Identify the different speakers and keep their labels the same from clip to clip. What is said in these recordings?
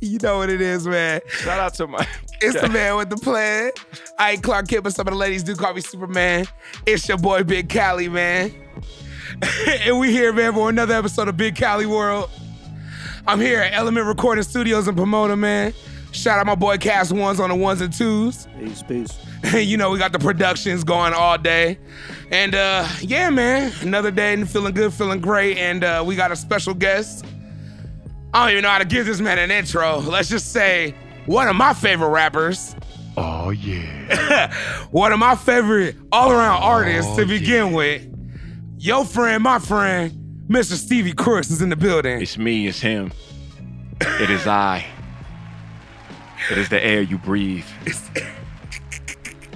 Speaker 1: You know what it is, man.
Speaker 2: Shout out to my.
Speaker 1: It's the man with the plan. I ain't Clark Kent, but some of the ladies do call me Superman. It's your boy Big Cali, man. and we here, man, for another episode of Big Cali World. I'm here at Element Recording Studios in Pomona, man. Shout out my boy Cast Ones on the ones and twos.
Speaker 3: Peace, peace.
Speaker 1: you know, we got the productions going all day. And uh, yeah, man, another day and feeling good, feeling great. And uh, we got a special guest. I don't even know how to give this man an intro. Let's just say one of my favorite rappers,
Speaker 4: Oh yeah.
Speaker 1: one of my favorite all around artists to begin with. Your friend, my friend, Mr. Stevie Crooks is in the building.
Speaker 2: It's me. It's him. It is I. It is the air you breathe.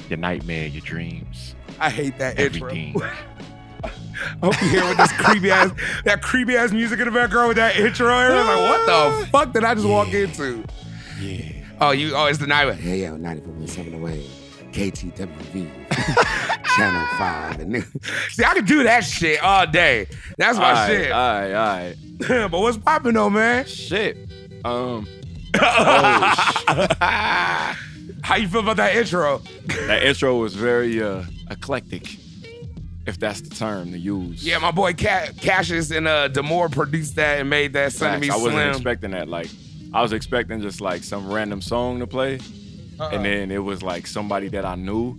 Speaker 2: Your nightmare, your dreams,
Speaker 1: I hate that
Speaker 2: everything.
Speaker 1: intro. I hope you hear with this creepy ass, that creepy ass music in the background with that intro. Everyone's like, what the fuck did I just walk into?
Speaker 2: Yeah.
Speaker 1: Oh, you always the night.
Speaker 5: Yeah, yeah, 94.7 away. KTWV, Channel 5. The new-
Speaker 1: See, I could do that shit all day. That's my
Speaker 2: All right,
Speaker 1: Oh, shit.
Speaker 2: all right, all right.
Speaker 1: but what's popping though, man?
Speaker 2: Shit. Um. oh, shit.
Speaker 1: How you feel about that intro?
Speaker 2: That intro was very uh, eclectic, if that's the term to use.
Speaker 1: Yeah, my boy Ca- Cassius and uh, Demore produced that and made that Sunny
Speaker 2: Facts.
Speaker 1: Me
Speaker 2: I wasn't
Speaker 1: Slim.
Speaker 2: expecting that. Like, I was expecting just like some random song to play,
Speaker 1: Uh-uh.
Speaker 2: and then it was like somebody that I knew,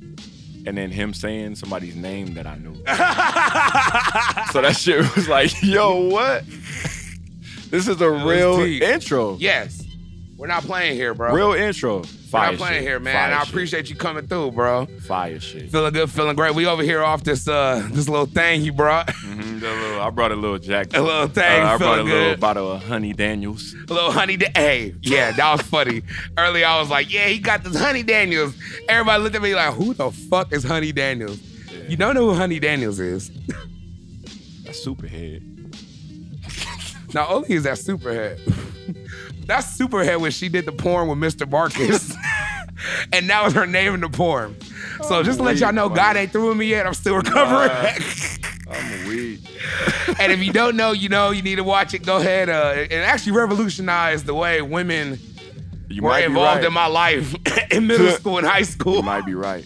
Speaker 2: and then him saying somebody's name that I knew. so that shit was like, yo, what? This is a
Speaker 1: was
Speaker 2: real
Speaker 1: deep.
Speaker 2: intro.
Speaker 1: yes, we're not playing here, bro.
Speaker 2: Real intro.
Speaker 1: we're
Speaker 2: Fire
Speaker 1: not playing
Speaker 2: shit.
Speaker 1: here, man.
Speaker 2: Fire
Speaker 1: I
Speaker 2: shit.
Speaker 1: appreciate you coming through, bro.
Speaker 2: fire shit.
Speaker 1: Feeling good, feeling great. We over here off this uh this little thing you brought.
Speaker 2: Mhm, that little- I brought a little Jack.
Speaker 1: A
Speaker 2: uh,
Speaker 1: little thing,
Speaker 2: I brought
Speaker 1: feeling
Speaker 2: a little
Speaker 1: good.
Speaker 2: bottle of Honey Daniels.
Speaker 1: little honey. Da- hey, yeah, that was funny. Earlier, I was like, yeah, he got this Honey Daniels. Everybody looked at me like, who the fuck is Honey Daniels? You don't know who Honey Daniels is.
Speaker 2: A superhead.
Speaker 1: Not only is that Superhead, that's Superhead when she did the porn with Mr. Marcus. and that was her name in the porn.
Speaker 2: Oh,
Speaker 1: So just to let y'all know, God ain't through with me yet. I'm still recovering.
Speaker 2: I'm a weed.
Speaker 1: and if you don't know, you know, you need to watch it. Go ahead. Uh, it actually revolutionized the way women
Speaker 2: You
Speaker 1: were
Speaker 2: might be
Speaker 1: involved
Speaker 2: right.
Speaker 1: in my life in middle school and high
Speaker 2: You
Speaker 1: school.
Speaker 2: might be right.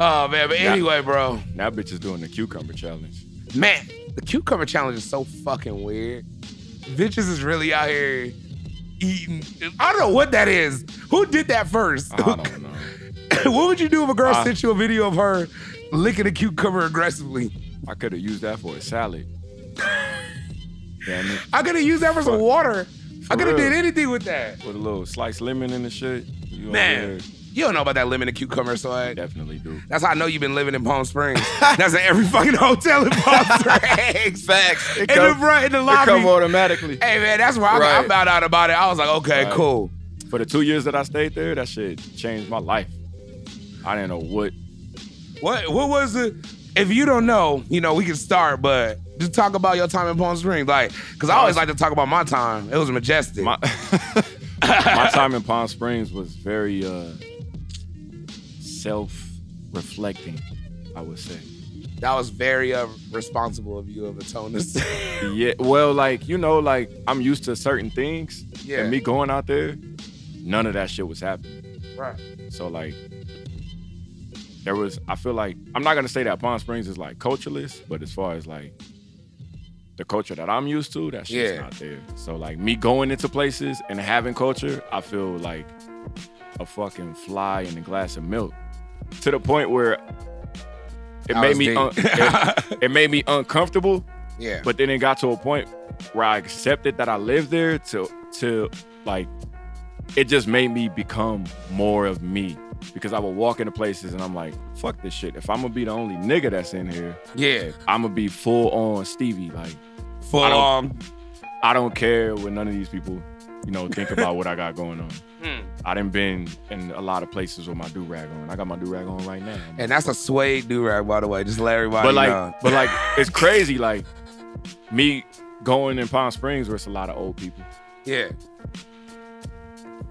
Speaker 1: Oh man, but
Speaker 2: Yeah.
Speaker 1: anyway, bro.
Speaker 2: Now bitch is doing the cucumber challenge.
Speaker 1: Man, the cucumber challenge is so fucking weird. Bitches is really out here eating. I don't know what that is. Who did that first?
Speaker 2: I don't know. Uh,
Speaker 1: what would you do if a girl
Speaker 2: I-
Speaker 1: sent you a video of her licking a cucumber aggressively?
Speaker 2: I could have used that for a salad. Damn it.
Speaker 1: I could have used that for some
Speaker 2: Fuck.
Speaker 1: water. I could have
Speaker 2: real.
Speaker 1: did anything with that.
Speaker 2: With a little sliced lemon in the shit. You over
Speaker 1: Man,
Speaker 2: there,
Speaker 1: you don't know about that lemon and cucumber, so I,
Speaker 2: Definitely do.
Speaker 1: that's how I know you've been living in Palm Springs. that's in every fucking hotel in Palm Springs.
Speaker 2: Facts.
Speaker 1: in the front, in the lobby.
Speaker 2: come automatically.
Speaker 1: Hey man, that's where I, I
Speaker 2: Right.
Speaker 1: found out about it. I was like, okay,
Speaker 2: Right.
Speaker 1: cool.
Speaker 2: For the two years that I stayed there, that shit changed my life. I didn't know what.
Speaker 1: What what was it? If you don't know, you know, we can start, but just talk about your time in Palm Springs. Like, cause I always like to talk about my time. It was majestic.
Speaker 2: My, my time in Palm Springs was very uh, self-reflecting, I would say.
Speaker 1: that was very uh, responsible of you of a tone to say.
Speaker 2: Yeah, well, like you know, like I'm used to certain things.
Speaker 1: Yeah.
Speaker 2: And me going out there, none of that shit was happening.
Speaker 1: Right.
Speaker 2: So like, there was. I feel like I'm not gonna say that Palm Springs is like cultureless, but as far as like the culture that I'm used to, that shit's
Speaker 1: Yeah.
Speaker 2: not there. So like me going into places and having culture, I feel like a fucking fly in a glass of milk. To the point where it
Speaker 1: That
Speaker 2: made
Speaker 1: was
Speaker 2: me
Speaker 1: deep.
Speaker 2: un- it- it made me uncomfortable.
Speaker 1: Yeah.
Speaker 2: But then it got to a point where I accepted that I lived there to to like it just made me become more of me. Because I would walk into places and I'm like, fuck this shit. If I'm gonna be the only nigga that's in here,
Speaker 1: yeah.
Speaker 2: I'm gonna be full on Stevie. Like,
Speaker 1: Full
Speaker 2: I don't-
Speaker 1: on.
Speaker 2: I don't care what none of these people, you know, think about what I got going on. I done been in a lot of places with my do rag on. I got my do rag on right now.
Speaker 1: And that's a suede do rag, by the way. Just let everybody
Speaker 2: but like,
Speaker 1: know.
Speaker 2: but like, it's crazy. Like me going in Palm Springs where it's a lot of old people.
Speaker 1: Yeah.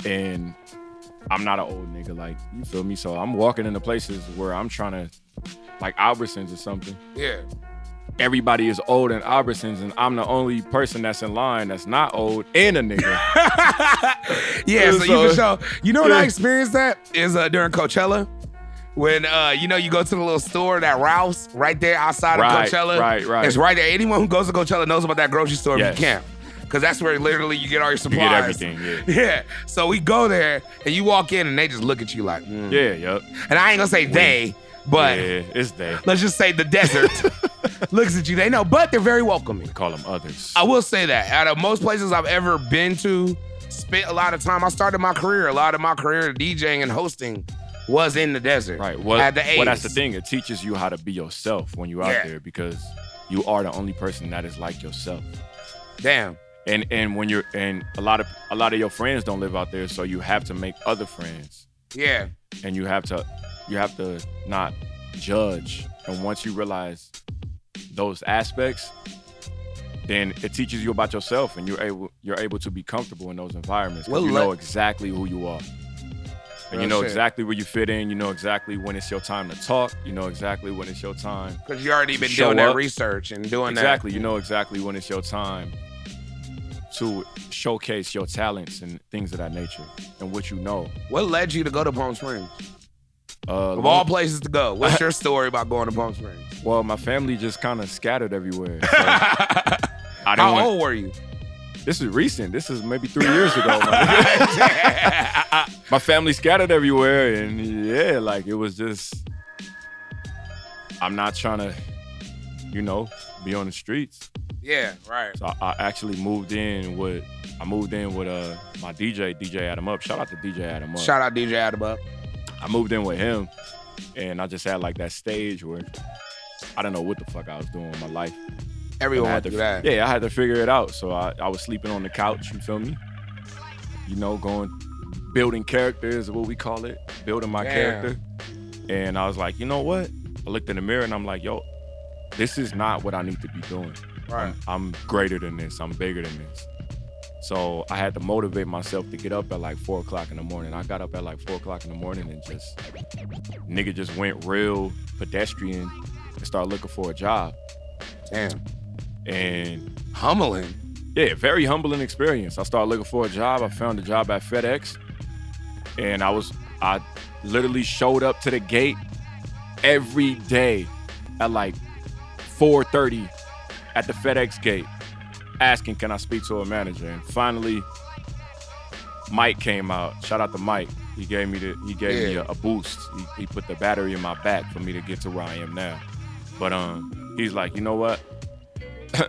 Speaker 2: and I'm not an old nigga, like you feel me. So I'm walking into places where I'm trying to, like Albertsons or something,
Speaker 1: Yeah.
Speaker 2: everybody is old in Albertsons, and I'm the only person that's in line that's not old and a nigga.
Speaker 1: yeah, so, you can show. You know when I
Speaker 2: Yeah.
Speaker 1: experienced that is uh, during Coachella, when uh, you know you go to the little store that Ralph's right there outside
Speaker 2: Right,
Speaker 1: of Coachella.
Speaker 2: right, right.
Speaker 1: It's right there. Anyone who goes to Coachella knows about that grocery store
Speaker 2: Yes.
Speaker 1: if you can, because that's where literally you get all your
Speaker 2: You
Speaker 1: supplies.
Speaker 2: get everything. Yeah.
Speaker 1: Yeah. So we go there and you walk in and they just look at you like, mm.
Speaker 2: Yeah. Yep.
Speaker 1: and I ain't gonna say they, but
Speaker 2: yeah, it's they.
Speaker 1: let's just say the desert looks at you. They know, but they're very welcoming.
Speaker 2: We call them others.
Speaker 1: I will say that out of most places I've ever been to, spent a lot of time. I started my career. A lot of my career DJing and hosting was in the desert.
Speaker 2: Right. Well,
Speaker 1: at the
Speaker 2: well, that's the
Speaker 1: 80s.
Speaker 2: thing. It teaches you how to be yourself when you're out
Speaker 1: Yeah.
Speaker 2: there because you are the only person that is like yourself.
Speaker 1: Damn.
Speaker 2: And and when you're and a lot of a lot of your friends don't live out there, so you have to make other friends,
Speaker 1: Yeah.
Speaker 2: and you have to you have to not judge. And once you realize those aspects, then it teaches you about yourself, and you're able you're able to be comfortable in those environments. 'cause
Speaker 1: Well,
Speaker 2: you
Speaker 1: let-
Speaker 2: know exactly who you are. And
Speaker 1: Real
Speaker 2: you know
Speaker 1: shit.
Speaker 2: exactly where you fit in. You know exactly when it's your time to talk. You know exactly when it's your time
Speaker 1: Because you already been
Speaker 2: Show
Speaker 1: doing that
Speaker 2: up.
Speaker 1: research and doing
Speaker 2: exactly. You know exactly when it's your time to showcase your talents and things of that nature and what you know.
Speaker 1: that. What led you to go to Palm Springs?
Speaker 2: Uh,
Speaker 1: Of all places to go, what's your story about going to Palm Springs?
Speaker 2: well, my family just kind of scattered everywhere. so I didn't
Speaker 1: How
Speaker 2: want-
Speaker 1: old were you?
Speaker 2: This is recent. This is maybe three years ago. my- my family scattered everywhere, and yeah, like it was just. I'm not trying to, you know, be on the streets.
Speaker 1: yeah, right.
Speaker 2: So I, I actually moved in with I moved in with uh my DJ DJ Adam Up. Shout out to DJ Adam Up.
Speaker 1: Shout out DJ Adaba.
Speaker 2: I moved in with him, and I just had like that stage where I don't know what the fuck I was doing with my life. And
Speaker 1: Everyone
Speaker 2: I
Speaker 1: went
Speaker 2: had to,
Speaker 1: through that.
Speaker 2: Yeah, I had to figure it out. So I, I was sleeping on the couch. You feel me? You know, going building character is what we call it. Building my
Speaker 1: Damn.
Speaker 2: character. And I was like, you know what? I looked in the mirror and I'm like, yo, this is not what I need to be doing.
Speaker 1: Right.
Speaker 2: I'm greater than this. I'm bigger than this. So I had to motivate myself to get up at like four o'clock in the morning. I got up at like four o'clock in the morning and just nigga just went real pedestrian and started looking for a job.
Speaker 1: Damn.
Speaker 2: And
Speaker 1: Humbling.
Speaker 2: yeah, very humbling experience. I started looking for a job. I found a job at FedEx, and I was I literally showed up to the gate every day at like 4:30 at the FedEx gate, asking, "Can I speak to a manager?" And finally, Mike came out. Shout out to Mike. He gave me the he gave me
Speaker 1: Yeah.
Speaker 2: a, a boost. He, he put the battery in my back for me to get to where I am now. But um, he's like, you know what?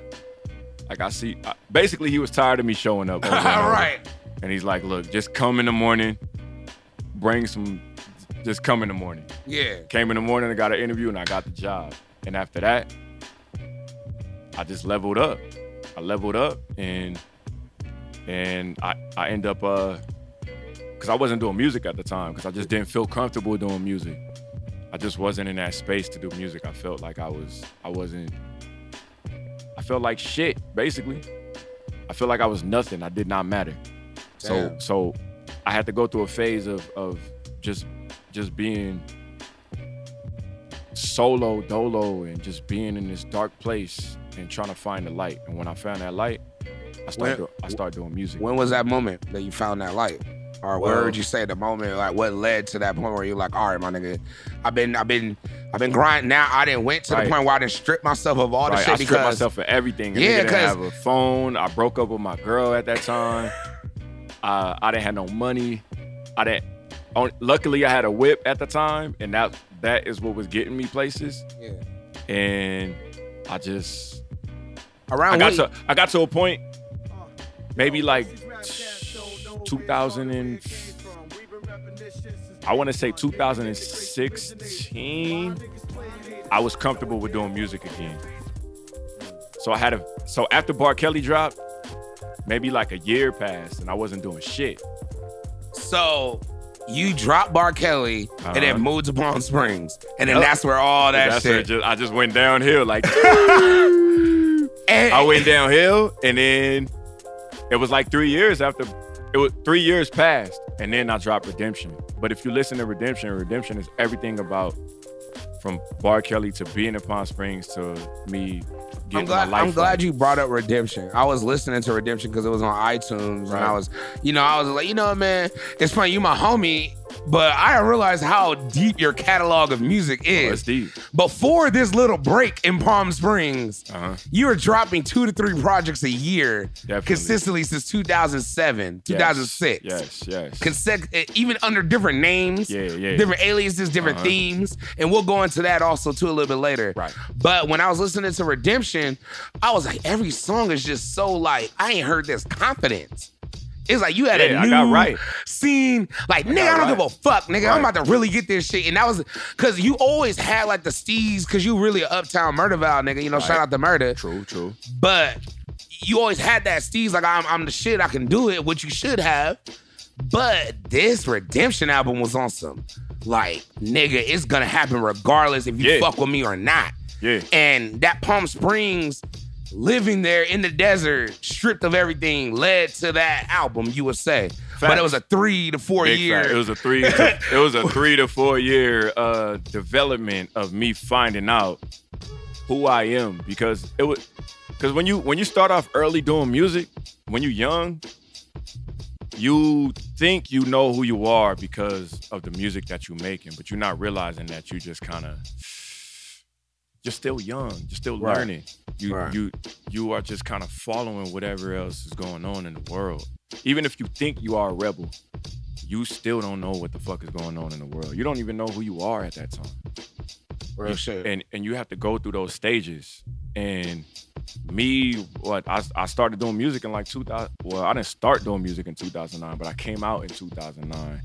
Speaker 2: like I see. I, basically, he was tired of me showing up. over and
Speaker 1: All
Speaker 2: over.
Speaker 1: right.
Speaker 2: And he's like, look, just come in the morning, bring some, just come in the morning.
Speaker 1: Yeah.
Speaker 2: Came in the morning, I got an interview, and I got the job. And after that, I just leveled up. I leveled up, and and I I end up uh, cause I wasn't doing music at the time, cause I just didn't feel comfortable doing music. I just wasn't in that space to do music. I felt like I was I wasn't. I felt like shit, basically. I felt like I was nothing. I did not matter. So
Speaker 1: Damn.
Speaker 2: so I had to go through a phase of of just just being solo dolo and just being in this dark place and trying to find the light. And when I found that light, I started
Speaker 1: When-
Speaker 2: I started doing music.
Speaker 1: When was that moment that you found that light? Or where
Speaker 2: Well-
Speaker 1: would you say the moment, like what led to that point where you're like, all right, my nigga, I've been, I've been, I've been grinding. Now I didn't went to
Speaker 2: Right.
Speaker 1: the point where I didn't strip myself of all the
Speaker 2: Right,
Speaker 1: shit
Speaker 2: I
Speaker 1: because
Speaker 2: stripped myself of everything.
Speaker 1: Yeah,
Speaker 2: Yeah,
Speaker 1: 'cause-
Speaker 2: because I didn't have a phone. I broke up with my girl at that time. uh, I didn't have no money. I didn't. On, luckily, I had a whip at the time, and that that is what was getting me places.
Speaker 1: Yeah.
Speaker 2: And I just
Speaker 1: around
Speaker 2: I got
Speaker 1: what-
Speaker 2: to I got to a point, maybe like 2000 and I want to say 2016. I was comfortable with doing music again. So I had a so after Bar Kelly dropped, maybe like a year passed and I wasn't doing shit.
Speaker 1: So you dropped Bar Kelly and
Speaker 2: Uh-huh.
Speaker 1: then moved to Palm Springs, and then
Speaker 2: Yep.
Speaker 1: that's where all that
Speaker 2: That's where it
Speaker 1: shit.
Speaker 2: just, I just went downhill. Like
Speaker 1: And-
Speaker 2: I went downhill and then it was like three years after it was three years passed and then I dropped Redemption. But if you listen to Redemption, Redemption is everything about from Bar Kelly to being in Palm Springs to me getting
Speaker 1: I'm glad.
Speaker 2: my life.
Speaker 1: I'm glad
Speaker 2: right.
Speaker 1: you brought up Redemption. I was listening to Redemption because it was on iTunes, and
Speaker 2: Right.
Speaker 1: I was, you know, I was like, you know, what, man, it's funny. You my homie, but I didn't realize how deep your catalog of music
Speaker 2: Oh,
Speaker 1: is.
Speaker 2: it's deep.
Speaker 1: Before this little break in Palm Springs,
Speaker 2: Uh-huh.
Speaker 1: you were dropping two to three projects a year
Speaker 2: Definitely.
Speaker 1: consistently since 2007, 2006.
Speaker 2: Yes, yes.
Speaker 1: Consec- eh, even under different names,
Speaker 2: Yeah, yeah.
Speaker 1: different aliases, different
Speaker 2: Uh-huh.
Speaker 1: themes, and we'll go into that also too a little bit later.
Speaker 2: Right.
Speaker 1: But when I was listening to Redemption, I was like, every song is just so like I ain't heard this confidence. It's like you had
Speaker 2: Yeah,
Speaker 1: a
Speaker 2: I
Speaker 1: new
Speaker 2: got right.
Speaker 1: scene. Like, nigga, I
Speaker 2: got
Speaker 1: don't
Speaker 2: right.
Speaker 1: give a fuck, nigga. I'm
Speaker 2: Right.
Speaker 1: about to really get this shit. And that was cause you always had like the steez, cause you really a uptown murder vow, nigga. You know, shout
Speaker 2: Right.
Speaker 1: out to murder
Speaker 2: true, true.
Speaker 1: but you always had that steez like I'm, I'm the shit i can do it which you should have but this redemption album was on some like nigga it's gonna happen regardless if you
Speaker 2: Yeah.
Speaker 1: fuck with me or not
Speaker 2: Yeah.
Speaker 1: and that palm springs living there in the desert stripped of everything led to that album you would say but it
Speaker 2: Facts.
Speaker 1: was a three to four
Speaker 2: Big
Speaker 1: year
Speaker 2: fact. It was a three. to- it was a three to four year uh, development of me finding out who I am because it was because when you when you start off early doing music when you young, you think you know who you are because of the music that you're making, but you're not realizing that you just kind of you're still young, you're still
Speaker 1: Right.
Speaker 2: learning. You
Speaker 5: Right.
Speaker 2: you you are just kind of following whatever else is going on in the world. Even if you think you are a rebel, you still don't know what the fuck is going on in the world. You don't even know who you are at that time
Speaker 1: real shit
Speaker 2: and and you have to go through those stages. And me, what I, I started doing music in like 2000. Well, I didn't start doing music in 2009, but I came out in 2009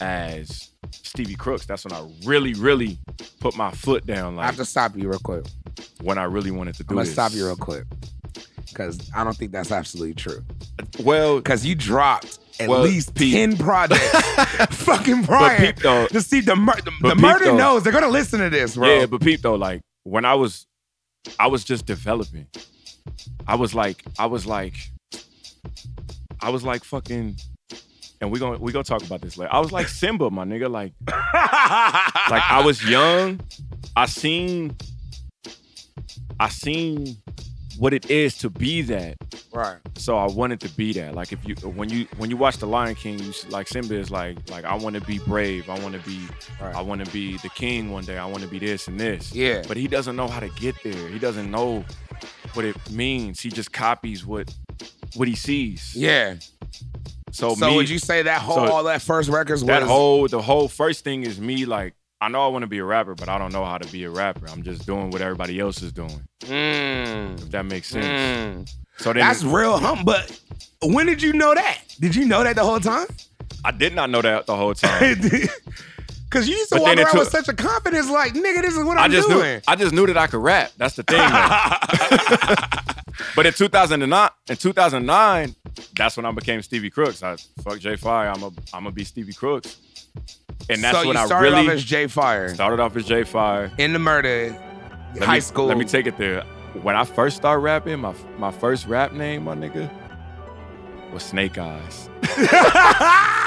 Speaker 2: as Stevie Crooks. That's when I really, really put my foot down.
Speaker 1: i
Speaker 2: Like
Speaker 1: have to stop you real quick
Speaker 2: when I really wanted to do
Speaker 1: i'm gonna
Speaker 2: this.
Speaker 1: stop you real quick because i don't think that's absolutely true
Speaker 2: Well,
Speaker 1: Cause you dropped at
Speaker 2: Well,
Speaker 1: least
Speaker 2: peep.
Speaker 1: ten projects. Fucking Brian.
Speaker 2: peep though.
Speaker 1: To see the, mur- the,
Speaker 2: But
Speaker 1: the
Speaker 2: peep
Speaker 1: murder
Speaker 2: though.
Speaker 1: knows they're gonna listen to this, bro.
Speaker 2: Yeah, but peep though, like when I was, I was just developing. I was like, I was like, I was like fucking, and we gonna we gonna talk about this later. I was like Simba, my nigga. Like, like I was young. I seen, I seen what it is to be that.
Speaker 1: right.
Speaker 2: So I wanted to be that. Like if you when you when you watch The Lion King, you see, like Simba is like like I want to be brave. I want to be
Speaker 1: Right.
Speaker 2: I want to be the king one day. I want to be this and this.
Speaker 1: Yeah.
Speaker 2: But he doesn't know how to get there. He doesn't know what it means. He just copies what what he sees.
Speaker 1: Yeah.
Speaker 2: So,
Speaker 1: so
Speaker 2: me,
Speaker 1: would you say that whole
Speaker 2: so
Speaker 1: all that first records
Speaker 2: that
Speaker 1: was
Speaker 2: whole the whole first thing is me like I know I want to be a rapper, but I don't know how to be a rapper. I'm just doing what everybody else is doing.
Speaker 1: Mm,
Speaker 2: If that makes sense.
Speaker 1: mm.
Speaker 2: So then
Speaker 1: That's real hum. But when did you know that? Did you know that the whole time?
Speaker 2: I did not know that the whole time.
Speaker 1: Cause you used to
Speaker 2: But
Speaker 1: walk
Speaker 2: then it
Speaker 1: around
Speaker 2: took-
Speaker 1: with such a confidence, like, nigga, this is what
Speaker 2: I
Speaker 1: I'm
Speaker 2: just
Speaker 1: doing.
Speaker 2: knew I just knew that I could rap. That's the thing. though. but in 2009, in 2009, that's when I became Stevie Crooks. I fuck J Fire. I'm a I'm gonna be Stevie Crooks. And that's
Speaker 1: so
Speaker 2: when
Speaker 1: you
Speaker 2: I
Speaker 1: started
Speaker 2: really
Speaker 1: off as J Fire
Speaker 2: started off as J Fire.
Speaker 1: in the murder
Speaker 2: Let
Speaker 1: high
Speaker 2: me,
Speaker 1: school.
Speaker 2: Let me take it there. When I first started rapping, my my first rap name, my nigga, was Snake Eyes.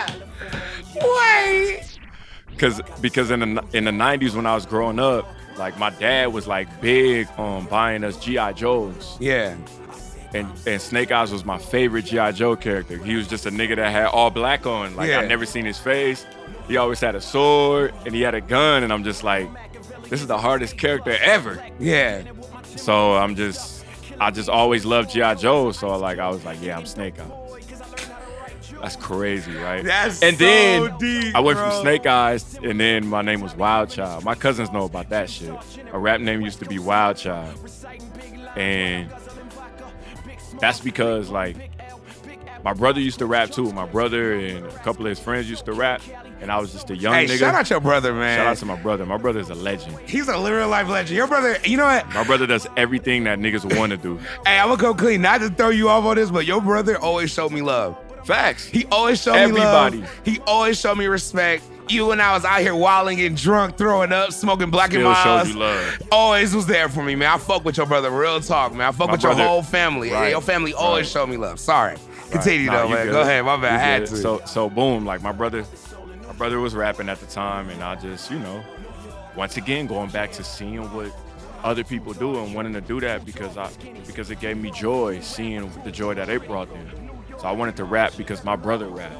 Speaker 1: Ah! Wait.
Speaker 2: Cause because in the in the 90s when I was growing up, like my dad was like big on buying us GI Joes.
Speaker 1: Yeah.
Speaker 2: and and Snake Eyes was my favorite GI Joe character. He was just a nigga that had all black on. Like
Speaker 1: Yeah.
Speaker 2: I never seen his face. He always had a sword and he had a gun, and I'm just like, this is the hardest character ever.
Speaker 1: Yeah.
Speaker 2: So I'm just, I just always loved GI Joe. So like I was like, yeah, I'm Snake Eyes. That's crazy, right?
Speaker 1: That's
Speaker 2: and
Speaker 1: so
Speaker 2: then
Speaker 1: deep,
Speaker 2: I went
Speaker 1: bro.
Speaker 2: from Snake Eyes, and then my name was Wild Child. My cousins know about that shit. A rap name used to be Wild Child, and that's because like my brother used to rap too. My brother and a couple of his friends used to rap, and I was just a young
Speaker 1: Hey,
Speaker 2: nigga.
Speaker 1: shout out your brother, man.
Speaker 2: Shout out to my brother. My brother is a legend.
Speaker 1: He's a real life legend. Your brother, you know what?
Speaker 2: My brother does everything that niggas want to do.
Speaker 1: Hey, I'm gonna go clean. Not to throw you off on this, but your brother always showed me love.
Speaker 2: Facts.
Speaker 1: He always showed me
Speaker 2: Everybody.
Speaker 1: love. He always showed me respect. Even when I was out here wilding and drunk, throwing up, smoking black and
Speaker 2: Still showed
Speaker 1: miles,
Speaker 2: you love.
Speaker 1: always was there for me, man. I fuck with your brother, real talk, man. I fuck
Speaker 2: My
Speaker 1: with your
Speaker 2: brother-
Speaker 1: whole family.
Speaker 2: Right.
Speaker 1: Your family always
Speaker 2: Right.
Speaker 1: showed me love. Sorry, continue
Speaker 2: Nah,
Speaker 1: though,
Speaker 2: you
Speaker 1: man.
Speaker 2: good.
Speaker 1: Go ahead, my bad.
Speaker 2: You
Speaker 1: I had
Speaker 2: good.
Speaker 1: to.
Speaker 2: So so boom, like my brother, my brother was rapping at the time, and I just, you know, once again going back to seeing what other people do and wanting to do that because I because it gave me joy seeing the joy that they brought them. So I wanted to rap because my brother rapped,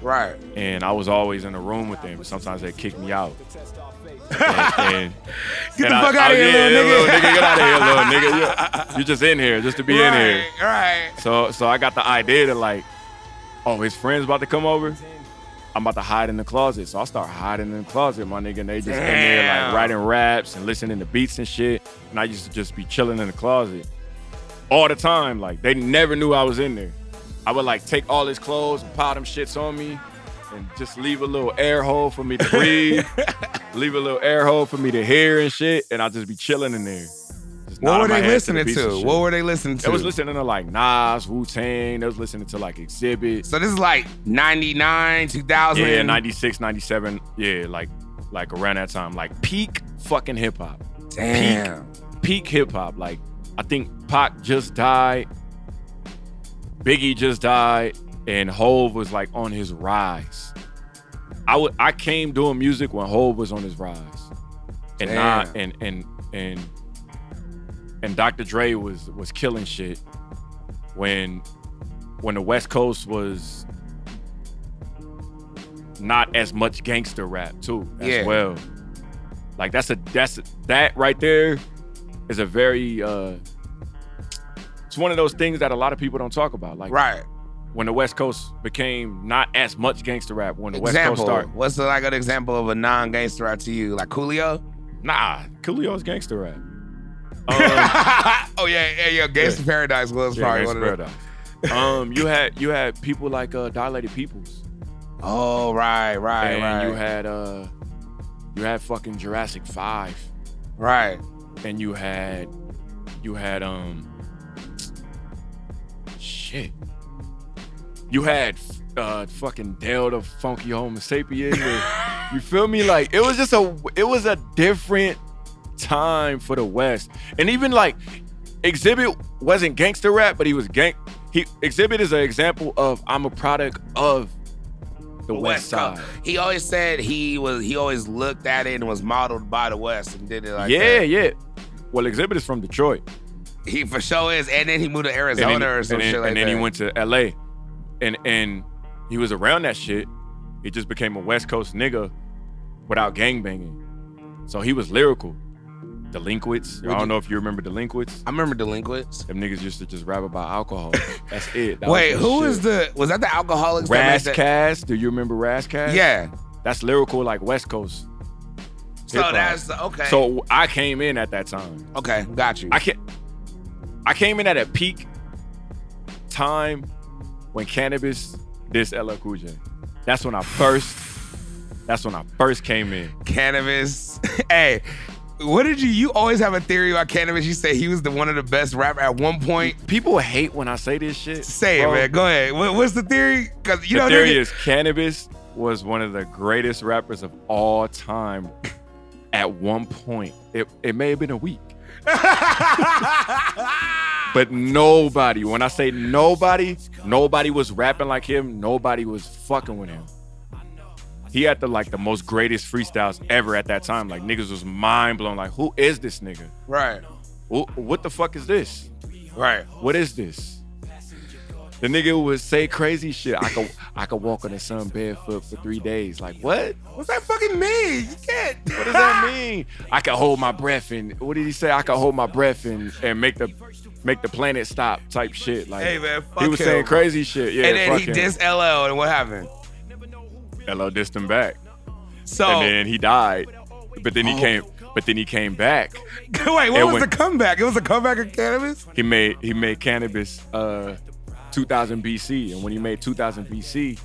Speaker 1: Right.
Speaker 2: and I was always in the room with them. Sometimes they kicked me out. And- and-
Speaker 1: Get
Speaker 2: and
Speaker 1: the
Speaker 2: I-
Speaker 1: fuck out
Speaker 2: I- oh,
Speaker 1: of here,
Speaker 2: yeah,
Speaker 1: little nigga.
Speaker 2: Get out of here, little nigga. You're, you're just in here, just to be in here.
Speaker 1: Right, Right.
Speaker 2: So so I got the idea to like, oh, his friend's about to come over. I'm about to hide in the closet. So I start hiding in the closet, my nigga. And they just in there
Speaker 1: Damn.
Speaker 2: like writing raps and listening to beats and shit. And I used to just be chilling in the closet all the time. Like they never knew I was in there. I would like take all his clothes and pile them shits on me and just leave a little air hole for me to breathe. leave a little air hole for me to hear and shit. And I'll just be chilling in there. Just
Speaker 1: What were
Speaker 2: nodding my
Speaker 1: they
Speaker 2: head the
Speaker 1: listening to?
Speaker 2: beats and shit.
Speaker 1: What were they listening to?
Speaker 2: They was listening to like Nas, Wu Tang. They was listening to like Exhibit.
Speaker 1: so this is like 99, 2000.
Speaker 2: Yeah, 96, 97. Yeah, like like around that time. Like peak fucking hip hop.
Speaker 1: Damn.
Speaker 2: Peak hip hop. Like I think Pac just died. Biggie just died. And Hove was like on his rise. I would I came doing music when Hove was on his rise. And
Speaker 1: Damn.
Speaker 2: Nas- and and and and Dr. Dre was was killing shit when when the West Coast was not as much gangster rap too as
Speaker 1: Yeah.
Speaker 2: well. Like that's a that's a, that right there is a very uh it's one of those things that a lot of people don't talk about. Like
Speaker 1: Right.
Speaker 2: when the West Coast became not as much gangster rap when the West Coast
Speaker 1: Example.
Speaker 2: started.
Speaker 1: What's like an example of a non-gangster out to you? Like Coolio?
Speaker 2: Nah, Coolio's gangster rap.
Speaker 1: Um, oh yeah, yeah, yeah. Gangster Paradise was
Speaker 2: Yeah,
Speaker 1: probably
Speaker 2: Gangsta
Speaker 1: one of the.
Speaker 2: Paradise. um, you had you had people like uh, Dilated Peoples,
Speaker 1: Oh right, right,
Speaker 2: and
Speaker 1: right,
Speaker 2: you had uh, you had fucking Jurassic Five,
Speaker 1: right.
Speaker 2: and you had you had um, shit, you had uh, fucking Dale the Funky Homo Sapien. with- you feel me? Like it was just a it was a different time for the West, and even like Exhibit wasn't gangster rap, but he was gang. He Exhibit is an example of I'm a product of the, West, Side.
Speaker 1: Coast. He always said he was. He always looked at it and was modeled by the West and did it like
Speaker 2: yeah,
Speaker 1: that.
Speaker 2: yeah. Well, Exhibit is from Detroit,
Speaker 1: He for sure is. And then he moved to
Speaker 2: and then,
Speaker 1: Arizona or some
Speaker 2: and then-
Speaker 1: shit like
Speaker 2: and
Speaker 1: that.
Speaker 2: then he went to L.A. and and he was around that shit. He just became a West Coast nigga without gangbanging, so he was lyrical. Delinquents. I
Speaker 1: Would you-
Speaker 2: don't know if you remember delinquents.
Speaker 1: I remember delinquents.
Speaker 2: Them niggas used to just rap about alcohol. That's it. That was
Speaker 1: Wait,
Speaker 2: their
Speaker 1: who
Speaker 2: shit.
Speaker 1: is the? Was that the alcoholics? that made that-
Speaker 2: Rascast? Do you remember Rascast?
Speaker 1: Yeah.
Speaker 2: That's lyrical like West Coast.
Speaker 1: So
Speaker 2: hip-hop.
Speaker 1: that's the, okay.
Speaker 2: So I came in at that time.
Speaker 1: okay, got you.
Speaker 2: I can I came in at a peak time when cannabis this LL Cool J. That's when I first that's when I first came in.
Speaker 1: cannabis. hey, what did you? You always have a theory about cannabis. You say he was the one of the best rapper at one point.
Speaker 2: People hate when I say this shit.
Speaker 1: Say
Speaker 2: bro.
Speaker 1: it, man. Go ahead. What, what's the theory? Because you
Speaker 2: the
Speaker 1: know,
Speaker 2: theory
Speaker 1: nigga-
Speaker 2: is cannabis was one of the greatest rappers of all time at one point. It, it may have been a week. but nobody, when I say nobody, nobody was rapping like him. Nobody was fucking with him. He had the like the most greatest freestyles ever at that time. Like niggas was mind blown. Like, who is this nigga?
Speaker 1: right,
Speaker 2: Wh- What the fuck is this?
Speaker 1: right.
Speaker 2: What is this? The nigga would say crazy shit. I could I could walk on the sun barefoot for three days. Like what?
Speaker 1: What's that fucking mean? You can't.
Speaker 2: What does that mean? I could hold my breath and what did he say? I could hold my breath and and make the make the planet stop type shit. Like
Speaker 1: Hey, man, fuck
Speaker 2: he was
Speaker 1: him.
Speaker 2: saying crazy shit. Yeah,
Speaker 1: and then
Speaker 2: fuck
Speaker 1: he
Speaker 2: him.
Speaker 1: dissed LL, and what happened?
Speaker 2: LL dissed him back,
Speaker 1: So
Speaker 2: and then he died. But then he came. But then he came back.
Speaker 1: wait, what
Speaker 2: and
Speaker 1: was
Speaker 2: when-
Speaker 1: the comeback? It was a comeback of cannabis.
Speaker 2: He made he made cannabis uh 2000 BC, and when he made 2000 BC,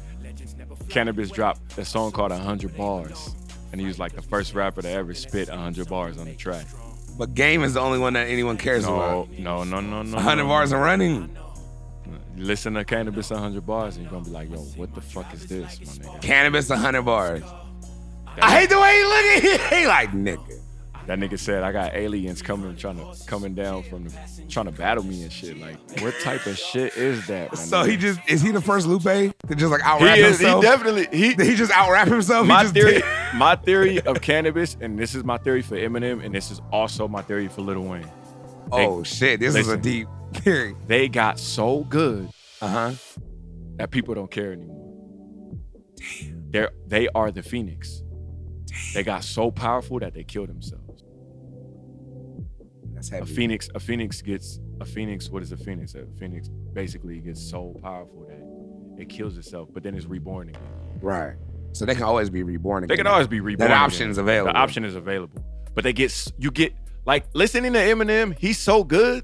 Speaker 2: cannabis dropped a song called 100 Bars, and he was like the first rapper to ever spit 100 bars on the track.
Speaker 1: But game is the only one that anyone cares
Speaker 2: No,
Speaker 1: about.
Speaker 2: no, no, no, no.
Speaker 1: 100
Speaker 2: no,
Speaker 1: bars
Speaker 2: no.
Speaker 1: and running.
Speaker 2: Listen to cannabis 100 bars, and you're gonna be like, yo, what the fuck is this, my nigga?
Speaker 1: Cannabis, 100 bars. I hate the way he look at it. He like, nigga.
Speaker 2: That nigga said I got aliens coming, trying to coming down from, the, trying to battle me and shit. Like, what type of shit is that? my
Speaker 1: So he
Speaker 2: nigga?
Speaker 1: just is he the first Lupe to just like out
Speaker 2: he
Speaker 1: rap
Speaker 2: is he
Speaker 1: himself?
Speaker 2: definitely he.
Speaker 1: Did he just out rap himself? He
Speaker 2: my
Speaker 1: just
Speaker 2: theory,
Speaker 1: did-
Speaker 2: my theory of cannabis, and this is my theory for Eminem, and this is also my theory for Lil Wayne.
Speaker 1: Oh shit! This is a
Speaker 2: Listen.
Speaker 1: deep theory.
Speaker 2: They got so good
Speaker 1: Uh huh.
Speaker 2: that people don't care anymore. Damn. They're they are the phoenix. They got so powerful that they kill themselves.
Speaker 5: That's
Speaker 2: A
Speaker 5: heavy.
Speaker 2: phoenix, a phoenix gets a phoenix. What is a phoenix? A phoenix basically gets so powerful that it kills itself, but then it's reborn again.
Speaker 5: Right.
Speaker 1: So they can always be reborn.
Speaker 2: They
Speaker 1: Again.
Speaker 2: can always be reborn.
Speaker 1: That
Speaker 2: again.
Speaker 1: option's available.
Speaker 2: The option is available, but they get s- you get like listening to Eminem. He's so good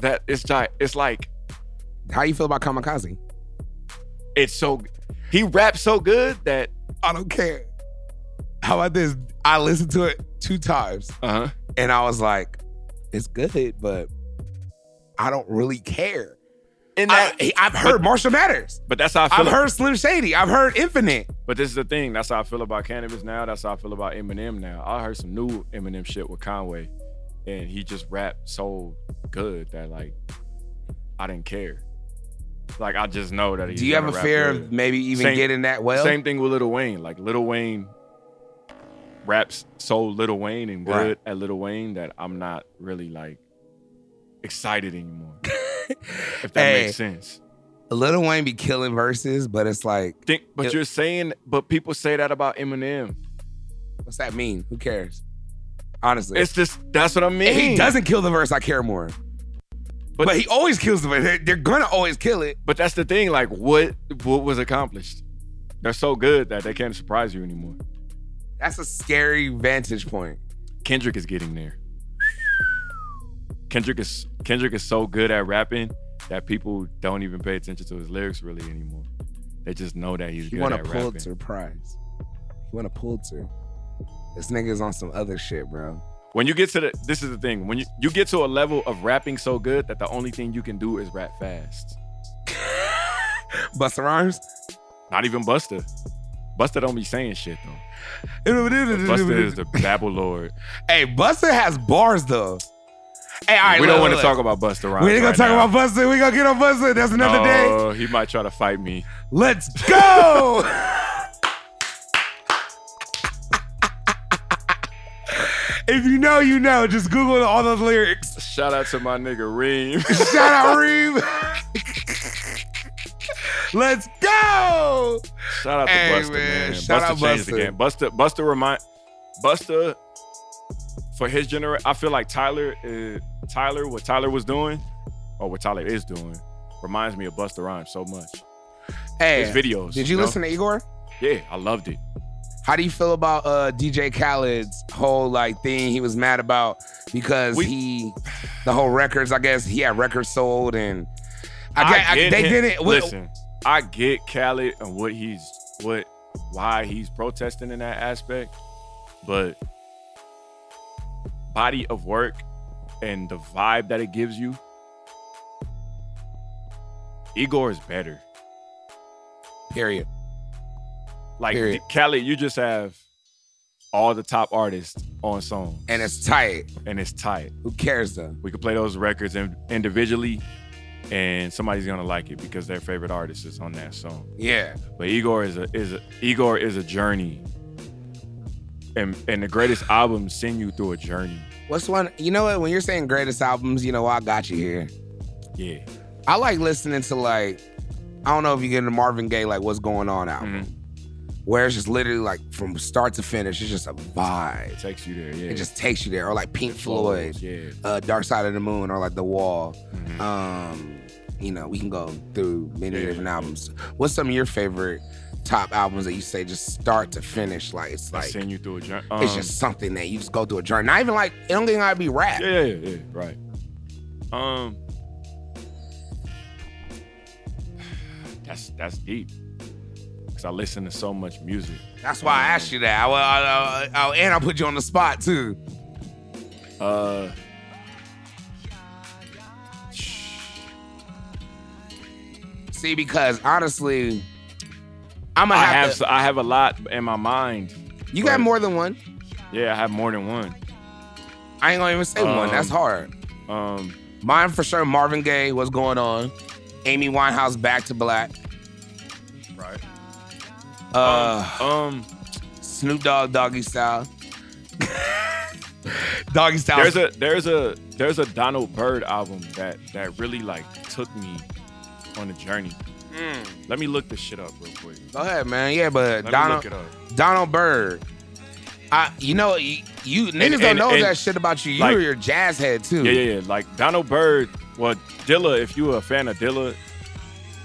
Speaker 2: that it's di- it's like
Speaker 1: How you feel about Kamikaze?
Speaker 2: it's so he raps so good that
Speaker 1: I don't care. How about this? I listened to it two times
Speaker 2: uh huh
Speaker 1: and I was like, "It's good, but I don't really care."
Speaker 2: in that.
Speaker 1: I, I've heard Marshall Matters.
Speaker 2: but that's how I feel.
Speaker 1: I've heard Slim Shady. I've heard Infinite.
Speaker 2: But this is the thing. That's how I feel about cannabis now. That's how I feel about Eminem now. I heard some new Eminem shit with Conway, and he just rapped so good that like I didn't care. Like I just know that he.
Speaker 1: Do you have a fear of maybe even
Speaker 2: Same-
Speaker 1: getting that well?
Speaker 2: Same thing with Lil Wayne. Like Lil Wayne raps so Lil Wayne and good
Speaker 1: Right.
Speaker 2: at Lil Wayne that I'm not really like excited anymore. if that
Speaker 1: Hey.
Speaker 2: makes sense.
Speaker 1: Lil Wayne be killing verses, but it's like,
Speaker 2: Think, but
Speaker 1: It-
Speaker 2: you're saying, but people say that about Eminem.
Speaker 1: what's that mean? Who cares? Honestly,
Speaker 2: It's just that's what I mean.
Speaker 1: if he doesn't kill the verse, I care more. But,
Speaker 2: But-
Speaker 1: he always kills the verse. They're, they're gonna always kill it.
Speaker 2: But that's the thing, like what what was accomplished? They're so good that they can't surprise you anymore.
Speaker 1: That's a scary vantage point.
Speaker 2: Kendrick is getting there. Kendrick is Kendrick is so good at rapping that people don't even pay attention to his lyrics really anymore. They just know that he's
Speaker 1: He
Speaker 2: good
Speaker 1: won a
Speaker 2: at rapping.
Speaker 1: Pulitzer Prize. He won a Pulitzer. This nigga's on some other shit, bro.
Speaker 2: When you get to the this is the thing, when you, you get to a level of rapping so good that the only thing you can do is rap fast.
Speaker 1: Busta Rhymes.
Speaker 2: Not even Buster. Buster don't be saying shit though. Buster is the babble lord.
Speaker 1: Hey, Buster has bars though. Hey, all right,
Speaker 2: we don't
Speaker 1: look,
Speaker 2: want to
Speaker 1: look,
Speaker 2: talk about Buster Rhymes.
Speaker 1: We ain't gonna
Speaker 2: right
Speaker 1: talk
Speaker 2: now.
Speaker 1: about Buster. We gonna get on Buster. That's another day.
Speaker 2: No, He might try to fight me.
Speaker 1: Let's go. if you know, you know. Just Google all those lyrics.
Speaker 2: Shout out to my nigga Reem.
Speaker 1: Shout out, Reem. Let's go.
Speaker 2: Shout out to
Speaker 1: Hey,
Speaker 2: Buster,
Speaker 1: man.
Speaker 2: man.
Speaker 1: Shout out
Speaker 2: Buster changed
Speaker 1: Busta.
Speaker 2: the game. Buster, Buster remind Buster for his generation. I feel like Tyler, uh, Tyler, what Tyler was doing, or what Tyler is doing, reminds me of Buster Rhymes so much.
Speaker 1: Hey,
Speaker 2: His videos.
Speaker 1: did you
Speaker 2: know?
Speaker 1: listen to Igor?
Speaker 2: Yeah, I loved it.
Speaker 1: How do you feel about uh, DJ Khaled's whole like thing? He was mad about because
Speaker 2: We-
Speaker 1: he, the whole records. I guess he had records sold, and I, guess
Speaker 2: get
Speaker 1: they
Speaker 2: him.
Speaker 1: didn't. well,
Speaker 2: Listen, I get Khaled and what he's what why he's protesting in that aspect, but body of work and the vibe that it gives you, Igor is better.
Speaker 1: Period.
Speaker 2: Like
Speaker 1: Period.
Speaker 2: Khaled, you just have all the top artists on song
Speaker 1: And it's tight.
Speaker 2: and it's tight.
Speaker 1: Who cares though?
Speaker 2: We could play those records in, individually and somebody's gonna like it because their favorite artist is on that song.
Speaker 1: Yeah.
Speaker 2: But Igor is a is a, Igor is a journey, and and the greatest albums send you through a journey.
Speaker 1: What's one? You know what? When you're saying greatest albums, you know I got you here.
Speaker 2: Yeah,
Speaker 1: I like listening to like I don't know if you get into Marvin Gaye like what's going on album,
Speaker 2: Mhm.
Speaker 1: where it's just literally like from start to finish, it's just a vibe.
Speaker 2: it takes you there. Yeah,
Speaker 1: It just takes you there, or like Pink Floyd,
Speaker 2: Yeah,
Speaker 1: uh, Dark Side of the Moon, or like The Wall.
Speaker 2: Mhm.
Speaker 1: Um, you know, we can go through many
Speaker 2: Yeah.
Speaker 1: different albums. What's some of your favorite top albums that you say just start to finish? Like it's
Speaker 2: They
Speaker 1: like
Speaker 2: send you through a journey.
Speaker 1: it's just something that you just go through a journey. Not even like it don't even gotta be rap.
Speaker 2: um, yeah, yeah, yeah, yeah, right. Um, that's that's deep. Cause I listen to so much music.
Speaker 1: That's why I asked you that. I, will- I, I, I, and I put you on the spot too.
Speaker 2: Uh,
Speaker 1: See, because honestly, I'm gonna
Speaker 2: I
Speaker 1: have,
Speaker 2: have
Speaker 1: to,
Speaker 2: so- I have a lot in my mind.
Speaker 1: you got
Speaker 2: but-
Speaker 1: more than one.
Speaker 2: Yeah, I have more than one.
Speaker 1: I ain't gonna even say one.
Speaker 2: Um,
Speaker 1: That's hard.
Speaker 2: Um,
Speaker 1: Mine for sure. Marvin Gaye. What's going on? Amy Winehouse. Back to Black.
Speaker 2: right.
Speaker 1: Uh,
Speaker 2: Um,
Speaker 1: Snoop Dogg. Doggy Style. doggy Style.
Speaker 2: there's a there's a there's a Donald Byrd album that that really like took me on a journey.
Speaker 1: Mm.
Speaker 2: Let me look this shit up real quick.
Speaker 1: Go ahead, man. Yeah, but
Speaker 2: Let
Speaker 1: Donald
Speaker 2: me look it up.
Speaker 1: Donald Byrd. I, you know, you, you niggas
Speaker 2: And-
Speaker 1: don't
Speaker 2: and-
Speaker 1: know
Speaker 2: and-
Speaker 1: that shit about you. You
Speaker 2: like-
Speaker 1: were your jazz head too.
Speaker 2: Yeah, yeah, yeah. Like Donald Byrd, well, Dilla, if you were a fan of Dilla,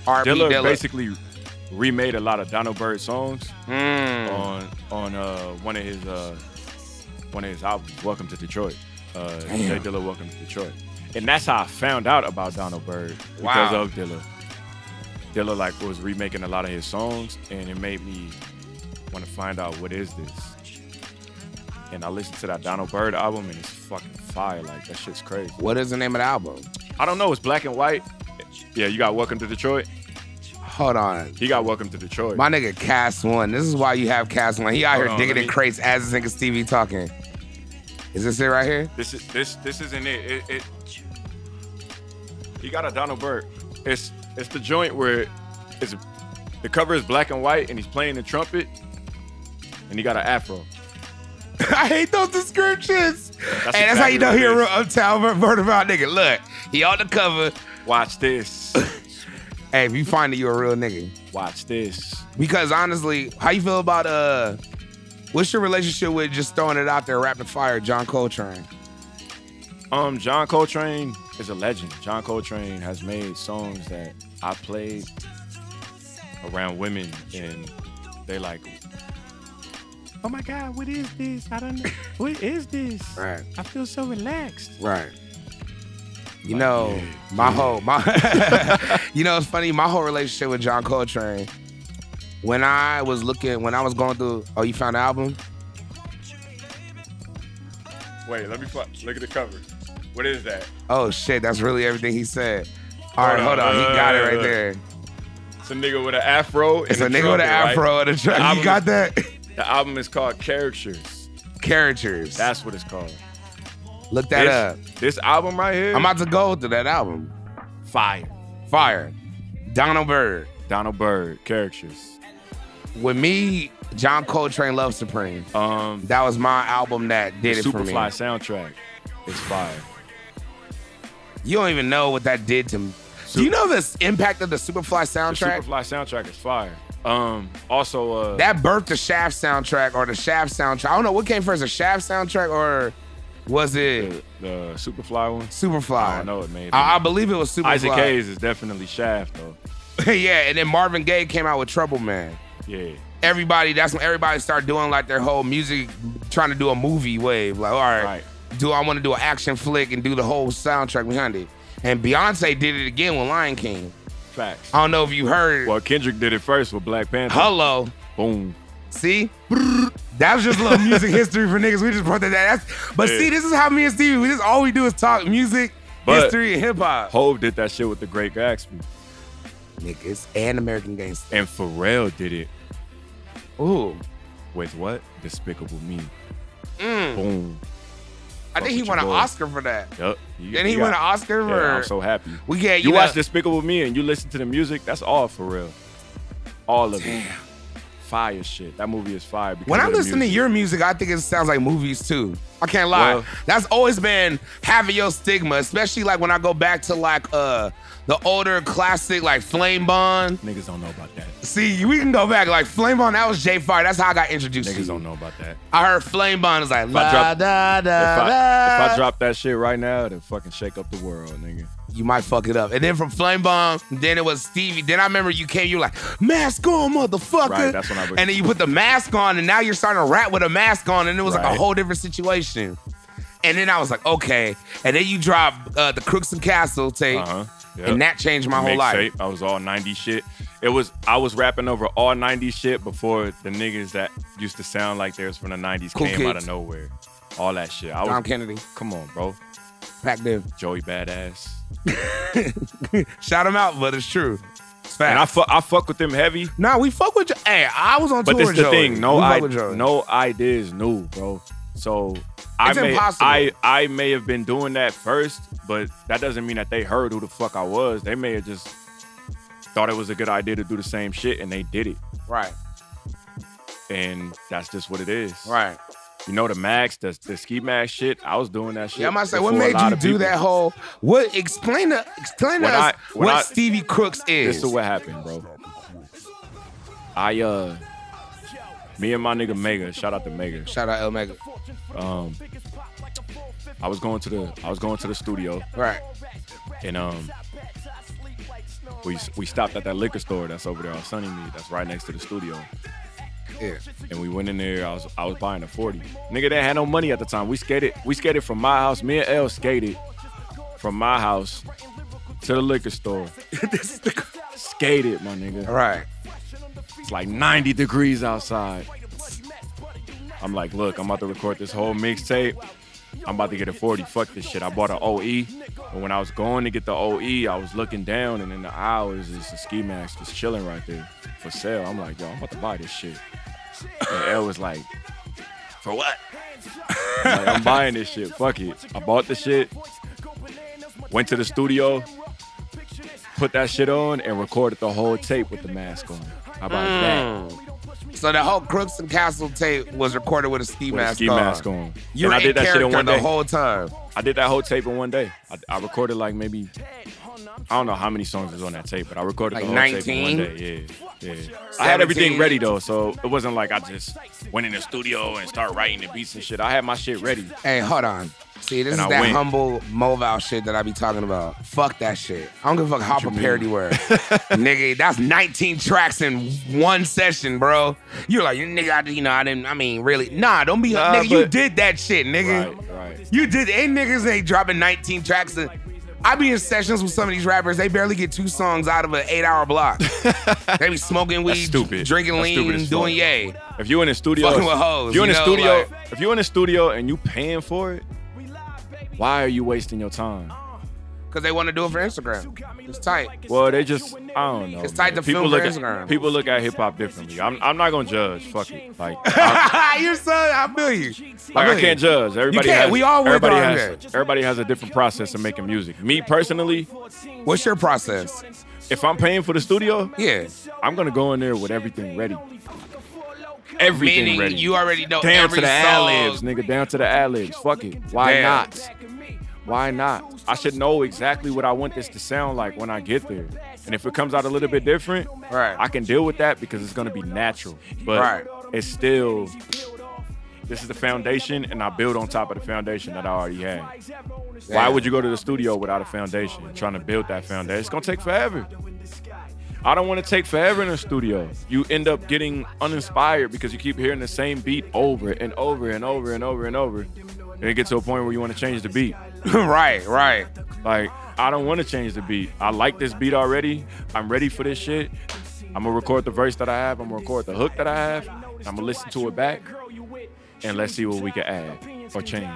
Speaker 1: R.B.
Speaker 2: Dilla,
Speaker 1: Dilla.
Speaker 2: basically remade a lot of Donald Byrd songs
Speaker 1: Mm.
Speaker 2: on on uh, one of his uh, one of his albums, Welcome to Detroit. Uh, Jay
Speaker 5: Damn.
Speaker 2: Dilla, Welcome to Detroit, and that's how I found out about Donald Byrd because
Speaker 1: Wow.
Speaker 2: of Dilla. Dilla like was remaking a lot of his songs, and it made me want to find out what is this. And I listened to that Donald Byrd album, and it's fucking fire. Like that shit's crazy.
Speaker 1: What is the name of the album?
Speaker 2: I don't know. It's black and white. Yeah, you got Welcome to Detroit.
Speaker 1: Hold on.
Speaker 2: He got Welcome to Detroit.
Speaker 1: My nigga Cast One. This is why you have Cast One. He out
Speaker 2: Hold
Speaker 1: here
Speaker 2: on,
Speaker 1: digging
Speaker 2: let
Speaker 1: in
Speaker 2: me-
Speaker 1: crates as this nigga Stevie talking. Is this it right here?
Speaker 2: this is this this isn't it. It, it. He got a Donald Byrd. It's it's the joint where it's the cover is black and white, and he's playing the trumpet, and he got an afro.
Speaker 1: I hate those descriptions.
Speaker 2: That's
Speaker 1: hey, that's how
Speaker 2: exactly
Speaker 1: you know
Speaker 2: what
Speaker 1: he
Speaker 2: it
Speaker 1: a
Speaker 2: is.
Speaker 1: real uptown ver- vertical nigga. Look, he on the cover.
Speaker 2: Watch this.
Speaker 1: Hey, if you find that you a real nigga.
Speaker 2: Watch this.
Speaker 1: Because honestly, how you feel about uh what's your relationship with just throwing it out there rapid fire, John Coltrane?
Speaker 2: Um, John Coltrane is a legend. John Coltrane has made songs that I played around women, and they like, oh my god, what is this? I don't know. What is this?
Speaker 5: Right.
Speaker 2: I feel so relaxed.
Speaker 5: Right.
Speaker 1: You know, my whole my You know it's funny, my whole relationship with John Coltrane. When I was looking, when I was going through, oh, you found the album?
Speaker 2: Wait, let me fu- look at the cover. What is that?
Speaker 1: Oh shit, that's really everything he said. All right, hold
Speaker 2: Hold
Speaker 1: on,
Speaker 2: on,
Speaker 1: he
Speaker 2: uh,
Speaker 1: got it right there.
Speaker 2: It's a nigga with an afro. And
Speaker 1: It's a nigga with an
Speaker 2: trumpet, right?
Speaker 1: afro and a truck. You
Speaker 2: album
Speaker 1: got
Speaker 2: is-
Speaker 1: that?
Speaker 2: The album is called Characters.
Speaker 1: Characters.
Speaker 2: That's what it's called.
Speaker 1: Look that
Speaker 2: this,
Speaker 1: up.
Speaker 2: This album right here.
Speaker 1: I'm about to go through that album.
Speaker 2: fire.
Speaker 1: Fire. Donald Byrd.
Speaker 2: Donald Byrd, Characters.
Speaker 1: With me, John Coltrane Love Supreme.
Speaker 2: Um,
Speaker 1: That was my album that
Speaker 2: the
Speaker 1: did it for me.
Speaker 2: Superfly soundtrack is fire.
Speaker 1: You don't even know what that did to me.
Speaker 2: Su-
Speaker 1: Do you know this impact of the Superfly
Speaker 2: The
Speaker 1: soundtrack?
Speaker 2: Superfly soundtrack is fire. Um, also, uh,
Speaker 1: that birthed the Shaft soundtrack or the Shaft soundtrack. I don't know what came first, the Shaft soundtrack or was it
Speaker 2: the, the Superfly one.
Speaker 1: Superfly?
Speaker 2: I don't know. It made.
Speaker 1: I, I believe it was Superfly.
Speaker 2: Isaac Hayes is definitely Shaft though.
Speaker 1: yeah, and then Marvin Gaye came out with Trouble Man.
Speaker 2: Yeah.
Speaker 1: Everybody, that's when everybody started doing like their whole music, trying to do a movie wave. Like, all right,
Speaker 2: Right.
Speaker 1: do I want to do an action flick and do the whole soundtrack behind it? And Beyonce did it again with Lion King.
Speaker 2: Facts.
Speaker 1: I don't know if you heard.
Speaker 2: Well, Kendrick did it first with Black Panther.
Speaker 1: Hello.
Speaker 2: Boom.
Speaker 1: See? That was just a little music history for niggas. We just brought that. That's, but
Speaker 2: Yeah.
Speaker 1: see, this is how me and Stevie, we just all we do is talk music,
Speaker 2: But-
Speaker 1: history, and hip hop.
Speaker 2: Hove did that shit with the Great Gatsby,
Speaker 1: Niggas and American gangsters.
Speaker 2: and Pharrell did it
Speaker 1: Ooh.
Speaker 2: with what? Despicable Me.
Speaker 1: Mm.
Speaker 2: Boom.
Speaker 1: I think he
Speaker 2: with
Speaker 1: won
Speaker 2: your
Speaker 1: an
Speaker 2: boy.
Speaker 1: Oscar for that.
Speaker 2: Yup. You-
Speaker 1: Then he
Speaker 2: you
Speaker 1: won an
Speaker 2: got-
Speaker 1: Oscar for
Speaker 2: Yeah, I'm so happy.
Speaker 1: we get
Speaker 2: You,
Speaker 1: you, know,
Speaker 2: watch Despicable Me and you listen to the music. That's all Pharrell. All of it. Fire shit. That movie is fire. Because
Speaker 1: When I
Speaker 2: of the
Speaker 1: listen to
Speaker 2: music.
Speaker 1: your music, I think it sounds like movies too. I can't lie.
Speaker 2: Well-
Speaker 1: That's always been having your stigma, especially like when I go back to like uh the older classic like Flame Bond.
Speaker 2: niggas don't know about that.
Speaker 1: See, we can go back like Flame Bond. That was J Fire. That's how I got introduced. to
Speaker 2: Niggas
Speaker 1: you.
Speaker 2: don't know about that.
Speaker 1: I heard Flame Bond is like
Speaker 2: I
Speaker 1: la,
Speaker 2: drop-
Speaker 1: da,
Speaker 2: If
Speaker 1: da,
Speaker 2: I,
Speaker 1: da.
Speaker 2: if I drop that shit right now, then fucking shake up the world, nigga.
Speaker 1: you might fuck it up. And then from Flame Bomb, then it was Stevie. Then I remember you came, you were like, mask on, motherfucker.
Speaker 2: Right, that's when I was-
Speaker 1: and then you put the mask on, and now you're starting to rap with a mask on, and it was like a
Speaker 2: Right.
Speaker 1: whole different situation. And then I was like, okay. And then you drop uh, the Crooks and Castle tape,
Speaker 2: Uh-huh. Yep.
Speaker 1: and that changed my whole life.
Speaker 2: Mixtape. I was all 90s shit. It was I was rapping over all 90s shit before the niggas that used to sound like they was from the 90s
Speaker 1: Cool
Speaker 2: came out
Speaker 1: Kids.
Speaker 2: of nowhere. All that shit. I was
Speaker 1: Tom Kennedy,
Speaker 2: Come on, bro.
Speaker 1: Pac Div.
Speaker 2: Joey Badass.
Speaker 1: Ah. Shout him out, but it's true. It's fact.
Speaker 2: And I fuck I fuck with them heavy.
Speaker 1: Nah, we fuck with. Jo- Hey, I was on
Speaker 2: But
Speaker 1: tour
Speaker 2: this
Speaker 1: with
Speaker 2: the
Speaker 1: Joey.
Speaker 2: thing. No
Speaker 1: we fuck
Speaker 2: I,
Speaker 1: with Joey.
Speaker 2: no ideas new, bro. So I
Speaker 1: It's
Speaker 2: may,
Speaker 1: impossible.
Speaker 2: I, I may have been doing that first, but that doesn't mean that they heard who the fuck I was. They may have just thought it was a good idea to do the same shit and they did it.
Speaker 1: Right,
Speaker 2: And that's just what it is.
Speaker 1: right.
Speaker 2: You know, the max, the, the ski mask shit, I was doing that shit.
Speaker 1: Yeah, I'm about to say, what
Speaker 2: before a
Speaker 1: made
Speaker 2: lot
Speaker 1: you
Speaker 2: of
Speaker 1: do
Speaker 2: people.
Speaker 1: that whole? What explain to explain to
Speaker 2: When
Speaker 1: us
Speaker 2: I- when
Speaker 1: what
Speaker 2: I-
Speaker 1: Stevie Crooks is?
Speaker 2: This is what happened, bro. I, uh, me and my nigga Mega, shout out to Mega.
Speaker 1: Shout out El Mega.
Speaker 2: Um, I was going to the, I was going to the studio.
Speaker 1: Right.
Speaker 2: And um, we we stopped at that liquor store that's over there on Sunnymead. That's right next to the studio.
Speaker 1: Yeah.
Speaker 2: And we went in there. I was I was buying a forty. Nigga, they had no money at the time. We skated. We skated from my house. Me and L skated from my house to the liquor store. skated, my nigga.
Speaker 1: Right.
Speaker 2: It's like 90 degrees outside. I'm like, look, I'm about to record this whole mixtape. I'm about to get a 40. Fuck this shit. I bought an OE. And when I was going to get the OE, I was looking down, and in the aisle, there's just a ski mask just chilling right there for sale. I'm like, yo, I'm about to buy this shit. And L was like, for what? I'm, like, I'm buying this shit. Fuck it. I bought the shit, went to the studio, put that shit on, and recorded the whole tape with the mask on. How about that?
Speaker 1: So the whole Crooks and Castle tape was recorded with a ski
Speaker 2: with
Speaker 1: mask
Speaker 2: a ski
Speaker 1: on.
Speaker 2: mask on.
Speaker 1: You
Speaker 2: and
Speaker 1: were
Speaker 2: I did
Speaker 1: in
Speaker 2: that shit
Speaker 1: character
Speaker 2: in one
Speaker 1: the
Speaker 2: day.
Speaker 1: whole time.
Speaker 2: I did that whole tape in one day. I, I recorded like maybe I don't know how many songs was on that tape, but I recorded
Speaker 1: Like
Speaker 2: the whole
Speaker 1: 19?
Speaker 2: tape in one day. Yeah, yeah. I had everything
Speaker 1: 17?
Speaker 2: ready though, so it wasn't like I just went in the studio and started writing the beats and shit. I had my shit ready.
Speaker 1: Hey, hold on. See, this
Speaker 2: And
Speaker 1: is
Speaker 2: I
Speaker 1: that
Speaker 2: went.
Speaker 1: humble mobile shit that I be talking about. Fuck that shit. I don't give a fuck how prepared you were. nigga, that's 19 tracks in one session, bro. You're like, nigga, I, you know, I didn't, I mean, really. Nah, don't be,
Speaker 2: Nah,
Speaker 1: nigga, you
Speaker 2: but-
Speaker 1: did that shit, nigga.
Speaker 2: Right, right.
Speaker 1: You did, ain't niggas ain't dropping 19 tracks. in- I be in sessions with some of these rappers, they barely get two songs out of an eight hour block. they be smoking weed,
Speaker 2: stupid.
Speaker 1: drinking
Speaker 2: That's
Speaker 1: lean,
Speaker 2: stupid as fuck.
Speaker 1: doing yay.
Speaker 2: If you in the studio,
Speaker 1: Fucking with hoes,
Speaker 2: if you in
Speaker 1: you
Speaker 2: the
Speaker 1: know,
Speaker 2: studio,
Speaker 1: like-
Speaker 2: if you in the studio and you paying for it, why are you wasting your time?
Speaker 1: Because they want to do it for Instagram. It's tight.
Speaker 2: Well, they just I don't know.
Speaker 1: It's tied
Speaker 2: man.
Speaker 1: to film
Speaker 2: look
Speaker 1: for
Speaker 2: at,
Speaker 1: Instagram.
Speaker 2: People look at hip hop differently. I'm, I'm not gonna judge. Fuck it. Like I,
Speaker 1: You're so, I feel you.
Speaker 2: like, I
Speaker 1: feel you.
Speaker 2: can't judge. Everybody
Speaker 1: can't.
Speaker 2: has
Speaker 1: We all went
Speaker 2: everybody
Speaker 1: through
Speaker 2: has everybody has a different process of making music. Me personally,
Speaker 1: What's your process?
Speaker 2: if I'm paying for the studio,
Speaker 1: Yeah.
Speaker 2: I'm gonna go in there with everything ready. Everything
Speaker 1: Meaning
Speaker 2: ready.
Speaker 1: you already know
Speaker 2: down
Speaker 1: every
Speaker 2: to the ad libs,
Speaker 1: song.
Speaker 2: nigga. Down to the ad libs. Fuck it. Why
Speaker 1: Damn.
Speaker 2: not? Why not? I should know exactly what I want this to sound like when I get there. And if it comes out a little bit different,
Speaker 1: Right.
Speaker 2: I can deal with that because it's gonna be natural. But
Speaker 1: Right.
Speaker 2: it's still this is the foundation, and I build on top of the foundation that I already had. Why
Speaker 1: Damn.
Speaker 2: would you go to the studio without a foundation? Trying to build that foundation, it's gonna take forever. I don't want to take forever in the studio. You end up getting uninspired because you keep hearing the same beat over and over and over and over and over. And it gets to a point where you want to change the beat.
Speaker 1: right, right.
Speaker 2: Like, I don't want to change the beat. I like this beat already. I'm ready for this shit. I'm gonna record the verse that I have. I'm gonna record the hook that I have. I'm gonna listen to it back, and let's see what we can add or change.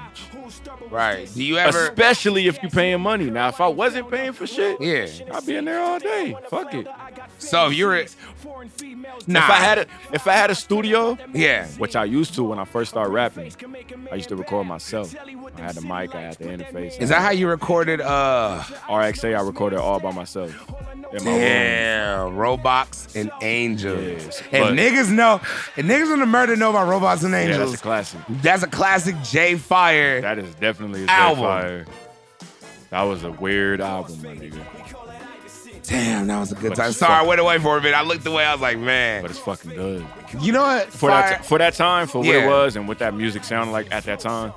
Speaker 1: Right. Do you ever
Speaker 2: Especially if you're paying money. Now, if I wasn't paying for shit,
Speaker 1: Yeah.
Speaker 2: I'd be in there all day. Fuck it.
Speaker 1: So if you're Nah.
Speaker 2: If I had a, if I had a studio,
Speaker 1: Yeah.
Speaker 2: which I used to when I first started rapping, I used to record myself. I had the mic, I had the interface.
Speaker 1: Is that how you recorded uh
Speaker 2: RXA? I recorded all by myself in my room.
Speaker 1: Damn, Robots and Angels.
Speaker 2: Yes,
Speaker 1: if
Speaker 2: but-
Speaker 1: niggas know, if niggas on the murder know about Robots and
Speaker 2: Yeah,
Speaker 1: Angels,
Speaker 2: that's a classic.
Speaker 1: that's a classic J Fire.
Speaker 2: That is definitely a
Speaker 1: Album.
Speaker 2: album. Fire. That was a weird album, my nigga.
Speaker 1: Damn, that was a good
Speaker 2: But
Speaker 1: time.
Speaker 2: it's
Speaker 1: Sorry, I
Speaker 2: fuck-
Speaker 1: went away for a bit. I looked away. I was like, man,
Speaker 2: But it's fucking good.
Speaker 1: you know what?
Speaker 2: For
Speaker 1: Fire-
Speaker 2: that for that time, for what
Speaker 1: Yeah.
Speaker 2: it was and what that music sounded like at that time,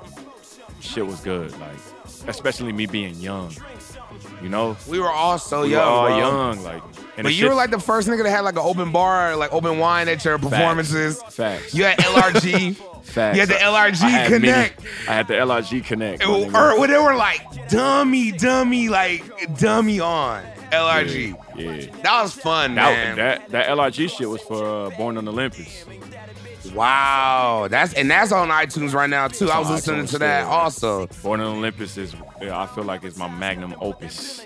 Speaker 2: shit was good. Like especially me being young. You know?
Speaker 1: we were all so
Speaker 2: We were
Speaker 1: young,
Speaker 2: all
Speaker 1: bro.
Speaker 2: young. Like
Speaker 1: But
Speaker 2: and the
Speaker 1: you were
Speaker 2: shit-
Speaker 1: like the first nigga that had like an open bar, like open wine at your performances.
Speaker 2: Facts.
Speaker 1: You had LRG.
Speaker 2: Facts.
Speaker 1: You had the LRG
Speaker 2: I had many-
Speaker 1: Connect.
Speaker 2: I had the LRG Connect. my
Speaker 1: It-
Speaker 2: nigga.
Speaker 1: or when they were like dummy, dummy, like dummy on LRG.
Speaker 2: Yeah. yeah.
Speaker 1: That was fun, man.
Speaker 2: That, that that LRG shit was for uh, Born on Olympus.
Speaker 1: wow, that's and that's on iTunes right now too. I was
Speaker 2: on
Speaker 1: listening
Speaker 2: iTunes,
Speaker 1: to that
Speaker 2: yeah.
Speaker 1: also.
Speaker 2: Born on Olympus is yeah, I feel like it's my magnum opus.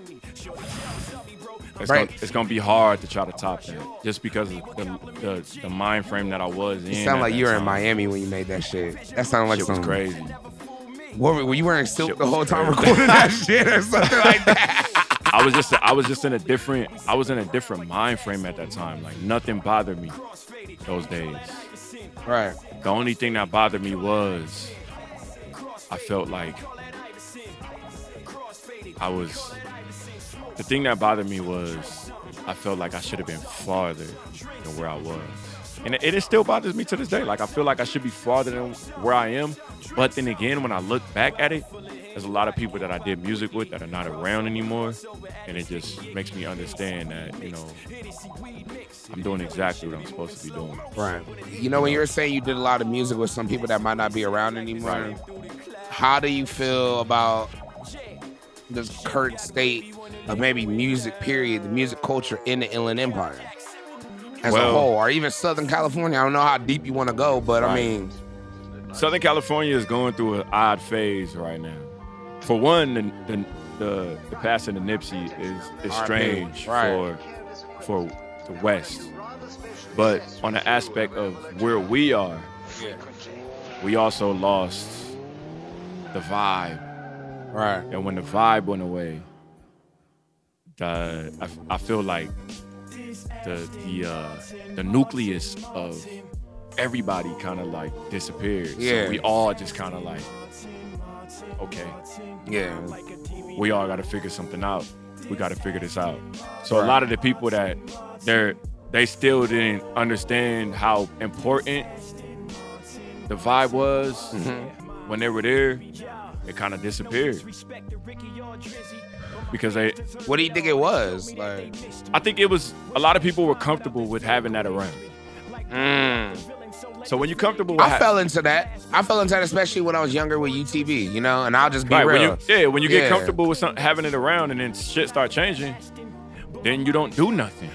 Speaker 2: It's,
Speaker 1: Right.
Speaker 2: gonna, it's gonna be hard to try to top that, just because of the, the the mind frame that I was in.
Speaker 1: You
Speaker 2: at
Speaker 1: sound like
Speaker 2: that
Speaker 1: you were in
Speaker 2: time.
Speaker 1: Miami when you made that shit. That sounded like
Speaker 2: Shit was
Speaker 1: some
Speaker 2: crazy.
Speaker 1: What, were were you wearing silk
Speaker 2: Shit
Speaker 1: the
Speaker 2: was
Speaker 1: whole time
Speaker 2: crazy.
Speaker 1: recording that shit or something like that?
Speaker 2: I was just I was just in a different I was in a different mind frame at that time. Like nothing bothered me those days.
Speaker 1: right.
Speaker 2: The only thing that bothered me was I felt like I was the thing that bothered me was I felt like I should have been farther than where I was. And it, it still bothers me to this day. Like I feel like I should be farther than where I am. But then again, when I look back at it, there's a lot of people that I did music with that are not around anymore. And it just makes me understand that, you know, I'm doing exactly what I'm supposed to be doing.
Speaker 1: Right. You know, when you were saying you did a lot of music with some people that might not be around anymore, how do you feel about this current state of maybe music, period, the music culture in the Inland Empire as a
Speaker 2: Well-
Speaker 1: whole, or even Southern California? I don't know how deep you want to go, but I
Speaker 2: Right.
Speaker 1: mean,
Speaker 2: Southern California is going through an odd phase right now. For one, the the, the, the passing of Nipsey is, is
Speaker 1: R.I.P.,
Speaker 2: strange
Speaker 1: right.
Speaker 2: for for the West, but on the aspect of where we are, we also lost the vibe,
Speaker 1: right.
Speaker 2: and when the vibe went away, the, I, I feel like the the uh, the nucleus of everybody kind of like disappeared.
Speaker 1: Yeah.
Speaker 2: So we all just kind of like, okay,
Speaker 1: Yeah.
Speaker 2: we all got to figure something out. We got to figure this out. So
Speaker 1: Right.
Speaker 2: a lot of the people that they're they still didn't understand how important the vibe was
Speaker 1: Mm-hmm.
Speaker 2: when they were there. It kind of disappeared because they.
Speaker 1: What do you think it was? Like,
Speaker 2: I think it was a lot of people were comfortable with having that around. So when you're comfortable, with
Speaker 1: Mm. I
Speaker 2: ha-
Speaker 1: fell into that. I fell into that, especially when I was younger with UTV, you know, and I'll just be
Speaker 2: Right, when
Speaker 1: real.
Speaker 2: you, yeah, when you get
Speaker 1: Yeah.
Speaker 2: comfortable with some, having it around and then shit start changing, then you don't do nothing.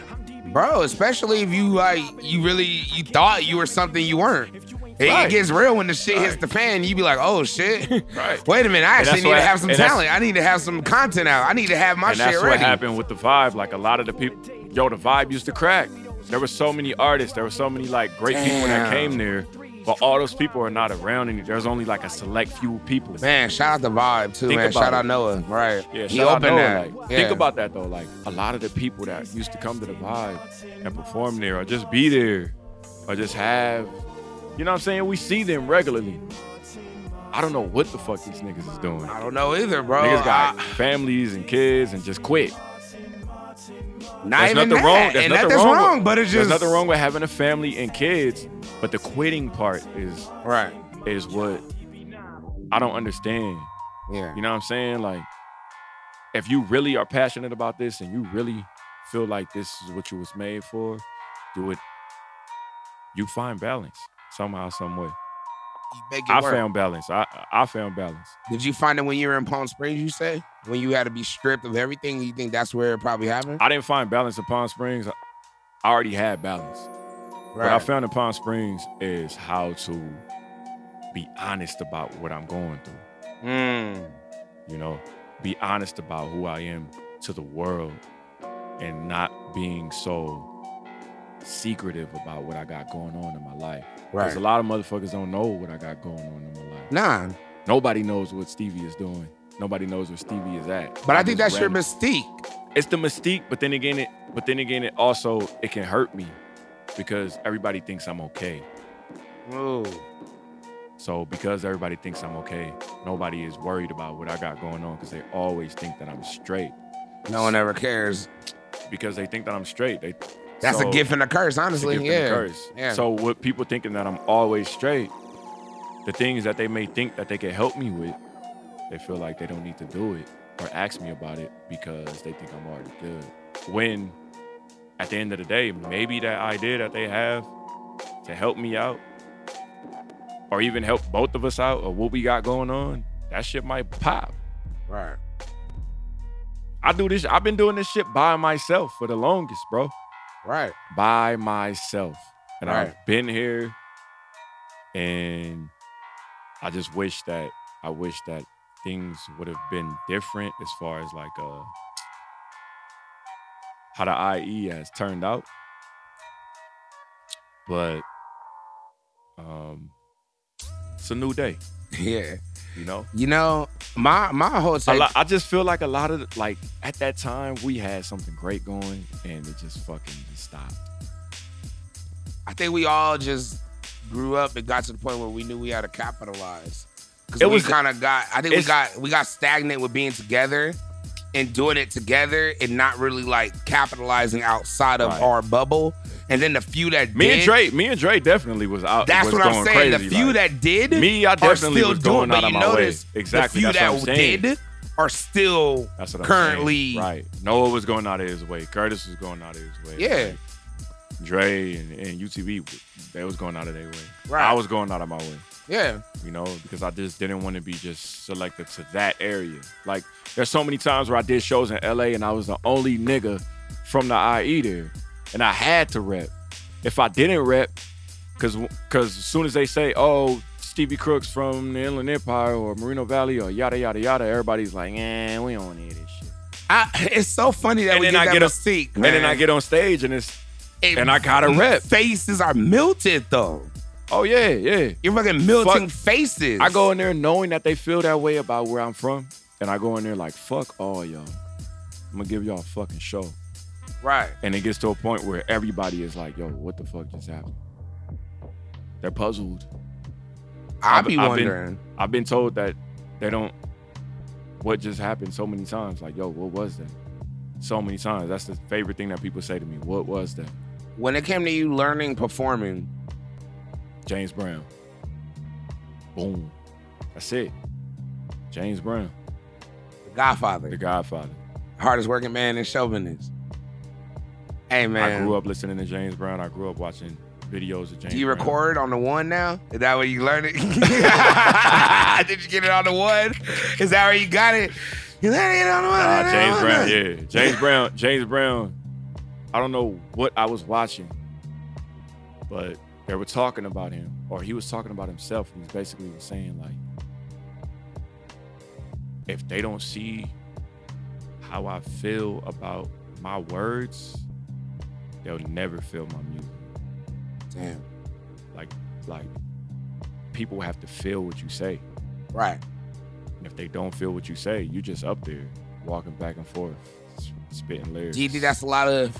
Speaker 1: Bro, especially if you like you really you thought you were something you weren't. It,
Speaker 2: Right.
Speaker 1: it gets real when the shit hits
Speaker 2: Right.
Speaker 1: the fan. You be like, oh shit.
Speaker 2: Right.
Speaker 1: Wait a minute. I
Speaker 2: And
Speaker 1: actually
Speaker 2: that's
Speaker 1: need
Speaker 2: what-
Speaker 1: to have some
Speaker 2: and that's-
Speaker 1: talent. I need to have some content out. I need to have my
Speaker 2: and
Speaker 1: shit
Speaker 2: that's what
Speaker 1: ready.
Speaker 2: happened with the vibe. Like a lot of the people, yo, the vibe used to crack. There were so many artists, there were so many like great people that
Speaker 1: Damn.
Speaker 2: came there, but all those people are not around, and there's only like a select few people.
Speaker 1: Man, shout out the vibe too,
Speaker 2: Think
Speaker 1: man.
Speaker 2: about
Speaker 1: Shout out
Speaker 2: it.
Speaker 1: Noah. Right.
Speaker 2: Yeah,
Speaker 1: he
Speaker 2: shout out
Speaker 1: opened
Speaker 2: Noah,
Speaker 1: that.
Speaker 2: like,
Speaker 1: Yeah.
Speaker 2: Think about that though. Like a lot of the people that used to come to the vibe and perform there, or just be there, or just have, you know what I'm saying? We see them regularly. I don't know what the fuck these niggas is doing.
Speaker 1: I don't know either, bro.
Speaker 2: Niggas got
Speaker 1: I-
Speaker 2: families and kids and just quit.
Speaker 1: not
Speaker 2: There's
Speaker 1: even
Speaker 2: nothing
Speaker 1: that.
Speaker 2: wrong. There's
Speaker 1: and
Speaker 2: nothing
Speaker 1: that's
Speaker 2: wrong.
Speaker 1: wrong,
Speaker 2: with,
Speaker 1: but it's just
Speaker 2: there's nothing wrong with having a family and kids, but the quitting part is
Speaker 1: Right.
Speaker 2: is what I don't understand.
Speaker 1: Yeah.
Speaker 2: You know what I'm saying? Like, if you really are passionate about this and you really feel like this is what you was made for, do it. You find balance somehow, some way.
Speaker 1: You make it
Speaker 2: I
Speaker 1: work.
Speaker 2: found balance. I I found balance.
Speaker 1: Did you find it when you were in Palm Springs, you say? When you had to be stripped of everything, you think that's where it probably happened?
Speaker 2: I didn't find balance in Palm Springs. I I already had balance. What I found in Palm Springs is how to be honest about what I'm going through.
Speaker 1: Mm.
Speaker 2: you know be honest about who i am to the world and not being so secretive about what i got going on in my life because
Speaker 1: Right.
Speaker 2: a lot of motherfuckers don't know what i got going on in my life
Speaker 1: Nah,
Speaker 2: nobody knows what stevie is doing nobody knows where stevie is at
Speaker 1: but I
Speaker 2: I'm
Speaker 1: think
Speaker 2: just
Speaker 1: that's your
Speaker 2: random-
Speaker 1: mystique.
Speaker 2: it's the mystique but then again it but then again it also it can hurt me because everybody thinks i'm okay
Speaker 1: Ooh.
Speaker 2: so because everybody thinks I'm okay, nobody is worried about what I got going on because they always think that I'm straight.
Speaker 1: No one ever cares.
Speaker 2: because they think that I'm straight. They
Speaker 1: That's
Speaker 2: so,
Speaker 1: a gift and a curse,
Speaker 2: it's a
Speaker 1: honestly.
Speaker 2: gift
Speaker 1: yeah.
Speaker 2: and a curse.
Speaker 1: Yeah.
Speaker 2: So with people thinking that I'm always straight, the things that they may think that they can help me with, they feel like they don't need to do it or ask me about it because they think I'm already good. When at the end of the day, maybe that idea that they have to help me out or even help both of us out or what we got going on, that shit might pop.
Speaker 1: right.
Speaker 2: I do this, I've been doing this shit by myself for the longest, bro.
Speaker 1: Right.
Speaker 2: by myself. And
Speaker 1: Right.
Speaker 2: I've been here and I just wish that I wish that things would have been different as far as like uh how the IE has turned out. But um it's a new day.
Speaker 5: Yeah.
Speaker 2: You know,
Speaker 5: You know, my my whole
Speaker 2: a
Speaker 5: take,
Speaker 2: lot, I just feel like a lot of the- like at that time we had something great going, and it just fucking stopped.
Speaker 1: I think we all just grew up and got to the point where we knew we had to capitalize. Because
Speaker 2: It
Speaker 1: we
Speaker 2: was-
Speaker 1: kind of got, I think we
Speaker 2: it's-
Speaker 1: got we got stagnant with being together and doing it together and not really like capitalizing outside of
Speaker 2: Right.
Speaker 1: our bubble. And then the few that
Speaker 2: Me
Speaker 1: did,
Speaker 2: and Dre, me and Dre definitely was out.
Speaker 1: that's
Speaker 2: was
Speaker 1: what I'm
Speaker 2: going
Speaker 1: saying.
Speaker 2: crazy,
Speaker 1: the few
Speaker 2: like-
Speaker 1: that did,
Speaker 2: me, I
Speaker 1: are
Speaker 2: definitely
Speaker 1: still
Speaker 2: was
Speaker 1: doing,
Speaker 2: going
Speaker 1: but
Speaker 2: out of
Speaker 1: you
Speaker 2: my way.
Speaker 1: notice
Speaker 2: Exactly,
Speaker 1: the few
Speaker 2: that's what I'm
Speaker 1: that
Speaker 2: saying.
Speaker 1: did are still
Speaker 2: That's what I'm
Speaker 1: currently
Speaker 2: saying. right. Noah was going out of his way. Curtis was going out of his way.
Speaker 1: Yeah.
Speaker 2: Like, Dre and, and UTV, they was going out of their way.
Speaker 1: Right.
Speaker 2: I was going out of my way.
Speaker 1: Yeah,
Speaker 2: You know, because I just didn't want to be just selected to that area. Like, there's so many times where I did shows in LA and I was the only nigga from the IE there, and I had to rep. If I didn't rep, because because as soon as they say, "Oh, Stevie Crooks from the Inland Empire or Merino Valley or yada yada yada," everybody's like, "Eh, we don't need this shit."
Speaker 1: I, it's so funny that
Speaker 2: And
Speaker 1: we
Speaker 2: then
Speaker 1: get
Speaker 2: I
Speaker 1: that
Speaker 2: get a-
Speaker 1: mystique,
Speaker 2: And then I get on stage and it's, and I got a rep.
Speaker 1: Faces are melted though.
Speaker 2: "Oh yeah, yeah."
Speaker 1: You're fucking melting faces.
Speaker 2: I go in there knowing that they feel that way about where I'm from, and I go in there like, "Fuck all y'all." I'm gonna give y'all a fucking show.
Speaker 1: right.
Speaker 2: And it gets to a point where everybody is like, yo, what the fuck just happened? They're puzzled.
Speaker 1: I
Speaker 2: I've-
Speaker 1: be
Speaker 2: I've been-
Speaker 1: wondering.
Speaker 2: I've been told that they don't, what just happened so many times. Like, yo, what was that? So many times. That's the favorite thing that people say to me. What was that?
Speaker 1: when it came to you learning performing,
Speaker 2: James Brown. Boom. That's it. James Brown,
Speaker 1: The Godfather,
Speaker 2: the Godfather.
Speaker 1: hardest working man in show business. Hey man,
Speaker 2: I grew up listening to James Brown. I grew up watching videos of James
Speaker 1: do you
Speaker 2: Brown.
Speaker 1: record on the one now? Is that where you learn it? Did you get it on the one? Is that where you got it? You got it on the one.
Speaker 2: Nah, James
Speaker 1: on the
Speaker 2: Brown.
Speaker 1: one.
Speaker 2: Yeah, James Brown. James Brown. I don't know what I was watching, but they were talking about him, or he was talking about himself, and he basically was saying like, if they don't see how I feel about my words, they'll never feel my music.
Speaker 5: damn,
Speaker 2: Like, like people have to feel what you say.
Speaker 1: Right.
Speaker 2: And if they don't feel what you say, you just up there walking back and forth, s- spitting lyrics.
Speaker 1: Do you think that's a lot of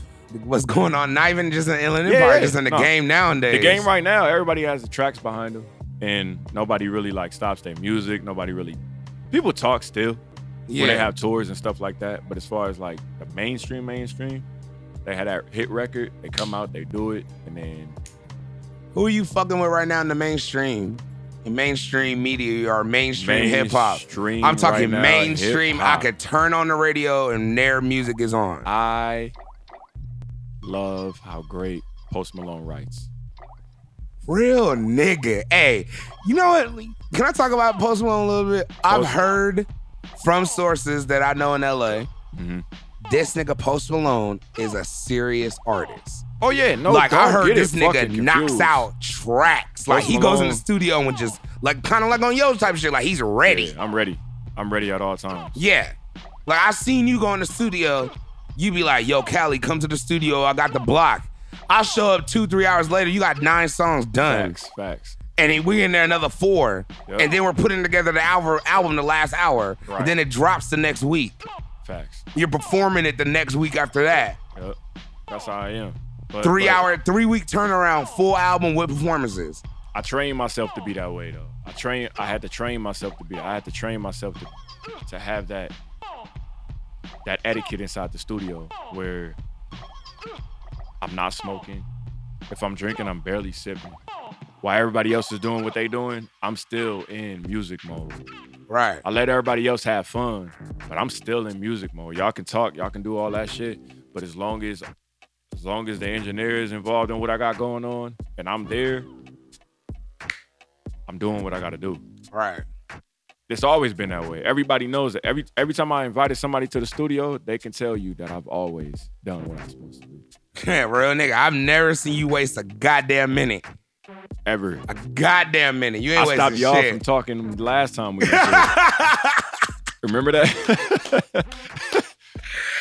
Speaker 1: what's going on? Not even just in Illinois,
Speaker 2: Yeah,
Speaker 1: yeah,
Speaker 2: yeah.
Speaker 1: just in the
Speaker 2: No.
Speaker 1: game nowadays.
Speaker 2: The game right now, everybody has the tracks behind them, and nobody really like stops their music. Nobody really, people talk still when they have tours and stuff like that. But as far as like the mainstream, mainstream, they had that hit record. They come out, they do it, and then
Speaker 1: Who are you fucking with right now in the mainstream? In mainstream media or mainstream hip hop?
Speaker 2: mainstream
Speaker 1: I'm talking
Speaker 2: right now,
Speaker 1: mainstream. I
Speaker 2: hip-hop.
Speaker 1: could turn on the radio and their music is on.
Speaker 2: I love how great Post Malone writes.
Speaker 1: Real nigga. Hey, you know what? Can I talk about Post Malone a little bit? I've
Speaker 2: Post-
Speaker 1: heard from sources that I know in LA,
Speaker 2: Mhm.
Speaker 1: this nigga Post Malone is a serious artist.
Speaker 2: Oh yeah, no,
Speaker 1: like I
Speaker 2: don't
Speaker 1: heard
Speaker 2: get it
Speaker 1: this nigga
Speaker 2: fucking
Speaker 1: knocks
Speaker 2: confused.
Speaker 1: out tracks. Like
Speaker 2: Post
Speaker 1: he goes in the
Speaker 2: Malone-
Speaker 1: studio and just like kind of like on yo type shit. Like he's ready.
Speaker 2: Yeah, I'm ready. I'm ready at all times.
Speaker 1: Yeah. Like I seen you go in the studio, you be like, yo, Callie, come to the studio. I got the block. I show up two, three hours later, you got nine songs done.
Speaker 2: Facts, facts.
Speaker 1: And then we in there another four.
Speaker 2: Yep.
Speaker 1: And then we're putting together the album, album the last hour.
Speaker 2: Right.
Speaker 1: And then it drops the next week.
Speaker 2: Facts.
Speaker 1: You're performing it the next week after that.
Speaker 2: Yep. That's how I am. But-
Speaker 1: Three
Speaker 2: but
Speaker 1: hour, three week turnaround, full album with performances.
Speaker 2: I trained myself to be that way though. I train. I had to train myself to be. I had to train myself to to have that that etiquette inside the studio where I'm not smoking. If I'm drinking, I'm barely sipping. While everybody else is doing what they doing, I'm still in music mode.
Speaker 1: Right.
Speaker 2: I let everybody else have fun, but I'm still in music mode. Y'all can talk, y'all can do all that shit, but as long as as long as the engineer is involved in what I got going on and I'm there, I'm doing what I got to do.
Speaker 1: Right.
Speaker 2: It's always been that way. Everybody knows that. Every every time I invited somebody to the studio, they can tell you that I've always done what I'm supposed to do.
Speaker 1: Real nigga. I've never seen you waste a goddamn minute.
Speaker 2: Ever.
Speaker 1: A goddamn minute. You ain't
Speaker 2: I
Speaker 1: wasting
Speaker 2: stopped y'all
Speaker 1: shit.
Speaker 2: from talking last time we got here. Remember that?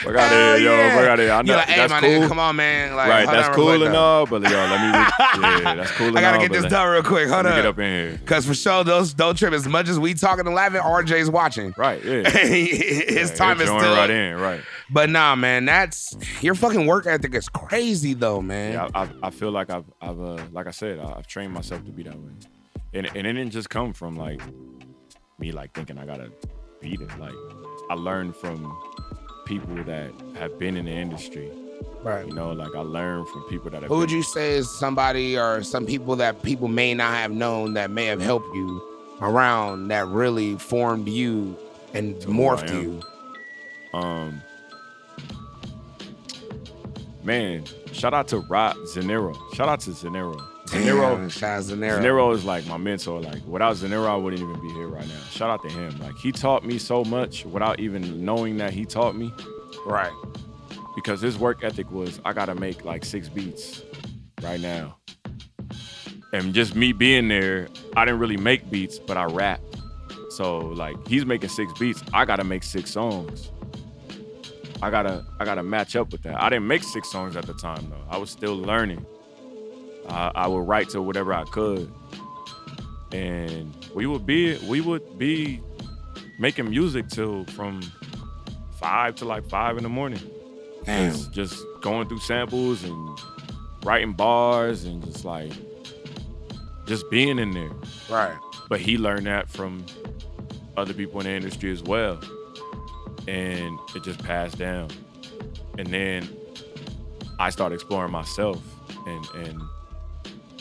Speaker 2: Fuck out of here, yo. Fuck out of here. I know
Speaker 1: You're like, hey,
Speaker 2: that's
Speaker 1: my
Speaker 2: cool.
Speaker 1: nigga, come on, man. Like,
Speaker 2: right,
Speaker 1: hold
Speaker 2: that's
Speaker 1: on real
Speaker 2: cool
Speaker 1: quick,
Speaker 2: and
Speaker 1: though.
Speaker 2: all, but yo, let me. yeah, that's cool and all.
Speaker 1: I gotta get
Speaker 2: but
Speaker 1: this
Speaker 2: let-
Speaker 1: done uh, real quick. Hold
Speaker 2: Let me
Speaker 1: up.
Speaker 2: get up in here.
Speaker 1: Cause for sure, those don't trip. As much as we talking and laughing, RJ's watching.
Speaker 2: Right, yeah.
Speaker 1: His
Speaker 2: Yeah,
Speaker 1: time
Speaker 2: it
Speaker 1: is
Speaker 2: joined
Speaker 1: still.
Speaker 2: right in, right.
Speaker 1: But nah, man, that's your fucking work ethic is crazy though, man.
Speaker 2: Yeah, I, I, I feel like I've, I've uh, like I said, I- I've trained myself to be that way, and and it didn't just come from like me like thinking I gotta beat it. Like I learned from people that have been in the industry.
Speaker 1: Right.
Speaker 2: You know, like I learned from people that have.
Speaker 1: Who would
Speaker 2: been-
Speaker 1: you say is somebody or some people that people may not have known that may have helped you around that really formed you and
Speaker 2: To who I
Speaker 1: morphed
Speaker 2: am.
Speaker 1: you?
Speaker 2: Um, man, shout out to Rod Zanero. Shout out to Zanero. Zanero.
Speaker 1: Damn, shout out Zanero.
Speaker 2: Zanero is like my mentor. Like without Zanero, I wouldn't even be here right now. Shout out to him. Like he taught me so much without even knowing that he taught me.
Speaker 1: Right.
Speaker 2: Because his work ethic was I gotta make like six beats right now. And just me being there, I didn't really make beats, but I rap. So like he's making six beats. I gotta make six songs. I gotta I gotta match up with that. I didn't make six songs at the time though. I was still learning. I, I would write to whatever I could, and we would be we would be making music till from five to like five in the morning.
Speaker 1: Damn.
Speaker 2: Just, just going through samples and writing bars and just like just being in there
Speaker 1: Right.
Speaker 2: but he learned that from other people in the industry as well and it just passed down and then i started exploring myself and and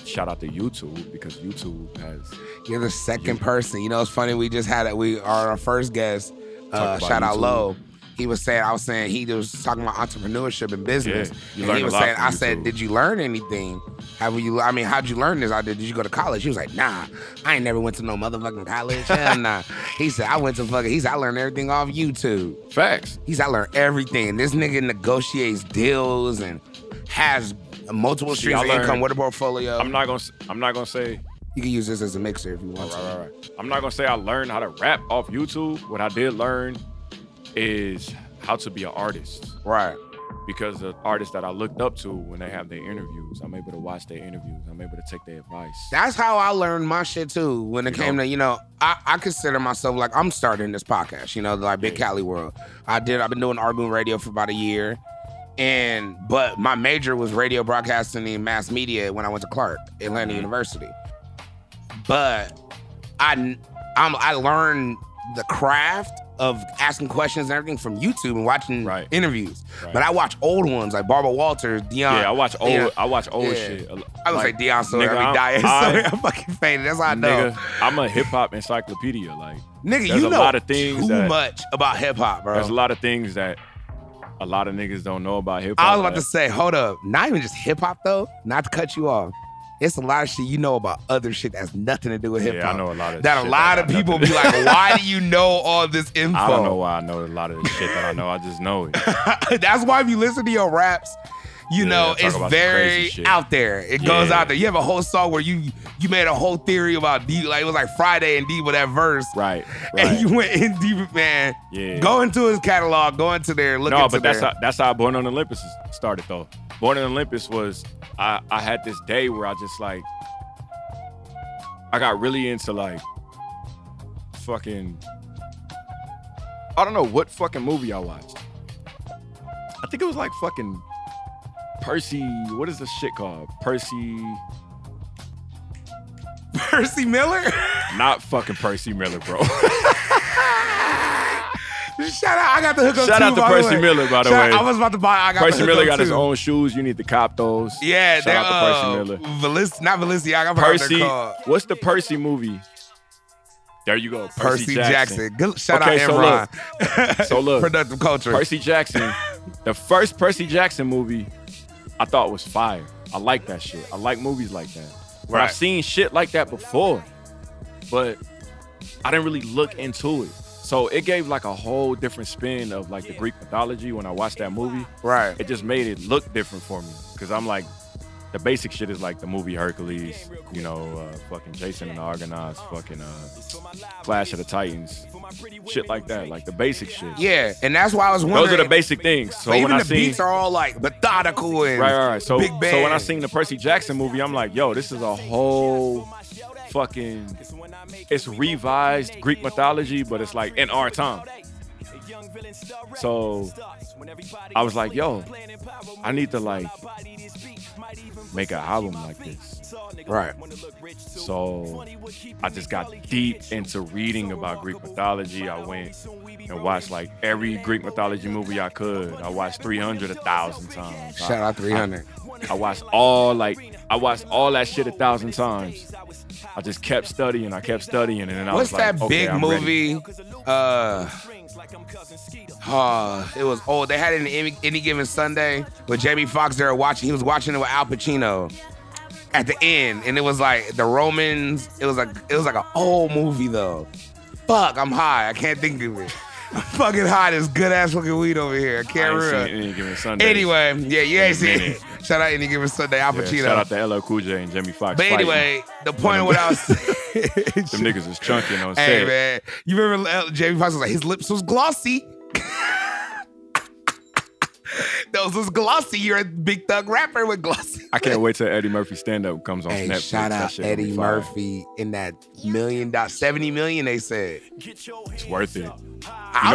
Speaker 2: shout out to youtube because youtube has
Speaker 1: You're the second person. You know, it's funny. We just had it. We are our first guest. Uh,
Speaker 2: Talk about
Speaker 1: shout out
Speaker 2: YouTube.
Speaker 1: Low. He was saying, I was saying, he was talking about entrepreneurship and business.
Speaker 2: Yeah, you
Speaker 1: and
Speaker 2: learn
Speaker 1: he
Speaker 2: a
Speaker 1: was
Speaker 2: lot
Speaker 1: saying,
Speaker 2: from
Speaker 1: I said,
Speaker 2: YouTube.
Speaker 1: did you learn anything? Have you? I mean, how'd you learn this? I did. Did you go to college? He was like, Nah, I ain't never went to no motherfucking college. Hell nah. He said, I went to fucking. He said, I learned everything off YouTube.
Speaker 2: facts
Speaker 1: He's I learned everything. This nigga negotiates deals and has multiple
Speaker 2: See,
Speaker 1: streams
Speaker 2: I
Speaker 1: of
Speaker 2: learned-
Speaker 1: income with a portfolio.
Speaker 2: i'm not gonna s- i'm not gonna say
Speaker 1: you can use this as a mixer if you want
Speaker 2: Right,
Speaker 1: to.
Speaker 2: right, right. I'm not gonna say I learned how to rap off YouTube. What I did learn is how to be an artist
Speaker 1: Right.
Speaker 2: because the artists that I looked up to when they have their interviews, I'm able to watch their interviews. I'm able to take their advice.
Speaker 1: That's how I learned my shit too. When it
Speaker 2: You
Speaker 1: came
Speaker 2: know?
Speaker 1: to, you know, I, I consider myself like I'm starting this podcast, you know, like Big Cali World. I did, I've been doing Argoon Radio for about a year. And, but my major was radio broadcasting and mass media when I went to Clark, Atlanta
Speaker 2: Mm-hmm.
Speaker 1: University. But I, I'm, I learned the craft of asking questions and everything from YouTube and watching
Speaker 2: Right.
Speaker 1: interviews.
Speaker 2: Right.
Speaker 1: But I watch old ones like Barbara Walters, Deion.
Speaker 2: yeah, I watch old.
Speaker 1: yeah.
Speaker 2: I watch old
Speaker 1: Yeah.
Speaker 2: shit.
Speaker 1: I was like, Deion Sawyer,
Speaker 2: nigga,
Speaker 1: every
Speaker 2: I'm-
Speaker 1: diet.
Speaker 2: I-
Speaker 1: Sorry, I'm fucking fainted. That's how I know.
Speaker 2: nigga, I'm a hip hop encyclopedia. Like,
Speaker 1: Nigga,
Speaker 2: There's
Speaker 1: you
Speaker 2: a
Speaker 1: know
Speaker 2: lot of things
Speaker 1: too
Speaker 2: that-
Speaker 1: much about hip hop, bro.
Speaker 2: there's a lot of things that a lot of niggas don't know about hip hop.
Speaker 1: I was about to say, hold up, not even just hip hop though. Not to cut you off, it's a lot of shit you know about other shit that has nothing to do with hip
Speaker 2: Yeah,
Speaker 1: hop.
Speaker 2: I know a lot of
Speaker 1: that
Speaker 2: shit
Speaker 1: a lot of
Speaker 2: got
Speaker 1: people
Speaker 2: nothing
Speaker 1: be like, why do you know all this info?
Speaker 2: I don't know why I know a lot of the shit that I know. I just know it.
Speaker 1: That's why if you listen to your raps, you
Speaker 2: Yeah,
Speaker 1: know
Speaker 2: talk
Speaker 1: it's
Speaker 2: about some
Speaker 1: very
Speaker 2: crazy shit.
Speaker 1: out there. It goes
Speaker 2: Yeah.
Speaker 1: out there. You have a whole song where you you made a whole theory about D, like it was like Friday and D with that verse.
Speaker 2: Right.
Speaker 1: And
Speaker 2: right.
Speaker 1: you went in deep, man.
Speaker 2: Yeah.
Speaker 1: Go into his catalog. Go into there. Look
Speaker 2: no,
Speaker 1: into
Speaker 2: but that's
Speaker 1: their-
Speaker 2: how, that's how Born on Olympus is- started though. Born on Olympus was I I had this day where I just like I got really into like fucking I don't know what fucking movie I watched. I think it was like fucking Percy. What is this shit called? Percy.
Speaker 1: Percy Miller.
Speaker 2: Not fucking Percy Miller, bro.
Speaker 1: Shout out! I got the hook up
Speaker 2: Shout
Speaker 1: too,
Speaker 2: out to
Speaker 1: by the
Speaker 2: Percy
Speaker 1: way.
Speaker 2: Miller, by the
Speaker 1: Shout-
Speaker 2: way.
Speaker 1: I was about to buy. I got the
Speaker 2: Percy
Speaker 1: hook
Speaker 2: Miller
Speaker 1: up
Speaker 2: got his
Speaker 1: too.
Speaker 2: own shoes. You need to cop those.
Speaker 1: Yeah,
Speaker 2: Shout
Speaker 1: they're,
Speaker 2: out to
Speaker 1: uh,
Speaker 2: Percy Miller.
Speaker 1: Valis- not Valenciaga. I forgot what they're
Speaker 2: Percy.
Speaker 1: called.
Speaker 2: What's the Percy movie? There you go, Percy, Jackson.
Speaker 1: Good, shout
Speaker 2: Okay,
Speaker 1: out
Speaker 2: so
Speaker 1: Amron.
Speaker 2: So look,
Speaker 1: Productive culture.
Speaker 2: Percy Jackson, the first Percy Jackson movie, I thought was fire. I like that shit. I like movies like that. But
Speaker 1: Right.
Speaker 2: I've seen shit like that before, but I didn't really look into it. So it gave like a whole different spin of like the Greek mythology when I watched that movie.
Speaker 1: Right.
Speaker 2: It just made it look different for me because I'm like, the basic shit is like the movie Hercules, you know, uh, fucking Jason and the Argonauts, fucking uh, Clash of the Titans, shit like that, like the basic shit.
Speaker 1: Yeah, and that's why I was wondering.
Speaker 2: Those are the basic things. So
Speaker 1: But even
Speaker 2: when I
Speaker 1: the
Speaker 2: see
Speaker 1: beats are all like methodical and
Speaker 2: right, right, right. So,
Speaker 1: big
Speaker 2: so
Speaker 1: band.
Speaker 2: when I seen the Percy Jackson movie, I'm like, yo, this is a whole fucking. It's revised Greek mythology, but it's like in our time. So I was like, yo, I need to like make an album like this.
Speaker 5: Right.
Speaker 2: So I just got deep into reading about Greek mythology. I went and watched like every Greek mythology movie I could. I watched 300 a thousand times. I-
Speaker 5: Shout out 300.
Speaker 2: I watched all like I watched all that shit a thousand times. I just kept studying, I kept studying, and then I
Speaker 1: What's
Speaker 2: was like,
Speaker 1: that
Speaker 2: okay,
Speaker 1: big
Speaker 2: I'm ready.
Speaker 1: movie? Uh, uh, it was old. They had it in any, any given Sunday with Jamie Foxx there watching. He was watching it with Al Pacino at the end, and it was like the Romans. It was like it was like an old movie though. Fuck, I'm high. I can't think of it. I'm fucking high. This good ass fucking weed over here. I
Speaker 2: I
Speaker 1: can't
Speaker 2: ain't seen
Speaker 1: remember.
Speaker 2: it any given Sunday.
Speaker 1: Anyway, yeah, you ain't seen it.
Speaker 2: minute.
Speaker 1: Shout out any given Sunday, Al
Speaker 2: yeah,
Speaker 1: Pacino.
Speaker 2: shout out to LL Cool J and Jimmy Fox.
Speaker 1: but
Speaker 2: fighting.
Speaker 1: anyway, the point of what I was saying.
Speaker 2: them niggas is chunking on set.
Speaker 1: Hey man, you remember uh, Jamie Foxx was like his lips was glossy. Those was glossy. You're a big thug rapper with glossy.
Speaker 2: I can't wait till Eddie Murphy stand up comes on
Speaker 5: Hey,
Speaker 2: Netflix.
Speaker 5: shout
Speaker 2: That
Speaker 5: out
Speaker 2: shit gonna be
Speaker 5: Eddie
Speaker 2: fire.
Speaker 5: Murphy in that
Speaker 1: Million dot seventy million. They said.
Speaker 2: It's worth it. You know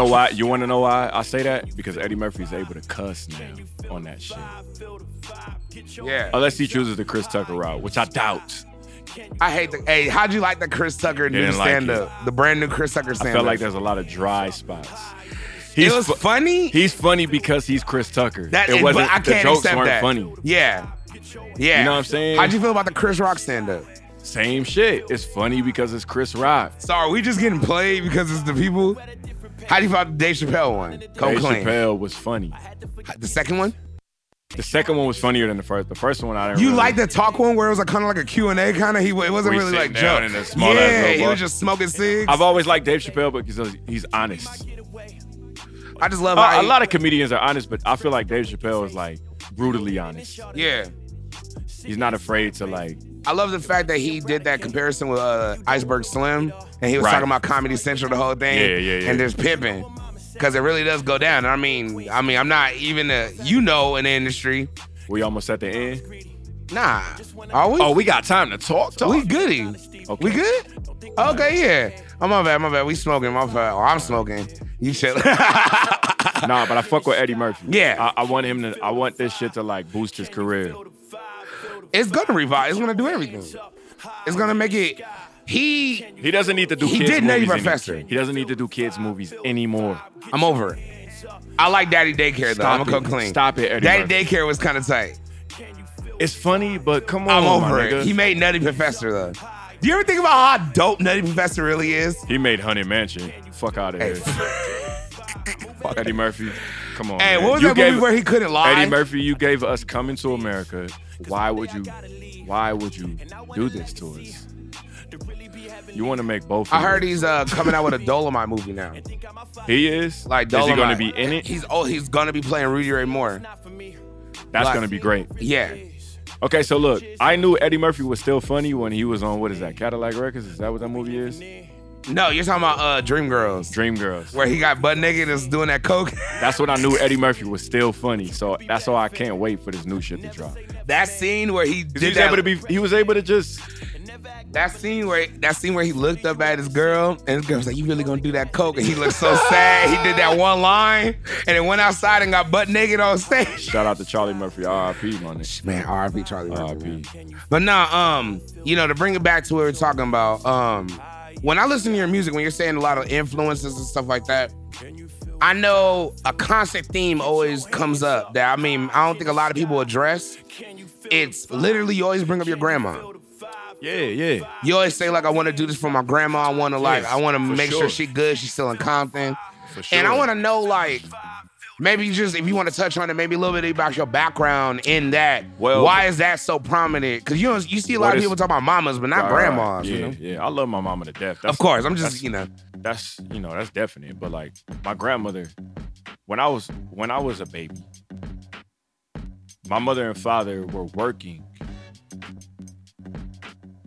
Speaker 1: Ouch.
Speaker 2: why? You want to know why I say that? Because Eddie Murphy's able to cuss now on that shit.
Speaker 1: Yeah,
Speaker 2: Unless he chooses the Chris Tucker route, which I doubt.
Speaker 1: I hate the. Hey, how'd you like the Chris Tucker new
Speaker 2: didn't like
Speaker 1: stand up? the brand new Chris Tucker
Speaker 2: I
Speaker 1: stand up.
Speaker 2: felt like there's a lot of dry spots.
Speaker 1: It
Speaker 2: He's
Speaker 1: was
Speaker 2: fu-
Speaker 1: funny.
Speaker 2: He's funny because he's Chris Tucker.
Speaker 1: that
Speaker 2: it
Speaker 1: but
Speaker 2: wasn't.
Speaker 1: I can't
Speaker 2: the jokes
Speaker 1: accept
Speaker 2: weren't
Speaker 1: that.
Speaker 2: funny.
Speaker 1: Yeah, yeah.
Speaker 2: You know what I'm saying?
Speaker 1: How'd you feel about the Chris Rock stand up?
Speaker 2: Same shit. It's funny because it's Chris Rock.
Speaker 1: Sorry, we just getting played because it's the people. How do you feel about the Dave Chappelle one? Come
Speaker 2: Dave
Speaker 1: clean.
Speaker 2: Chappelle was funny.
Speaker 1: The second one?
Speaker 2: The second one was funnier than the first. The first one I didn't.
Speaker 1: You
Speaker 2: really-
Speaker 1: like the talk one where it was like kind of like a Q and A kind of. He wa- it wasn't
Speaker 2: We
Speaker 1: really like
Speaker 2: sitting down
Speaker 1: jokes.
Speaker 2: in a small-ass
Speaker 1: yeah,
Speaker 2: little
Speaker 1: he
Speaker 2: bar.
Speaker 1: was just smoking cigs.
Speaker 2: I've always liked Dave Chappelle because he's honest.
Speaker 1: I just love
Speaker 2: A,
Speaker 1: how
Speaker 2: Uh, a
Speaker 1: he-
Speaker 2: lot of comedians are honest, but I feel like Dave Chappelle is like brutally honest.
Speaker 1: Yeah,
Speaker 2: He's not afraid to like.
Speaker 1: I love the fact that he did that comparison with uh, Iceberg Slim, and he was
Speaker 2: Right.
Speaker 1: talking about Comedy Central the whole thing.
Speaker 2: Yeah, yeah, yeah.
Speaker 1: And there's pimping because it really does go down. I mean, I mean, I'm not even a you know in the industry.
Speaker 2: We almost at the end.
Speaker 1: Nah, are we?
Speaker 2: Oh, we got time to talk. talk.
Speaker 1: we goody.
Speaker 2: Okay.
Speaker 1: We good? Okay, yeah. I'm my bad. My bad. We smoking. My bad. Oh, I'm smoking. You chill.
Speaker 2: nah, but I fuck with Eddie Murphy.
Speaker 1: Yeah.
Speaker 2: I, I want him to. I want this shit to like boost his career.
Speaker 1: it's gonna revive. It's gonna do everything. It's gonna make it. He,
Speaker 2: He doesn't need to do.
Speaker 1: He
Speaker 2: kids
Speaker 1: did Nutty
Speaker 2: movies any-
Speaker 1: Professor.
Speaker 2: He doesn't need to do kids movies anymore.
Speaker 1: I'm over it. I like Daddy Daycare though.
Speaker 2: Stop
Speaker 1: I'm gonna
Speaker 2: it.
Speaker 1: come clean.
Speaker 2: Stop it, Eddie
Speaker 1: Daddy
Speaker 2: Murphy.
Speaker 1: Daycare was kind of tight.
Speaker 2: It's funny, but come on,
Speaker 1: I'm over
Speaker 2: my
Speaker 1: it.
Speaker 2: nigga.
Speaker 1: He made Nutty Professor though. Do you ever think about how dope Nutty Professor really is?
Speaker 2: He made Honey Mansion. Fuck out of here. Fuck Eddie Murphy. Come on.
Speaker 1: Hey,
Speaker 2: man.
Speaker 1: what was
Speaker 2: you
Speaker 1: that
Speaker 2: gave,
Speaker 1: movie where he couldn't lie?
Speaker 2: Eddie Murphy, you gave us Coming to America. Why would you why would you do this to us? You want to make both.
Speaker 1: I
Speaker 2: of
Speaker 1: heard
Speaker 2: us.
Speaker 1: he's uh, coming out with a Dolomite movie now.
Speaker 2: he is.
Speaker 1: Like
Speaker 2: is he
Speaker 1: Dolomite.
Speaker 2: going to be in it?
Speaker 1: He's oh, he's gonna be playing Rudy Ray Moore.
Speaker 2: That's
Speaker 1: like-
Speaker 2: going to be great.
Speaker 1: Yeah,
Speaker 2: Okay, so look, I knew Eddie Murphy was still funny when he was on what is that? Cadillac Records? Is that what that movie is?
Speaker 1: no, you're talking about uh, Dreamgirls,
Speaker 2: Dreamgirls.
Speaker 1: where he got butt naked and is doing that coke.
Speaker 2: That's when I knew Eddie Murphy was still funny. So that's why I can't wait for this new shit to drop.
Speaker 1: that scene where he did
Speaker 2: He was
Speaker 1: that
Speaker 2: able to be. He was able to just.
Speaker 1: That scene where that scene where he looked up at his girl and his girl was like, "You really gonna do that coke?" and he looked so sad. He did that one line and then went outside and got butt naked on stage.
Speaker 2: Shout out to Charlie Murphy, RIP, my nigga.
Speaker 5: Man, RIP Charlie Murphy. man.
Speaker 2: RIP.
Speaker 1: But nah, um, you know, to bring it back to what we were talking about, um, when I listen to your music, when you're saying a lot of influences and stuff like that, I know a constant theme always comes up that I mean I don't think a lot of people address. It's literally you always bring up your grandma.
Speaker 2: Yeah, yeah.
Speaker 1: You always say like, I want to do this for my grandma. I want to like,
Speaker 2: Yes,
Speaker 1: I want to
Speaker 2: for
Speaker 1: make sure.
Speaker 2: sure.
Speaker 1: she good. She's still in Compton.
Speaker 2: For
Speaker 1: And I
Speaker 2: sure.
Speaker 1: want to know like, maybe just if you want to touch on it, maybe a little bit about your background in that.
Speaker 2: Well-
Speaker 1: why is that so prominent? Because you don't, you see a lot
Speaker 2: What
Speaker 1: of
Speaker 2: is-
Speaker 1: people talk about mamas, but not
Speaker 2: Right,
Speaker 1: grandmas.
Speaker 2: right.
Speaker 1: you
Speaker 2: Yeah,
Speaker 1: know?
Speaker 2: yeah. I love my mama to death. That's,
Speaker 1: Of course, I'm just
Speaker 2: that's-
Speaker 1: you know.
Speaker 2: That's you know that's definite. But like my grandmother, when I was when I was a baby, my mother and father were working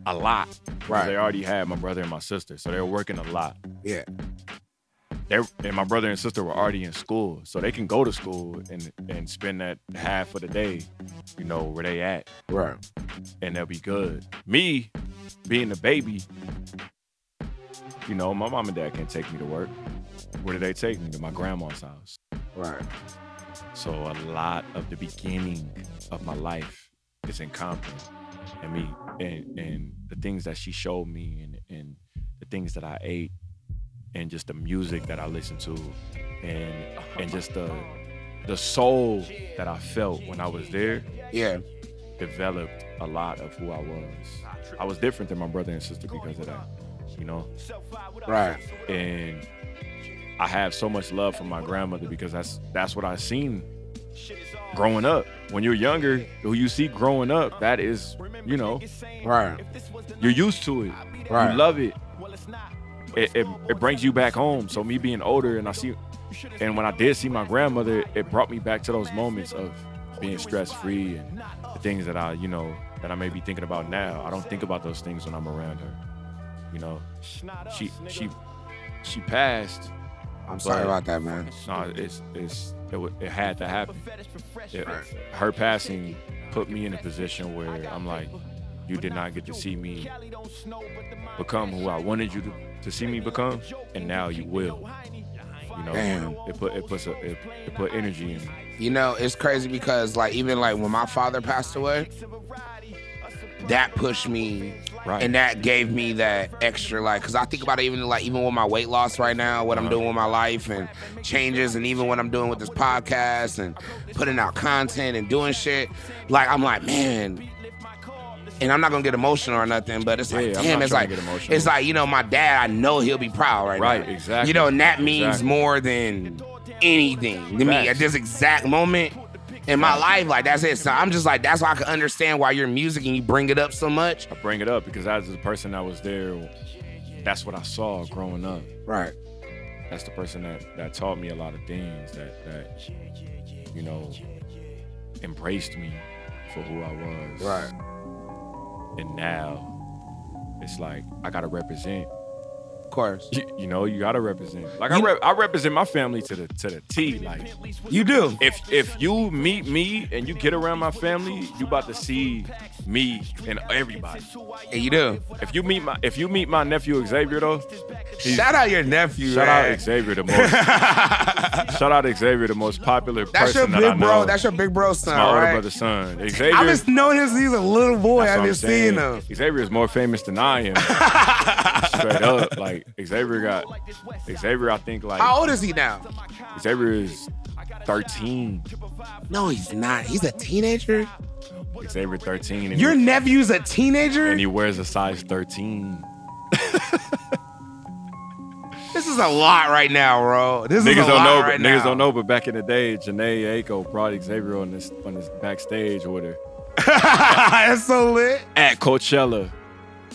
Speaker 2: a lot. 'cause
Speaker 1: Right.
Speaker 2: They already had my brother and my sister, so they were working a lot.
Speaker 1: Yeah.
Speaker 2: They and my brother and sister were already in school, so they can go to school and and spend that half of the day, you know, where they at,
Speaker 1: Right.
Speaker 2: and they'll be good. Me, being the baby, you know, my mom and dad can't take me to work. Where did they take me? To my grandma's house.
Speaker 1: Right.
Speaker 2: So a lot of the beginning of my life is in Compton, and me and and the things that she showed me, and and the things that I ate, and just the music that I listened to, and and just the the soul that I felt when I was there
Speaker 1: Yeah.
Speaker 2: developed a lot of who I was. I was different than my brother and sister because of that, you know.
Speaker 1: Right.
Speaker 2: And I have so much love for my grandmother because that's that's what I seen growing up. When you're younger, who you see growing up, that is, you know,
Speaker 1: Right.
Speaker 2: you're used to it.
Speaker 1: Right.
Speaker 2: You love it. It, it. it brings you back home. So me being older and I see and when I did see my grandmother, it brought me back to those moments of being stress free and the things that I, you know, that I may be thinking about now. I don't think about those things when I'm around her. You know, she she she passed.
Speaker 1: I'm sorry
Speaker 2: But-
Speaker 1: about that, man.
Speaker 2: No, it's it's it, wa- it had to happen. It- her passing put me in a position where I'm like, you did not get to see me become who I wanted you to, to see me become, and now you will. You know,
Speaker 1: Damn.
Speaker 2: it put it puts a, it, it put energy in me.
Speaker 1: You know, it's crazy because like even like when my father passed away, that pushed me
Speaker 2: Right.
Speaker 1: and that gave me that extra like cuz I think about it even like even with my weight loss right now, what I'm doing with my life and changes and even what I'm doing with this podcast and putting out content and doing shit, like I'm like, man, and I'm not gonna get emotional or nothing, but it's like,
Speaker 2: Yeah, I'm
Speaker 1: damn,
Speaker 2: not
Speaker 1: it's
Speaker 2: trying
Speaker 1: like,
Speaker 2: to get emotional.
Speaker 1: it's like, you know, my dad, I know he'll be proud right,
Speaker 2: Right,
Speaker 1: now.
Speaker 2: exactly.
Speaker 1: You know, and that means
Speaker 2: Exactly.
Speaker 1: more than anything to me
Speaker 2: Facts.
Speaker 1: at this exact moment in my life. Like that's it. So I'm just like, that's why I can understand why your music and you bring it up so much.
Speaker 2: I bring it up because as the person that was there, that's what I saw growing up.
Speaker 1: Right.
Speaker 2: That's the person that that taught me a lot of things. That that you know embraced me for who I was. And now it's like I gotta represent.
Speaker 1: Of course.
Speaker 2: You, you know, you gotta represent. Like I
Speaker 1: You-
Speaker 2: rep, I represent my family to the to the T. Like
Speaker 1: You do.
Speaker 2: if if you meet me and you get around my family, you about to see me and everybody.
Speaker 1: Yeah, you do.
Speaker 2: If you meet my if you meet my nephew Xavier though, he's-
Speaker 1: Shout out your nephew.
Speaker 2: Shout
Speaker 1: man.
Speaker 2: out Xavier, the most. shout out Xavier, the most popular
Speaker 1: That's your
Speaker 2: person that I
Speaker 1: big
Speaker 2: know.
Speaker 1: bro. That's your big bro son,
Speaker 2: my older
Speaker 1: right?
Speaker 2: brother's son. Xavier.
Speaker 1: I just know his. He's a little boy.
Speaker 2: that's
Speaker 1: I've
Speaker 2: what
Speaker 1: been
Speaker 2: I'm saying.
Speaker 1: seeing him.
Speaker 2: Xavier is more famous than I am. Straight up, like Xavier got Xavier. I think like
Speaker 1: How old is he now?
Speaker 2: Xavier is 13.
Speaker 1: No, he's not. He's a teenager.
Speaker 2: Xavier 13. And
Speaker 1: Your
Speaker 2: he,
Speaker 1: nephew's a teenager.
Speaker 2: and he wears a size 13.
Speaker 1: This is a lot right now, bro. This
Speaker 2: Niggas
Speaker 1: is a
Speaker 2: don't
Speaker 1: lot
Speaker 2: know, but
Speaker 1: right
Speaker 2: niggas
Speaker 1: now.
Speaker 2: don't know, but back in the day, Janae Aiko brought Xavier on this on this backstage with her
Speaker 1: That's so lit.
Speaker 2: at Coachella.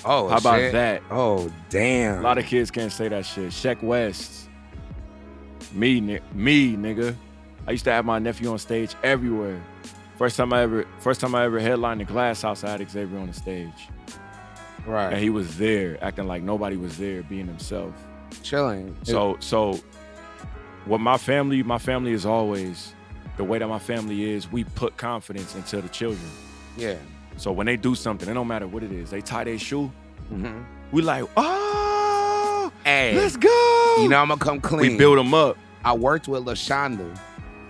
Speaker 1: Oh,
Speaker 2: How about
Speaker 1: shit.
Speaker 2: that?
Speaker 1: Oh, damn.
Speaker 2: A lot of kids can't say that shit. Sheck West. Me, ni- me, nigga. I used to have my nephew on stage everywhere. First time I ever, first time I ever headlined the Glass House, I had Xavier on the stage,
Speaker 1: right.
Speaker 2: and he was there, acting like nobody was there, being himself.
Speaker 1: chilling.
Speaker 2: So, so, what my family, my family is always the way that my family is. We put confidence into the children.
Speaker 1: yeah.
Speaker 2: So when they do something, it don't matter what it is. They tie their shoe.
Speaker 1: Mm-hmm.
Speaker 2: We like, oh,
Speaker 1: Hey,
Speaker 2: let's go.
Speaker 1: you know I'm gonna come clean.
Speaker 2: we build them up.
Speaker 1: I worked with Lashonda,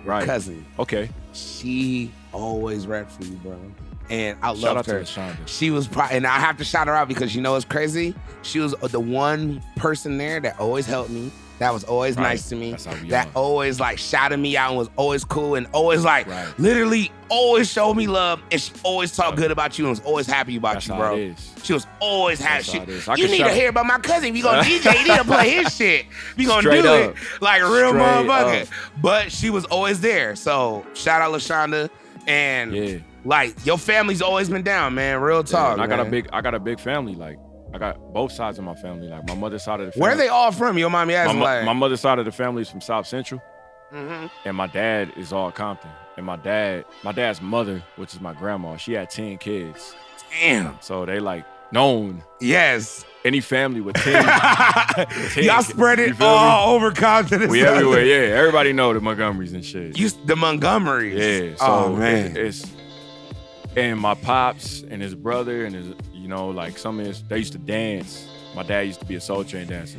Speaker 2: Right.
Speaker 1: cousin.
Speaker 2: Okay.
Speaker 1: She always rap for you, bro. And I
Speaker 2: Shout out
Speaker 1: loved
Speaker 2: to
Speaker 1: her.
Speaker 2: Lashonda.
Speaker 1: She was probably, and I have to shout her out because you know what's crazy? She was the one person there that always helped me. That was always
Speaker 2: Right.
Speaker 1: nice to me.
Speaker 2: That's how we
Speaker 1: that
Speaker 2: are.
Speaker 1: always like shouted me out and was always cool and always like
Speaker 2: Right.
Speaker 1: literally always showed me love and she always talked good about you and was always happy about
Speaker 2: That's
Speaker 1: you,
Speaker 2: how
Speaker 1: bro.
Speaker 2: it is.
Speaker 1: She was always happy.
Speaker 2: That's how it is.
Speaker 1: She,
Speaker 2: I
Speaker 1: you
Speaker 2: can
Speaker 1: need to
Speaker 2: shout-
Speaker 1: hear about my cousin. We gonna DJ. You need to play his shit. We gonna
Speaker 2: Straight
Speaker 1: do it
Speaker 2: up.
Speaker 1: like a real
Speaker 2: Straight
Speaker 1: motherfucker.
Speaker 2: up.
Speaker 1: But she was always there. So shout out Lashonda and
Speaker 2: Yeah.
Speaker 1: like your family's always been down, man. Real
Speaker 2: Yeah,
Speaker 1: talk.
Speaker 2: and I got a
Speaker 1: man.
Speaker 2: big I got a big family. Like I got both sides of my family. Like my mother's side of the family.
Speaker 1: Where are they all from? Your mommy
Speaker 2: my,
Speaker 1: asked
Speaker 2: mo-
Speaker 1: like,
Speaker 2: my mother's side of the family is from South Central.
Speaker 1: Mhm.
Speaker 2: And my dad is all Compton. And my dad, my dad's mother, which is my grandma, she had 10 kids.
Speaker 1: damn.
Speaker 2: So they like known.
Speaker 5: Yes.
Speaker 2: Any family with 10. with 10
Speaker 1: Y'all spread
Speaker 2: you
Speaker 1: it
Speaker 2: feel me?
Speaker 1: all over continents.
Speaker 2: We everywhere, yeah. Everybody know the Montgomerys and shit.
Speaker 5: You the Montgomerys.
Speaker 2: Yeah. So
Speaker 5: oh
Speaker 2: it-
Speaker 5: man.
Speaker 2: it's and my pops and his brother and his you know like some of his they used to dance. My dad used to be a soul train dancer.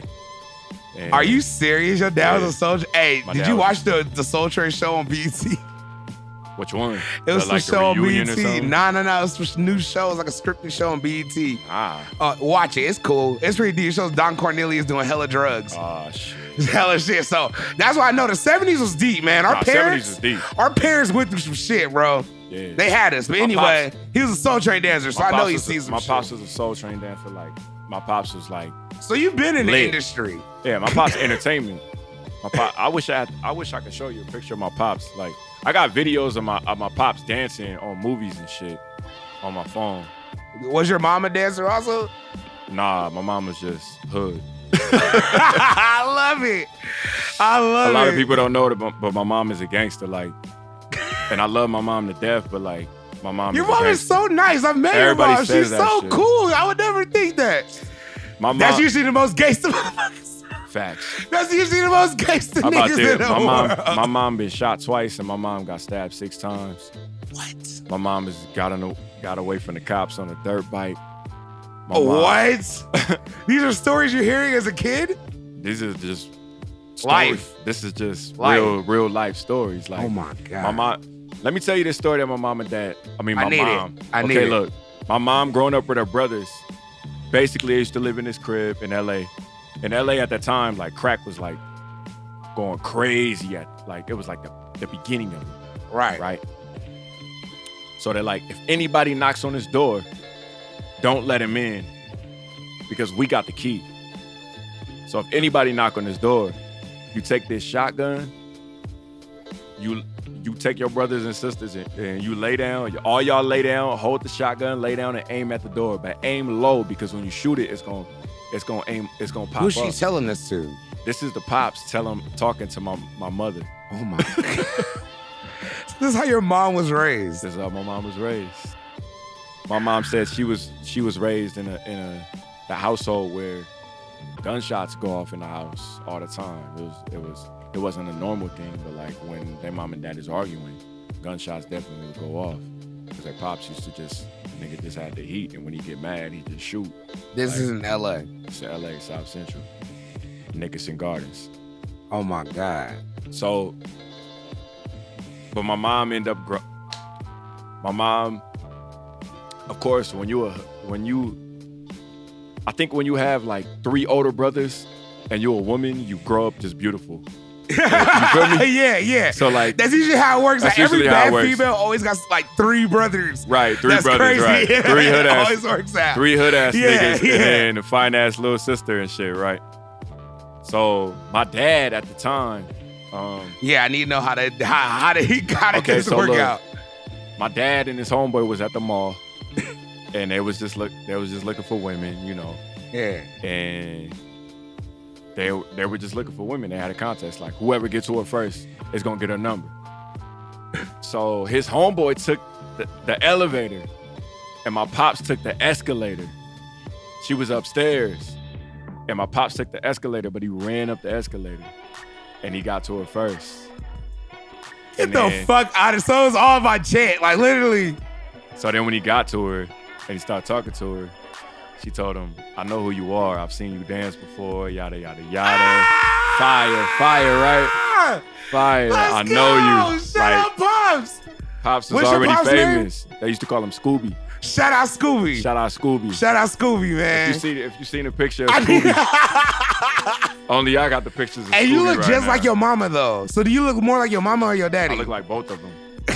Speaker 2: And
Speaker 1: Are you serious? Your dad was a soldier. Hey,
Speaker 2: My
Speaker 1: did
Speaker 2: dad
Speaker 1: you
Speaker 2: was-
Speaker 1: watch the the Soul Train show on BT?
Speaker 2: Which one?
Speaker 1: It was
Speaker 2: The, like
Speaker 1: some
Speaker 2: the
Speaker 1: show on
Speaker 2: reunion or
Speaker 1: BT.
Speaker 2: something?
Speaker 1: Nah, nah, nah. It was some new show. It was like a scripted show on BT.
Speaker 2: Ah.
Speaker 1: Uh, watch it. It's cool. It's pretty deep. It shows Don Cornelius doing hella drugs.
Speaker 2: Oh shit.
Speaker 1: It's hella shit. So that's why I know the 70s was deep, man. Our
Speaker 2: Nah, 70s
Speaker 1: parents
Speaker 2: is deep.
Speaker 1: our parents went through some shit, bro.
Speaker 2: Yeah.
Speaker 1: They had us. But
Speaker 2: My
Speaker 1: anyway, he was a soul train dancer, so
Speaker 2: My
Speaker 1: I know
Speaker 2: pops
Speaker 1: he
Speaker 2: was a-
Speaker 1: sees some
Speaker 2: My
Speaker 1: shit.
Speaker 2: pops was a soul train dancer. Like my pops was like
Speaker 1: so you've been in the
Speaker 2: lit.
Speaker 1: industry.
Speaker 2: Yeah, my pops entertainment. My pop, I wish I had, I wish I could show you a picture of my pops. Like I got videos of my of my pops dancing on movies and shit on my phone.
Speaker 1: Was your mom a dancer also?
Speaker 2: Nah, my mom was just hood.
Speaker 1: I love it. I love
Speaker 2: A
Speaker 1: it.
Speaker 2: lot of people don't know it, but, but my mom is a gangster. Like, and I love my mom to death, but like my mom.
Speaker 1: Your
Speaker 2: is a
Speaker 1: mom is so
Speaker 2: gangster.
Speaker 1: nice. I've met
Speaker 2: Everybody
Speaker 1: your mom.
Speaker 2: says
Speaker 1: She's
Speaker 2: that
Speaker 1: so
Speaker 2: shit.
Speaker 1: cool. I would never think that.
Speaker 2: My mom.
Speaker 1: That's usually the most gangster motherfuckers.
Speaker 2: facts.
Speaker 1: That's usually the most gangster
Speaker 2: How about
Speaker 1: niggas in
Speaker 2: that?
Speaker 1: the
Speaker 2: My
Speaker 1: world.
Speaker 2: mom. My mom been shot twice, and my mom got stabbed six times.
Speaker 1: what?
Speaker 2: My mom has gotten got away from the cops on a dirt bike. My mom-
Speaker 1: What? These are stories you're hearing as a kid?
Speaker 2: This is just stories.
Speaker 1: Life.
Speaker 2: This is just
Speaker 1: Life.
Speaker 2: real, real life stories. Like
Speaker 5: oh my god.
Speaker 2: my mom. Let me tell you this story that my mom and dad. I mean,
Speaker 5: I
Speaker 2: my
Speaker 5: need it.
Speaker 2: mom.
Speaker 5: I
Speaker 2: okay,
Speaker 5: need it.
Speaker 2: look, my mom growing up with her brothers. Basically, they used to live in this crib in L.A. In L.A. at that time, like crack was like going crazy at like it was like the, the beginning of it
Speaker 5: right.
Speaker 2: right? So they're like, if anybody knocks on this door, don't let him in because we got the key. So if anybody knock on this door, you take this shotgun, you you take your brothers and sisters and, and you lay down, all y'all lay down, hold the shotgun, lay down and aim at the door, but aim low because when you shoot it, it's gonna it's gonna aim, it's gonna pop
Speaker 5: Who's she
Speaker 2: up.
Speaker 5: telling this to?
Speaker 2: this is the pops telling talking to my my mother.
Speaker 5: Oh my god.
Speaker 1: This is how your mom was raised.
Speaker 2: This is how uh, my mom was raised. My mom said she was she was raised in a in a the household where gunshots go off in the house all the time. It was it was it wasn't a normal thing, but like when their mom and dad is arguing, gunshots definitely would go off. Cause their pops used to just nigga just had the heat, and when he get mad, he just shoot.
Speaker 5: This
Speaker 2: Like-
Speaker 5: is in LA.
Speaker 2: It's L.A. South Central, Nickerson Gardens.
Speaker 5: Oh my god.
Speaker 2: So, but my mom ended up. Gr- my mom, of course, when you a when you, I think when you have like three older brothers, and you're a woman, you grow up just beautiful.
Speaker 1: yeah, yeah.
Speaker 2: So like,
Speaker 1: That's usually how it works.
Speaker 2: That's
Speaker 1: like every
Speaker 2: usually how it
Speaker 1: bad
Speaker 2: works.
Speaker 1: female always got like three brothers.
Speaker 2: right, three
Speaker 1: That's
Speaker 2: brothers,
Speaker 1: crazy.
Speaker 2: right,
Speaker 1: It
Speaker 2: three hood ass,
Speaker 1: always works out.
Speaker 2: three hood ass
Speaker 1: Yeah,
Speaker 2: niggas,
Speaker 1: yeah.
Speaker 2: and then a fine ass little sister and shit, right? So my dad at the time, um,
Speaker 1: Yeah, I need to know how to how, how did he got it
Speaker 2: Okay,
Speaker 1: this
Speaker 2: so
Speaker 1: work
Speaker 2: look.
Speaker 1: out.
Speaker 2: my dad and his homeboy was at the mall, and they was just look, they was just looking for women, you know.
Speaker 1: Yeah.
Speaker 2: and they they were just looking for women. They had a contest, like whoever gets to her first is gonna get her number. So his homeboy took the, the elevator, and my pops took the escalator. She was upstairs, and my pops took the escalator, but he ran up the escalator, and he got to her first.
Speaker 1: Get
Speaker 2: And
Speaker 1: the
Speaker 2: then-
Speaker 1: fuck out of so it was all my chat. Like literally.
Speaker 2: So then when he got to her and he started talking to her, she told him, "I know who you are. I've seen you dance before. Yada yada yada. Fire, fire, right?"
Speaker 1: Ah,
Speaker 2: Fire.
Speaker 1: let's
Speaker 2: I know
Speaker 1: go.
Speaker 2: you.
Speaker 1: Shut
Speaker 2: like,
Speaker 1: up, Pops.
Speaker 2: Pops was
Speaker 1: What's your
Speaker 2: already
Speaker 1: Pops' name?
Speaker 2: famous. They used to call him Scooby.
Speaker 1: Shout out Scooby. Shout,
Speaker 2: Shout out Scooby.
Speaker 1: out Scooby,
Speaker 2: if you
Speaker 1: man.
Speaker 2: see if you seen a picture of
Speaker 1: I
Speaker 2: Scooby,
Speaker 1: need-
Speaker 2: only I got the pictures of Scooby.
Speaker 1: and you look
Speaker 2: right
Speaker 1: just
Speaker 2: now.
Speaker 1: like your mama though. So do you look more like your mama or your
Speaker 2: I
Speaker 1: daddy?
Speaker 2: look like both of them.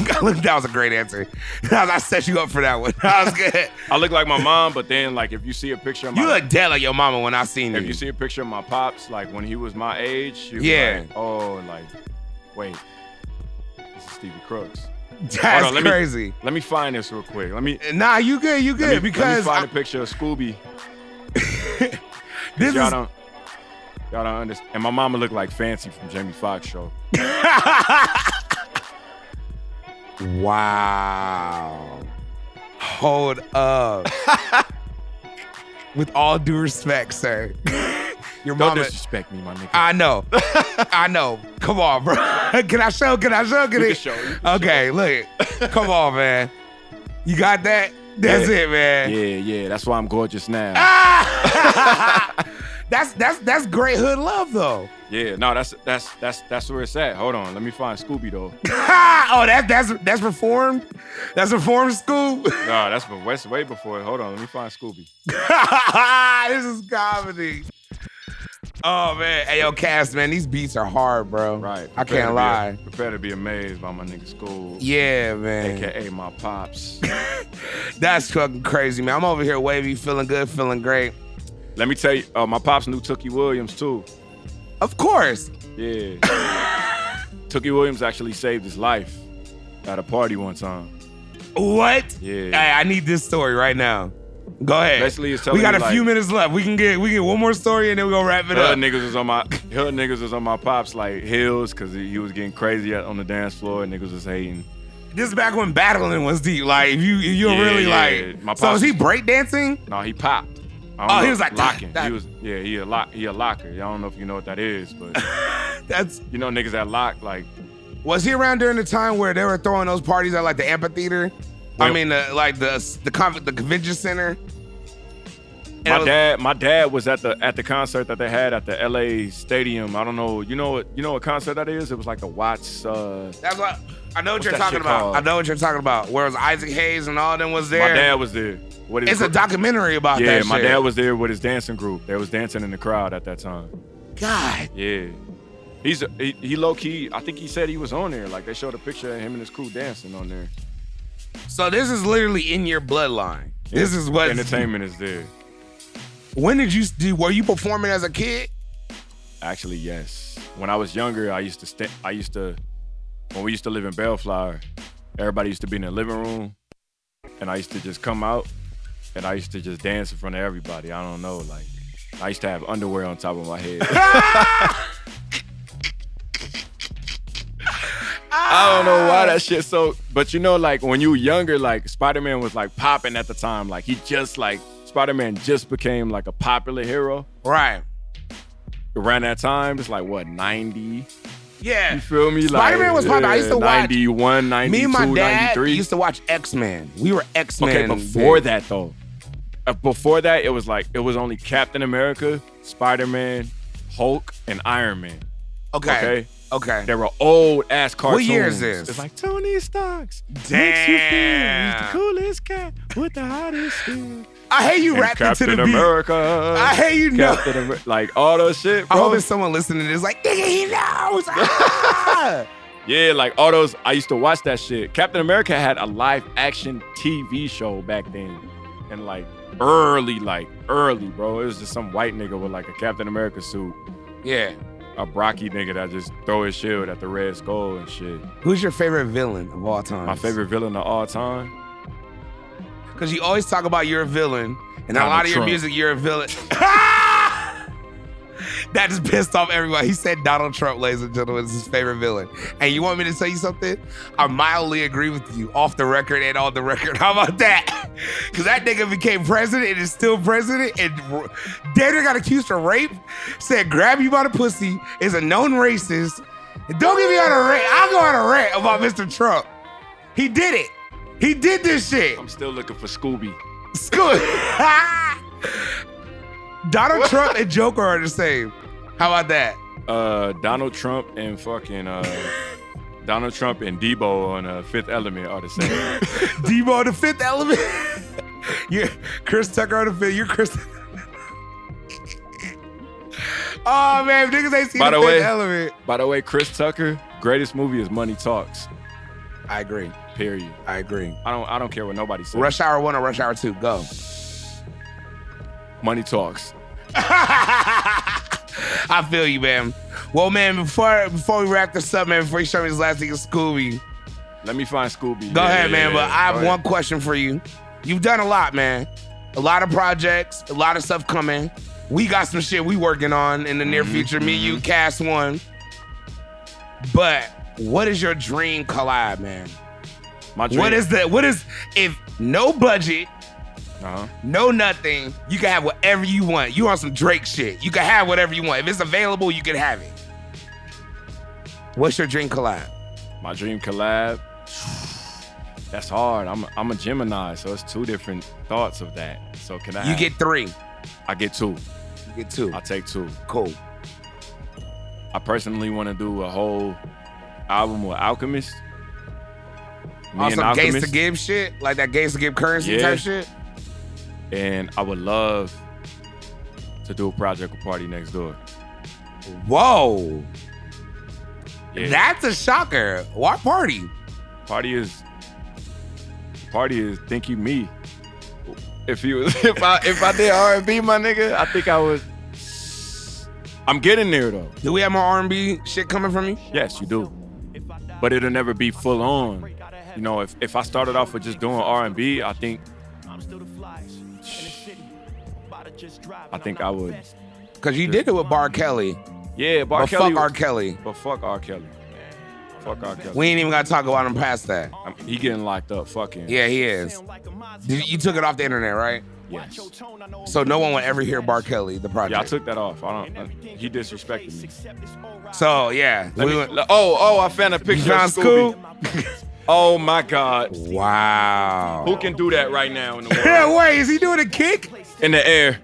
Speaker 1: that was a great answer. I set you up for that one. That was good.
Speaker 2: I look like my mom, but then like if you see a picture of my
Speaker 1: You look dead like your mama when I seen
Speaker 2: if you
Speaker 1: you.
Speaker 2: see a picture of my pops, like when he was my age, she was
Speaker 1: Yeah.
Speaker 2: like, oh, like, wait. This is Stevie Crooks.
Speaker 1: That's
Speaker 2: Hold on, let me-
Speaker 1: crazy.
Speaker 2: Let me find this real quick. Let me,
Speaker 1: Nah, you good, you good.
Speaker 2: let me, let me
Speaker 1: because
Speaker 2: find
Speaker 1: I-
Speaker 2: a picture of Scooby.
Speaker 1: this
Speaker 2: y'all
Speaker 1: is
Speaker 2: don't y'all don't understand. And my mama looked like Fancy from Jamie Foxx show.
Speaker 1: Wow. Hold up. With all due respect, sir. Your
Speaker 2: Don't
Speaker 1: mama. Ah,
Speaker 2: disrespect me, my nigga.
Speaker 1: I know. I know. Come on, bro. Can I show? Can I show? Can,
Speaker 2: You
Speaker 1: I-
Speaker 2: can show, you can
Speaker 1: okay, look. Come on, man. You got that? That's
Speaker 2: Yeah.
Speaker 1: it, man.
Speaker 2: yeah, yeah. That's why I'm gorgeous now.
Speaker 1: Ah! that's that's that's great hood love though.
Speaker 2: Yeah, no, that's that's that's that's where it's at. Hold on, let me find Scooby though.
Speaker 1: oh, that that's that's reformed. That's reformed school.
Speaker 2: Nah, that's been West way before. it. Hold on, let me find Scooby.
Speaker 1: this is comedy. Oh man, hey yo, Cass, man, these beats are hard, bro.
Speaker 2: Right.
Speaker 1: I
Speaker 2: prepare to
Speaker 1: can't
Speaker 2: be-
Speaker 1: lie.
Speaker 2: prepare to be amazed by my nigga Scoob,
Speaker 1: Yeah, man.
Speaker 2: aka my pops.
Speaker 1: That's fucking crazy, man. I'm over here wavy, feeling good, feeling great.
Speaker 2: let me tell you, uh, my pops knew Tookie Williams too.
Speaker 1: Of course.
Speaker 2: Yeah. Tookie Williams actually saved his life at a party one time.
Speaker 1: What?
Speaker 2: Yeah.
Speaker 1: Hey, I need this story right now. Go ahead.
Speaker 2: Leslie is telling
Speaker 1: we got
Speaker 2: me,
Speaker 1: a few
Speaker 2: like- Uh,
Speaker 1: minutes left. We can get we get one more story and then we're gonna wrap it
Speaker 2: Her
Speaker 1: up.
Speaker 2: niggas was on my her niggas was on my pops like heels because he was getting crazy on the dance floor and niggas was hating.
Speaker 1: This is back when battling was deep. Like if you if you're
Speaker 2: Yeah,
Speaker 1: really
Speaker 2: yeah.
Speaker 1: like
Speaker 2: My
Speaker 1: So
Speaker 2: pops-
Speaker 1: is he breakdancing?
Speaker 2: No, he popped. I
Speaker 1: Oh, he was like,
Speaker 2: locking.
Speaker 1: "Dot, dot."
Speaker 2: He was yeah, he a lock, he a locker. I don't know if you know what that is, but
Speaker 1: That's
Speaker 2: you know niggas that lock like
Speaker 1: was he around during the time where they were throwing those parties at like the amphitheater? I
Speaker 2: Well-
Speaker 1: mean the, like the the conv- the convention center. And it
Speaker 2: my
Speaker 1: was-
Speaker 2: dad. My dad was at the at the concert that they had at the L.A. Stadium. I don't know. You know what? You know what concert that is? It was like a Watts. Uh,
Speaker 1: That's what I know what
Speaker 2: What's
Speaker 1: you're
Speaker 2: that
Speaker 1: talking
Speaker 2: shit
Speaker 1: about.
Speaker 2: called?
Speaker 1: I know what you're talking about. Whereas Isaac Hayes and all them was
Speaker 2: my
Speaker 1: there.
Speaker 2: dad was there. What is?
Speaker 1: it's a documentary about
Speaker 2: Yeah,
Speaker 1: that.
Speaker 2: my
Speaker 1: shit.
Speaker 2: dad was there with his dancing group. They was dancing in the crowd at that time.
Speaker 1: God.
Speaker 2: Yeah. He's a, he, he low key. I think he said he was on there. Like they showed a picture of him and his crew dancing on there.
Speaker 1: So this is literally in your bloodline. This is what.
Speaker 2: entertainment is there.
Speaker 1: When did you do? Were you performing as a kid?
Speaker 2: Actually, yes. When I was younger, I used to sta I used to when we used to live in Bellflower, everybody used to be in the living room, and I used to just come out, and I used to just dance in front of everybody. I don't know, like I used to have underwear on top of my head. I don't know why that shit so. But you know, like when you were younger, like Spider Man was like popping at the time. Like he just like Spider Man just became like a popular hero
Speaker 1: Right.
Speaker 2: around that time. It's like what ninety.
Speaker 1: Yeah.
Speaker 2: You feel me?
Speaker 1: Spider-Man was popular. I used to watch-
Speaker 2: 91, 92,
Speaker 1: Me and my dad
Speaker 2: 93.
Speaker 1: used to watch X Men. We were X Men.
Speaker 2: okay, before that though. uh, Before that, it was like it was only Captain America, Spider-Man, Hulk, and Iron Man.
Speaker 1: Okay. Okay.
Speaker 2: They were old ass cartoons.
Speaker 1: year is this?
Speaker 2: It's like Tony Stark's makes you
Speaker 1: Damn.
Speaker 2: feel he's the coolest cat with the hottest skin.
Speaker 1: I hate you
Speaker 2: And
Speaker 1: rapping
Speaker 2: Captain
Speaker 1: to the beat.
Speaker 2: America.
Speaker 1: I hate you know.
Speaker 2: Captain Amer- like all those shit,
Speaker 1: I
Speaker 2: bro.
Speaker 1: hope it's someone listening. It's like nigga, he knows. Ah!
Speaker 2: Yeah, like all those. I used to watch that shit. Captain America had a live action TV show back then, and like early, like early, bro. It was just some white nigga with like a Captain America suit,
Speaker 5: Yeah.
Speaker 2: a Brocky nigga that just throw his shield at the Red Skull and shit.
Speaker 1: Who's your favorite villain of all time?
Speaker 2: My favorite villain of all time.
Speaker 1: Because you always talk about you're a villain, and a
Speaker 2: Donald
Speaker 1: lot of your
Speaker 2: Trump.
Speaker 1: music, you're a villain. that just pissed off everybody. He said Donald Trump, ladies and gentlemen, is his favorite villain. And you want me to tell you something? I mildly agree with you, off the record and on the record. How about that? Because that nigga became president and is still president, and r- Dana got accused of rape, said grab you by the pussy, is a known racist. And Don't get me on a rant. I'll go on a rant about Mr. Trump. He did it. He did this shit.
Speaker 2: I'm still looking for Scooby.
Speaker 1: Scoot. Donald Trump and Joker are the same. How about that?
Speaker 2: Uh, Donald Trump and fucking uh, Donald Trump and Debo on uh, Fifth Element are the same.
Speaker 1: Debo the Fifth Element. you Chris Tucker on the Fifth. You're Chris. oh man, if niggas ain't seen
Speaker 2: By
Speaker 1: the,
Speaker 2: the
Speaker 1: Fifth
Speaker 2: way-
Speaker 1: Element.
Speaker 2: By the way, Chris Tucker, greatest movie is Money Talks.
Speaker 1: I agree.
Speaker 2: Period.
Speaker 1: I agree.
Speaker 2: I don't. I don't care what nobody says.
Speaker 1: Rush Hour One or Rush Hour Two? Go.
Speaker 2: Money talks.
Speaker 1: I feel you, man. Well, man, before before we wrap this up, man, before you show me this last thing, Scooby.
Speaker 2: Let me find Scooby.
Speaker 1: Go
Speaker 2: Yeah,
Speaker 1: ahead,
Speaker 2: yeah,
Speaker 1: man.
Speaker 2: yeah.
Speaker 1: But I
Speaker 2: Go
Speaker 1: have
Speaker 2: ahead.
Speaker 1: one question for you. You've done a lot, man. A lot of projects, a lot of stuff coming. We got some shit we working on in the near
Speaker 2: Mm-hmm,
Speaker 1: future. Me, you, cast one. But what is your dream collab, man?
Speaker 2: My dream,
Speaker 1: What is the what is if no budget,
Speaker 2: Uh-huh.
Speaker 5: no nothing. You can have whatever you want. You on some Drake shit. You can have whatever you want. If it's available, you can have it. What's your dream collab?
Speaker 2: My dream collab. That's hard. I'm I'm a Gemini, so it's two different thoughts of that. So can I?
Speaker 5: You
Speaker 2: have-
Speaker 5: get three.
Speaker 2: I get two.
Speaker 5: You get two.
Speaker 2: I take two.
Speaker 5: Cool.
Speaker 2: I personally want to do a whole album with Alchemist. Me
Speaker 5: On
Speaker 2: and
Speaker 5: some Gates to
Speaker 2: Alchemist.
Speaker 5: Give shit, like that Gates to Give currency
Speaker 2: Yeah.
Speaker 5: type shit.
Speaker 2: And I would love to do a project with Party Next Door.
Speaker 5: Whoa,
Speaker 2: Yeah.
Speaker 5: that's a shocker. What party?
Speaker 2: Party is Party is think you me. If you was if I if I did R and B my nigga, I think I would I'm getting there though.
Speaker 5: Do we have more R&B shit coming from you?
Speaker 2: Yes, you do. But it'll never be full on. You know, if, if I started off with just doing R and B, I think I think I would
Speaker 5: Cause you did it with Bar Kelly,
Speaker 2: Yeah,
Speaker 5: but
Speaker 2: Bar Kelly
Speaker 5: fuck R. Kelly.
Speaker 2: But fuck R. Kelly. Fuck R. Kelly.
Speaker 5: We ain't even gotta talk about him past that.
Speaker 2: I'm- he getting locked up. Fucking
Speaker 5: Yeah, he is. Did- You took it off the internet, right?
Speaker 2: yes.
Speaker 5: So no one will ever hear Bar Kelly the project.
Speaker 2: Yeah, I took that off. I don't. Uh, he disrespected me.
Speaker 5: so yeah,
Speaker 2: Let
Speaker 5: we
Speaker 2: me-
Speaker 5: went,
Speaker 2: le- oh, oh, I found a picture
Speaker 5: John
Speaker 2: of Scooby. oh my God,
Speaker 5: wow.
Speaker 2: who can do that right now in the
Speaker 1: Yeah,
Speaker 2: world?
Speaker 1: wait, is he doing a kick?
Speaker 2: in the air?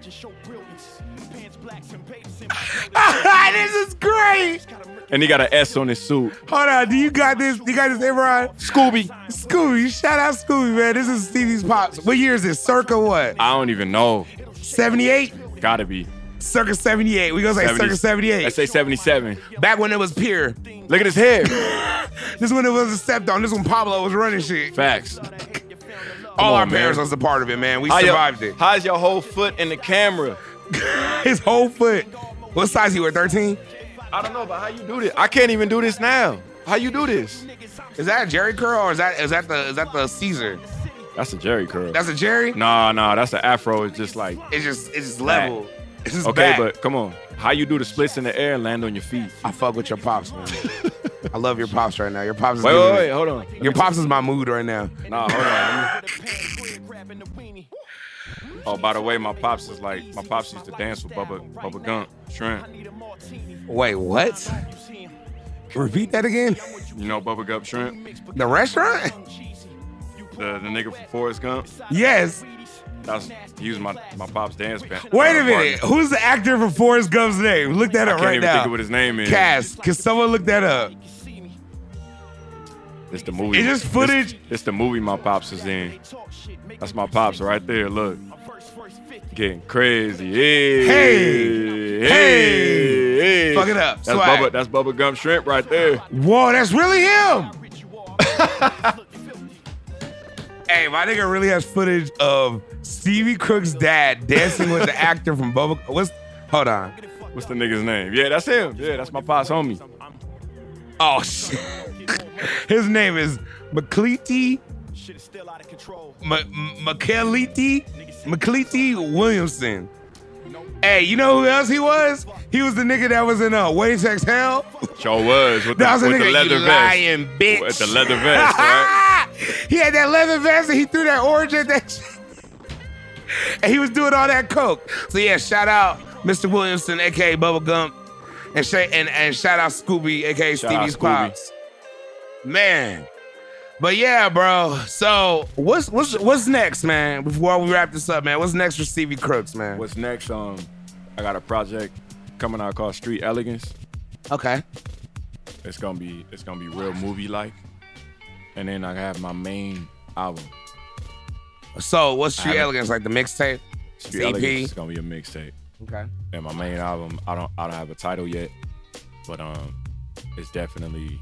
Speaker 1: this is great.
Speaker 2: And he got an S on his suit.
Speaker 1: Hold on, do you got this? You got this, Imran?
Speaker 2: Scooby.
Speaker 1: Scooby, shout out Scooby, man. This is Stevie's pops. What year is this? Circa what?
Speaker 2: I don't even know.
Speaker 1: Seventy-eight.
Speaker 2: Gotta be.
Speaker 1: Circa seventy-eight. We gonna say
Speaker 2: 70
Speaker 1: circa seventy-eight.
Speaker 2: Let's say 77.
Speaker 5: Back when it was pure.
Speaker 2: Look at his head.
Speaker 1: This one it was a stepped on. This one Pablo was running shit.
Speaker 2: Facts.
Speaker 5: All
Speaker 2: on,
Speaker 5: our parents
Speaker 2: man.
Speaker 5: was a part of it, man. We
Speaker 2: How your-
Speaker 5: survived it.
Speaker 2: How's your whole foot in the camera?
Speaker 1: His whole foot.
Speaker 5: What size you were? 13?
Speaker 2: I don't know, but how you do this? I can't even do this now. How you do this?
Speaker 5: Is that a Jerry curl or is that is that the is that the Caesar?
Speaker 2: That's a Jerry curl.
Speaker 5: That's a Jerry?
Speaker 2: nah, nah, that's an afro. It's just like
Speaker 5: It's just it's just level. It's just
Speaker 2: okay,
Speaker 5: back.
Speaker 2: but come on. How you do the splits in the air and land on your feet?
Speaker 5: I fuck with your pops, man. I love your pops right now. Your pops is
Speaker 2: Wait,
Speaker 5: giving
Speaker 2: wait,
Speaker 5: me-
Speaker 2: wait, hold on.
Speaker 5: Your pops is my mood right now.
Speaker 2: Nah, hold on. Oh, by the way, my pops is like my pops used to dance with Bubba Bubba Gump, Shrimp.
Speaker 5: Wait, what? Repeat that again?
Speaker 2: You know Bubba Gump Shrimp,
Speaker 5: The restaurant?
Speaker 2: the, the nigga from Forrest Gump.
Speaker 1: Yes.
Speaker 2: That's he was my my pops dance band.
Speaker 1: Wait a minute. Who's the actor for Forrest Gump's name? Look that
Speaker 2: I
Speaker 1: up
Speaker 2: can't
Speaker 1: right
Speaker 2: even
Speaker 1: now.
Speaker 2: think of what his name is.
Speaker 1: Cast. Can someone look that up?
Speaker 2: It's the movie.
Speaker 1: Is this footage?
Speaker 2: It's, it's the movie my pops is in. That's my pops right there. Look, getting crazy. Hey,
Speaker 1: Hey.
Speaker 2: hey, hey.
Speaker 5: Fuck it up.
Speaker 2: That's
Speaker 5: Swag.
Speaker 2: Bubba. That's Bubba Gump Shrimp right there.
Speaker 1: Whoa, that's really him.
Speaker 5: Hey,
Speaker 1: My
Speaker 5: my nigga.
Speaker 1: nigga really has footage of Stevie Crook's dad dancing with the actor from Bubba. What's
Speaker 5: Hold on.
Speaker 2: What's the nigga's name? Yeah, that's him. Yeah, that's my pops homie.
Speaker 1: oh shit? His name is McCleety McCleety McCleety Williamson. Hey, you know who else he was? He was the nigga that was in uh, Wayne Tex Hell.
Speaker 2: Joe was with the,
Speaker 1: That was a
Speaker 2: with the
Speaker 1: nigga,
Speaker 2: leather
Speaker 5: you
Speaker 2: vest.
Speaker 5: lying bitch.
Speaker 2: With the leather vest, right?
Speaker 1: he had that leather vest and he threw that orange at that shit. And he was doing all that coke.
Speaker 5: So yeah, shout out Mr. Williamson, aka Bubba Gump, and sh- and and shout out Scooby, aka
Speaker 2: Shout out
Speaker 5: Stevie's
Speaker 2: Scooby.
Speaker 5: pops. Man, but yeah, bro. So what's what's what's next, man? Before we wrap this up, man, what's next for Stevie Crooks, man?
Speaker 2: What's next? Um, I got a project coming out called Street Elegance.
Speaker 5: okay,
Speaker 2: It's gonna be it's gonna be real movie like. And then I have my main album.
Speaker 5: so what's Street
Speaker 2: haven't-
Speaker 5: Elegance like the mixtape?
Speaker 2: Street
Speaker 5: EP?
Speaker 2: Elegance is gonna be a mixtape.
Speaker 5: Okay,
Speaker 2: And my main album, I don't I don't have a title yet, but um, it's definitely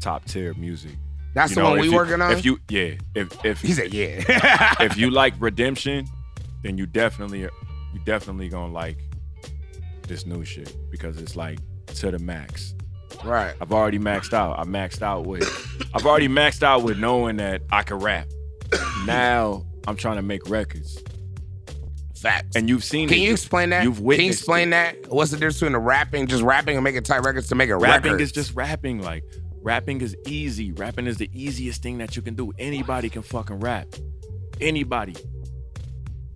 Speaker 2: top tier music.
Speaker 5: that's
Speaker 2: You
Speaker 5: the
Speaker 2: know,
Speaker 5: one
Speaker 2: if
Speaker 5: we
Speaker 2: you-
Speaker 5: working on.
Speaker 2: If you yeah, if if
Speaker 5: he said, yeah.
Speaker 2: if you like redemption, then you definitely you definitely gonna like this new shit because it's like to the max.
Speaker 5: right.
Speaker 2: I've already maxed out. I maxed out with I've already maxed out with knowing that I could rap. Now I'm trying to make records.
Speaker 5: Facts.
Speaker 2: And you've seen
Speaker 5: Can
Speaker 2: it.
Speaker 5: you explain that?
Speaker 2: You've
Speaker 5: Can you
Speaker 2: witnessed
Speaker 5: explain
Speaker 2: it.
Speaker 5: that? What's the difference between the rapping, just rapping, and making tight records to make a
Speaker 2: rapping
Speaker 5: record?
Speaker 2: is just rapping like rapping is easy. Rapping is the easiest thing that you can do. Anybody can fucking rap. anybody.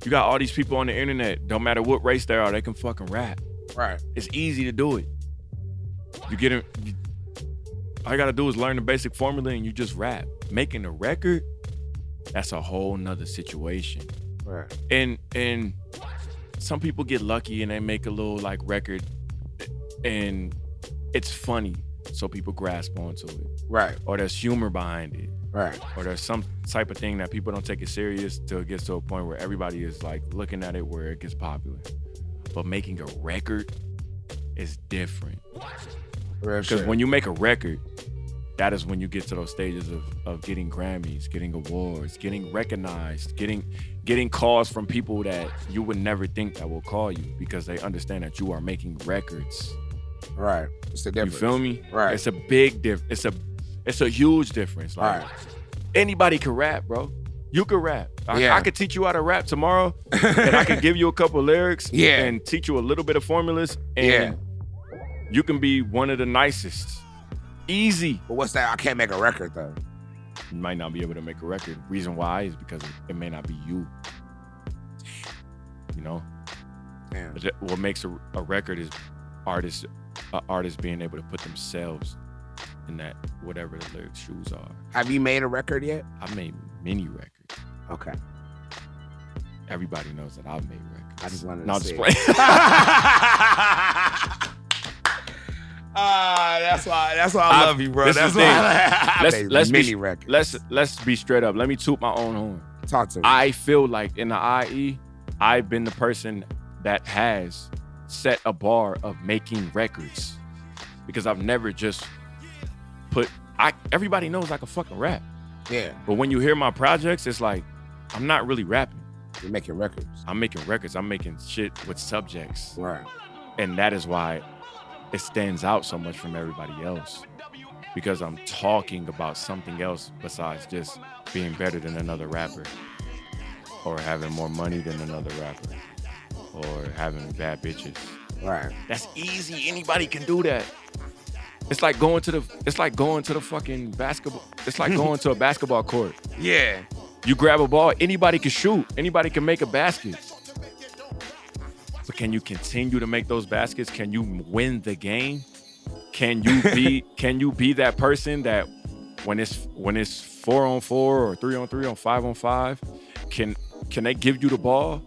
Speaker 2: You got all these people on the internet. Don't matter what race they are, they can fucking rap.
Speaker 1: Right.
Speaker 2: It's easy to do it. You get it. you- all you gotta do is learn the basic formula and you just rap. Making a record, that's a whole nother situation.
Speaker 1: Right.
Speaker 2: And and some people get lucky and they make a little like record and it's funny. So people grasp onto it.
Speaker 1: Right.
Speaker 2: Or there's humor behind it
Speaker 1: Right.
Speaker 2: or there's some type of thing that people don't take it serious till it gets to a point where everybody is like looking at it where it gets popular. But making a record is different
Speaker 1: Real
Speaker 2: because
Speaker 1: shit.
Speaker 2: when you make a record, that is when you get to those stages of of getting Grammys, getting awards, getting recognized, getting getting calls from people that you would never think that will call you because they understand that you are making records.
Speaker 1: right. It's the difference.
Speaker 2: You feel me?
Speaker 1: Right.
Speaker 2: It's a big diff. It's a it's a huge difference. Like
Speaker 1: Right.
Speaker 2: anybody can rap, bro. You can rap. I,
Speaker 1: Yeah.
Speaker 2: I could teach you how to rap tomorrow, and I could give you a couple lyrics,
Speaker 1: Yeah.
Speaker 2: and teach you a little bit of formulas, and
Speaker 1: Yeah.
Speaker 2: you can be one of the nicest. Easy.
Speaker 1: But what's that? I can't make a record though.
Speaker 2: You might not be able to make a record. Reason why is because it may not be you. You know,
Speaker 1: Damn.
Speaker 2: Th- what makes a, a record is artists a artist being able to put themselves in that whatever the lyrics shoes are
Speaker 1: Have you made a record yet?
Speaker 2: i made many records
Speaker 1: Okay.
Speaker 2: everybody knows that i've made records
Speaker 1: I just wanted to
Speaker 2: no, I'm
Speaker 1: see
Speaker 2: just
Speaker 1: it.
Speaker 2: playing.
Speaker 6: Ah, that's why. That's why I,
Speaker 2: I-
Speaker 6: love you, bro.
Speaker 2: this
Speaker 6: That's
Speaker 2: is the
Speaker 6: why.
Speaker 2: thing.
Speaker 6: I,
Speaker 2: Let's-
Speaker 1: made
Speaker 2: let's be-
Speaker 1: many records.
Speaker 2: let's let's be straight up let me toot my own horn
Speaker 1: talk to me.
Speaker 2: i feel like in the ie i've been the person that has set a bar of making records because i've never just put i everybody knows i can fucking rap
Speaker 1: yeah,
Speaker 2: But when you hear my projects, it's like I'm not really rapping.
Speaker 1: you're making records.
Speaker 2: I'm making records. I'm making shit with subjects,
Speaker 1: Right.
Speaker 2: and that is why it stands out so much from everybody else because I'm talking about something else besides just being better than another rapper or having more money than another rapper or having bad bitches.
Speaker 1: Right.
Speaker 2: That's easy. Anybody can do that. It's like going to the it's like going to the fucking basketball it's like going to a basketball court.
Speaker 6: yeah.
Speaker 2: You grab a ball, anybody can shoot, anybody can make a basket. But can you continue to make those baskets? Can you win the game? Can you be can you be that person that when it's when it's 4 on 4 or 3 on 3 or 5 on 5, can can they give you the ball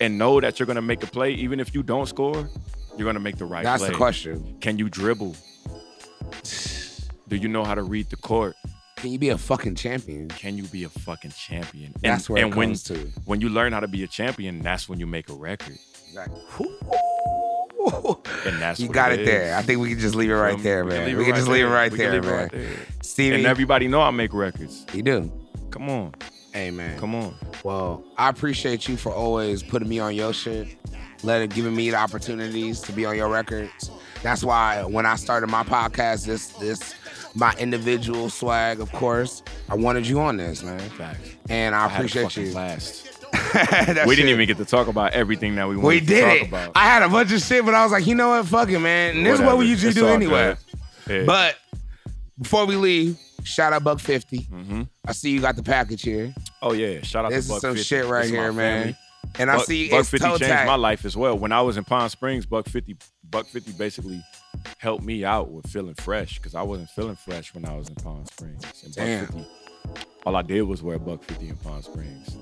Speaker 2: and know that you're going to make a play even if you don't score? You're going to make the right
Speaker 1: That's
Speaker 2: play.
Speaker 1: the question.
Speaker 2: Can you dribble? Do you know how to read the court?
Speaker 1: Can you be a fucking champion?
Speaker 2: Can you be a fucking champion? And,
Speaker 1: That's where
Speaker 2: and
Speaker 1: it
Speaker 2: when
Speaker 1: comes to.
Speaker 2: when you learn how to be a champion, that's when you make a record,
Speaker 1: Exactly.
Speaker 2: and that's
Speaker 1: You
Speaker 2: what
Speaker 1: got it,
Speaker 2: is.
Speaker 1: there. I think we can just leave it right
Speaker 2: Um,
Speaker 1: there,
Speaker 2: we
Speaker 1: man.
Speaker 2: can leave
Speaker 1: we
Speaker 2: it
Speaker 1: can
Speaker 2: right
Speaker 1: just leave it
Speaker 2: there.
Speaker 1: right
Speaker 2: We can
Speaker 1: there,
Speaker 2: leave it
Speaker 1: man.
Speaker 2: right there.
Speaker 1: Stevie,
Speaker 2: And everybody know I make records.
Speaker 1: you do.
Speaker 2: Come on,
Speaker 1: Hey, man.
Speaker 2: come on.
Speaker 1: Well, I appreciate you for always putting me on your shit, letting giving me the opportunities to be on your records. That's why when I started my podcast, this this my individual swag, of course, I wanted you on this, man.
Speaker 2: Facts.
Speaker 1: And I
Speaker 2: I had a
Speaker 1: appreciate
Speaker 2: fucking
Speaker 1: you.
Speaker 2: blast.
Speaker 1: That
Speaker 2: We
Speaker 1: shit-
Speaker 2: didn't even get to talk about everything that we wanted
Speaker 1: We
Speaker 2: to
Speaker 1: did
Speaker 2: talk
Speaker 1: it.
Speaker 2: about.
Speaker 1: I had a bunch of shit, but I was like, you know what, fuck it, man. And this is what
Speaker 2: Whatever.
Speaker 1: we usually
Speaker 2: It's
Speaker 1: do
Speaker 2: all
Speaker 1: anyway.
Speaker 2: good. Yeah.
Speaker 1: But before we leave, shout out Buck Fifty.
Speaker 2: Mhm.
Speaker 1: I see you got the package here.
Speaker 2: oh yeah, shout out
Speaker 1: This
Speaker 2: to Buck
Speaker 1: is some
Speaker 2: 50.
Speaker 1: shit right
Speaker 2: This is my
Speaker 1: here, man.
Speaker 2: family.
Speaker 1: And I
Speaker 2: Buck,
Speaker 1: see
Speaker 2: Buck
Speaker 1: it's
Speaker 2: 50
Speaker 1: toe
Speaker 2: changed
Speaker 1: tag.
Speaker 2: my life as well. When I was in Palm Springs, Buck 50, Buck 50 basically helped me out with feeling fresh because I wasn't feeling fresh when I was in Palm Springs. And
Speaker 1: Damn.
Speaker 2: Buck 50, all I did was wear Buck 50 in Palm Springs.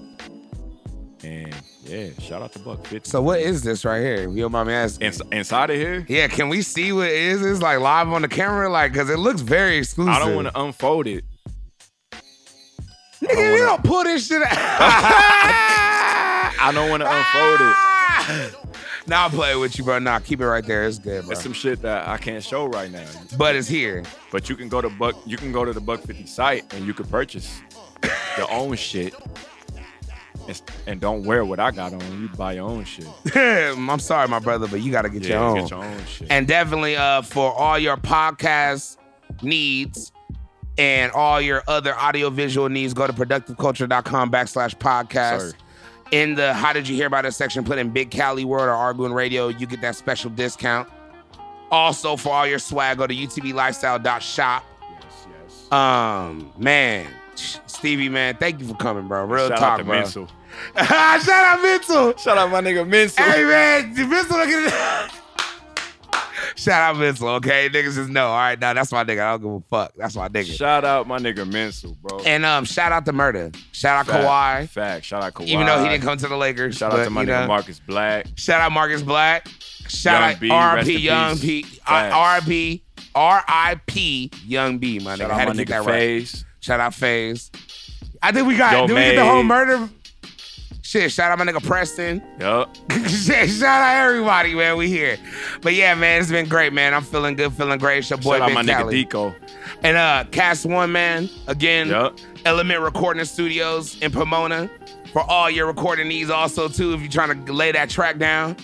Speaker 2: And yeah, shout out to Buck 50.
Speaker 1: So what is this right here? If you don't mind me asking.
Speaker 2: Ins- inside of here?
Speaker 1: yeah, can we see what it is? It's like live on the camera, like, cause it looks very exclusive.
Speaker 2: I don't want to unfold it.
Speaker 1: Nigga, you don't pull this shit out.
Speaker 2: I don't want to unfold
Speaker 1: Ah!
Speaker 2: it.
Speaker 1: Now I'll play with you, bro. Nah, keep it right there. It's good, bro.
Speaker 2: That's some shit that I can't show right now.
Speaker 1: but it's here.
Speaker 2: But you can go to Buck, you can go to the Buck 50 site and you can purchase your own shit. And, and don't wear what I got on. You buy your own shit.
Speaker 1: I'm sorry, my brother, but you gotta get, your,
Speaker 2: you
Speaker 1: own.
Speaker 2: get your own shit.
Speaker 1: And definitely uh for all your podcast needs and all your other audiovisual needs, go to productiveculture.com backslash podcast.
Speaker 2: Sir.
Speaker 1: in the How Did You Hear About Us section, put in Big Cali World or Argoon Radio. You get that special discount. Also, for all your swag, go to utblifestyle.shop.
Speaker 2: yes, yes.
Speaker 1: Um, man, it's Stevie, man, thank you for coming, bro. Real
Speaker 2: Shout out
Speaker 1: talk,
Speaker 2: to
Speaker 1: bro.
Speaker 2: Mental.
Speaker 1: Ah,
Speaker 7: Shout out Mental.
Speaker 2: Shout out my nigga Mental.
Speaker 7: Hey man,
Speaker 1: Vince, look at it. Shout out Vince, okay? Niggas just know. All right, now that's my nigga. I don't give a fuck. That's my nigga.
Speaker 2: Shout out my nigga Mental, bro.
Speaker 1: And um, shout out to Murder. Shout out
Speaker 2: Fact.
Speaker 1: Kawhi.
Speaker 2: Fact. Shout out Kawhi.
Speaker 1: Even though he didn't come to the Lakers.
Speaker 2: Shout out
Speaker 1: but,
Speaker 2: to my
Speaker 1: you
Speaker 2: nigga
Speaker 1: know.
Speaker 2: Marcus Black.
Speaker 1: Shout out Marcus Black. Shout
Speaker 2: Young
Speaker 1: out
Speaker 2: B, rest in
Speaker 1: RP Young
Speaker 2: peace.
Speaker 1: P
Speaker 2: Facts.
Speaker 1: I- RIP R.I.P. Young B, my nigga.
Speaker 2: Shout
Speaker 1: I
Speaker 2: out
Speaker 1: had
Speaker 2: my
Speaker 1: to get
Speaker 2: nigga
Speaker 1: that right.
Speaker 2: Faze.
Speaker 1: Shout out FaZe.
Speaker 7: I think we got.
Speaker 2: Yo,
Speaker 7: did we get the whole
Speaker 2: man.
Speaker 7: murder?
Speaker 1: Shit, shout out my nigga Preston.
Speaker 2: Yup.
Speaker 1: Shit, shout out everybody, man. We here. But yeah, man, it's been great, man. I'm feeling good, feeling great. It's your boy,
Speaker 2: Shout out
Speaker 1: Big
Speaker 2: my nigga
Speaker 1: Cali.
Speaker 2: Deco.
Speaker 1: And uh, Cast One, man, again,
Speaker 2: Yup.
Speaker 1: Element Recording Studios in Pomona for all your recording needs. Also, too, if you're trying to lay that track down,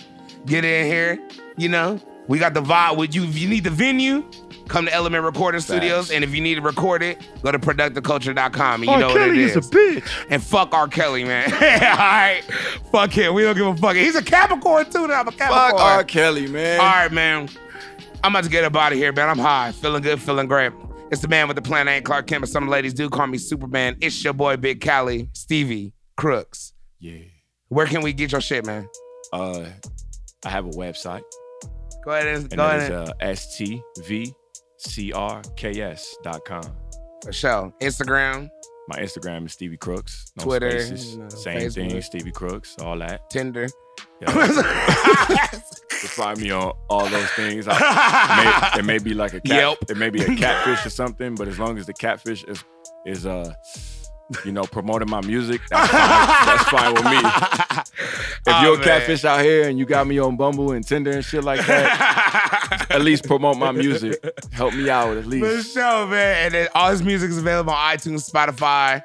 Speaker 1: get in here. You know, we got the vibe. Would you? If you need the venue, come to Element Recording Studios. And if you need to record it, go to productiveculture.com. And you know what it is.
Speaker 8: bitch.
Speaker 1: and fuck R. Kelly, man. all right, fuck him. We don't give a fuck. He's a Capricorn too. Now I'm a Capricorn.
Speaker 2: Fuck R. Kelly, man.
Speaker 1: All right, man. I'm about to get up out of here, man. I'm high, feeling good, feeling great. It's the man with the plan. I ain't Clark Kent, but some ladies do call me Superman. It's your boy, Big Cali, Stevie Crooks.
Speaker 2: Yeah.
Speaker 1: Where can we get your shit, man?
Speaker 2: Uh, I have a website,
Speaker 1: Go ahead and
Speaker 2: and
Speaker 1: go ahead
Speaker 2: that is
Speaker 1: and
Speaker 2: uh, stvcrks.com.
Speaker 1: for show. Instagram,
Speaker 2: My Instagram is Stevie Crooks. No
Speaker 1: Twitter,
Speaker 2: spaces.
Speaker 1: you know,
Speaker 2: Same thing,
Speaker 1: Facebook.
Speaker 2: Stevie Crooks, all that.
Speaker 1: Tinder.
Speaker 2: Yeah. You can find me on all those things. I, it, may, it may be like a cat,
Speaker 1: Yelp.
Speaker 2: it may be a catfish or something, but as long as the catfish is is uh you know promoting my music, that's fine, that's fine with me. If
Speaker 1: Aw,
Speaker 2: you're a
Speaker 1: Oh, man.
Speaker 2: catfish out here and you got me on Bumble and Tinder and shit like that, at least promote my music. Help me out at
Speaker 1: For
Speaker 2: least.
Speaker 1: sure, man. And then all his music is available on iTunes, Spotify,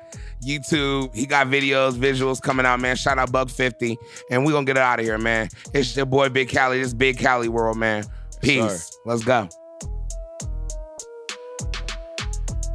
Speaker 1: YouTube. He got videos, visuals coming out, man. Shout out Buck 50. And we going to get out of here, man. It's your boy, Big Cali. This Big Cali world, man. Peace.
Speaker 2: Yes, sir.
Speaker 1: Let's go.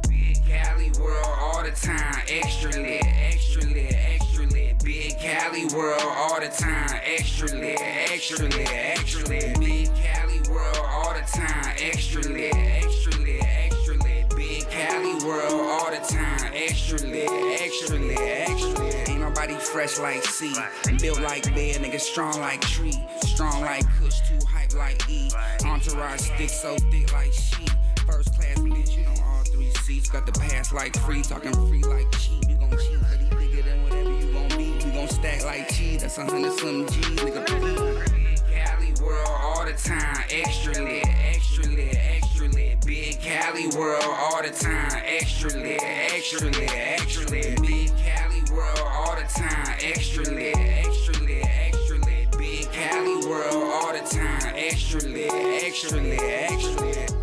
Speaker 3: Big Cali world all the time, extra lit, extra lit, extra lit. Big Cali world all the time, extra lit, extra lit, extra lit. Big Cali world all the time, extra lit, extra lit, extra lit. Big Cali world all the time, extra lit, extra lit, extra lit. Ain't nobody fresh like C, built like bear, nigga strong like tree, strong like Kush, too hype like E. Entourage stick so thick like sheet. First class bitch, you know all three seats. Got the pass like free, talking free like cheap. You gon' cheat, but he bigger than whatever you gon' be. We gon' stack like cheese, that's a hundred some G, nigga. please. Cali world all the time, extra lit, extra lit, extra lit. Big Cali world all the time, extra lit, extra lit, extra lit. Big Cali world all the time, extra lit, extra lit, extra lit. Big Cali world all the time, extra lit, extra lit, extra lit.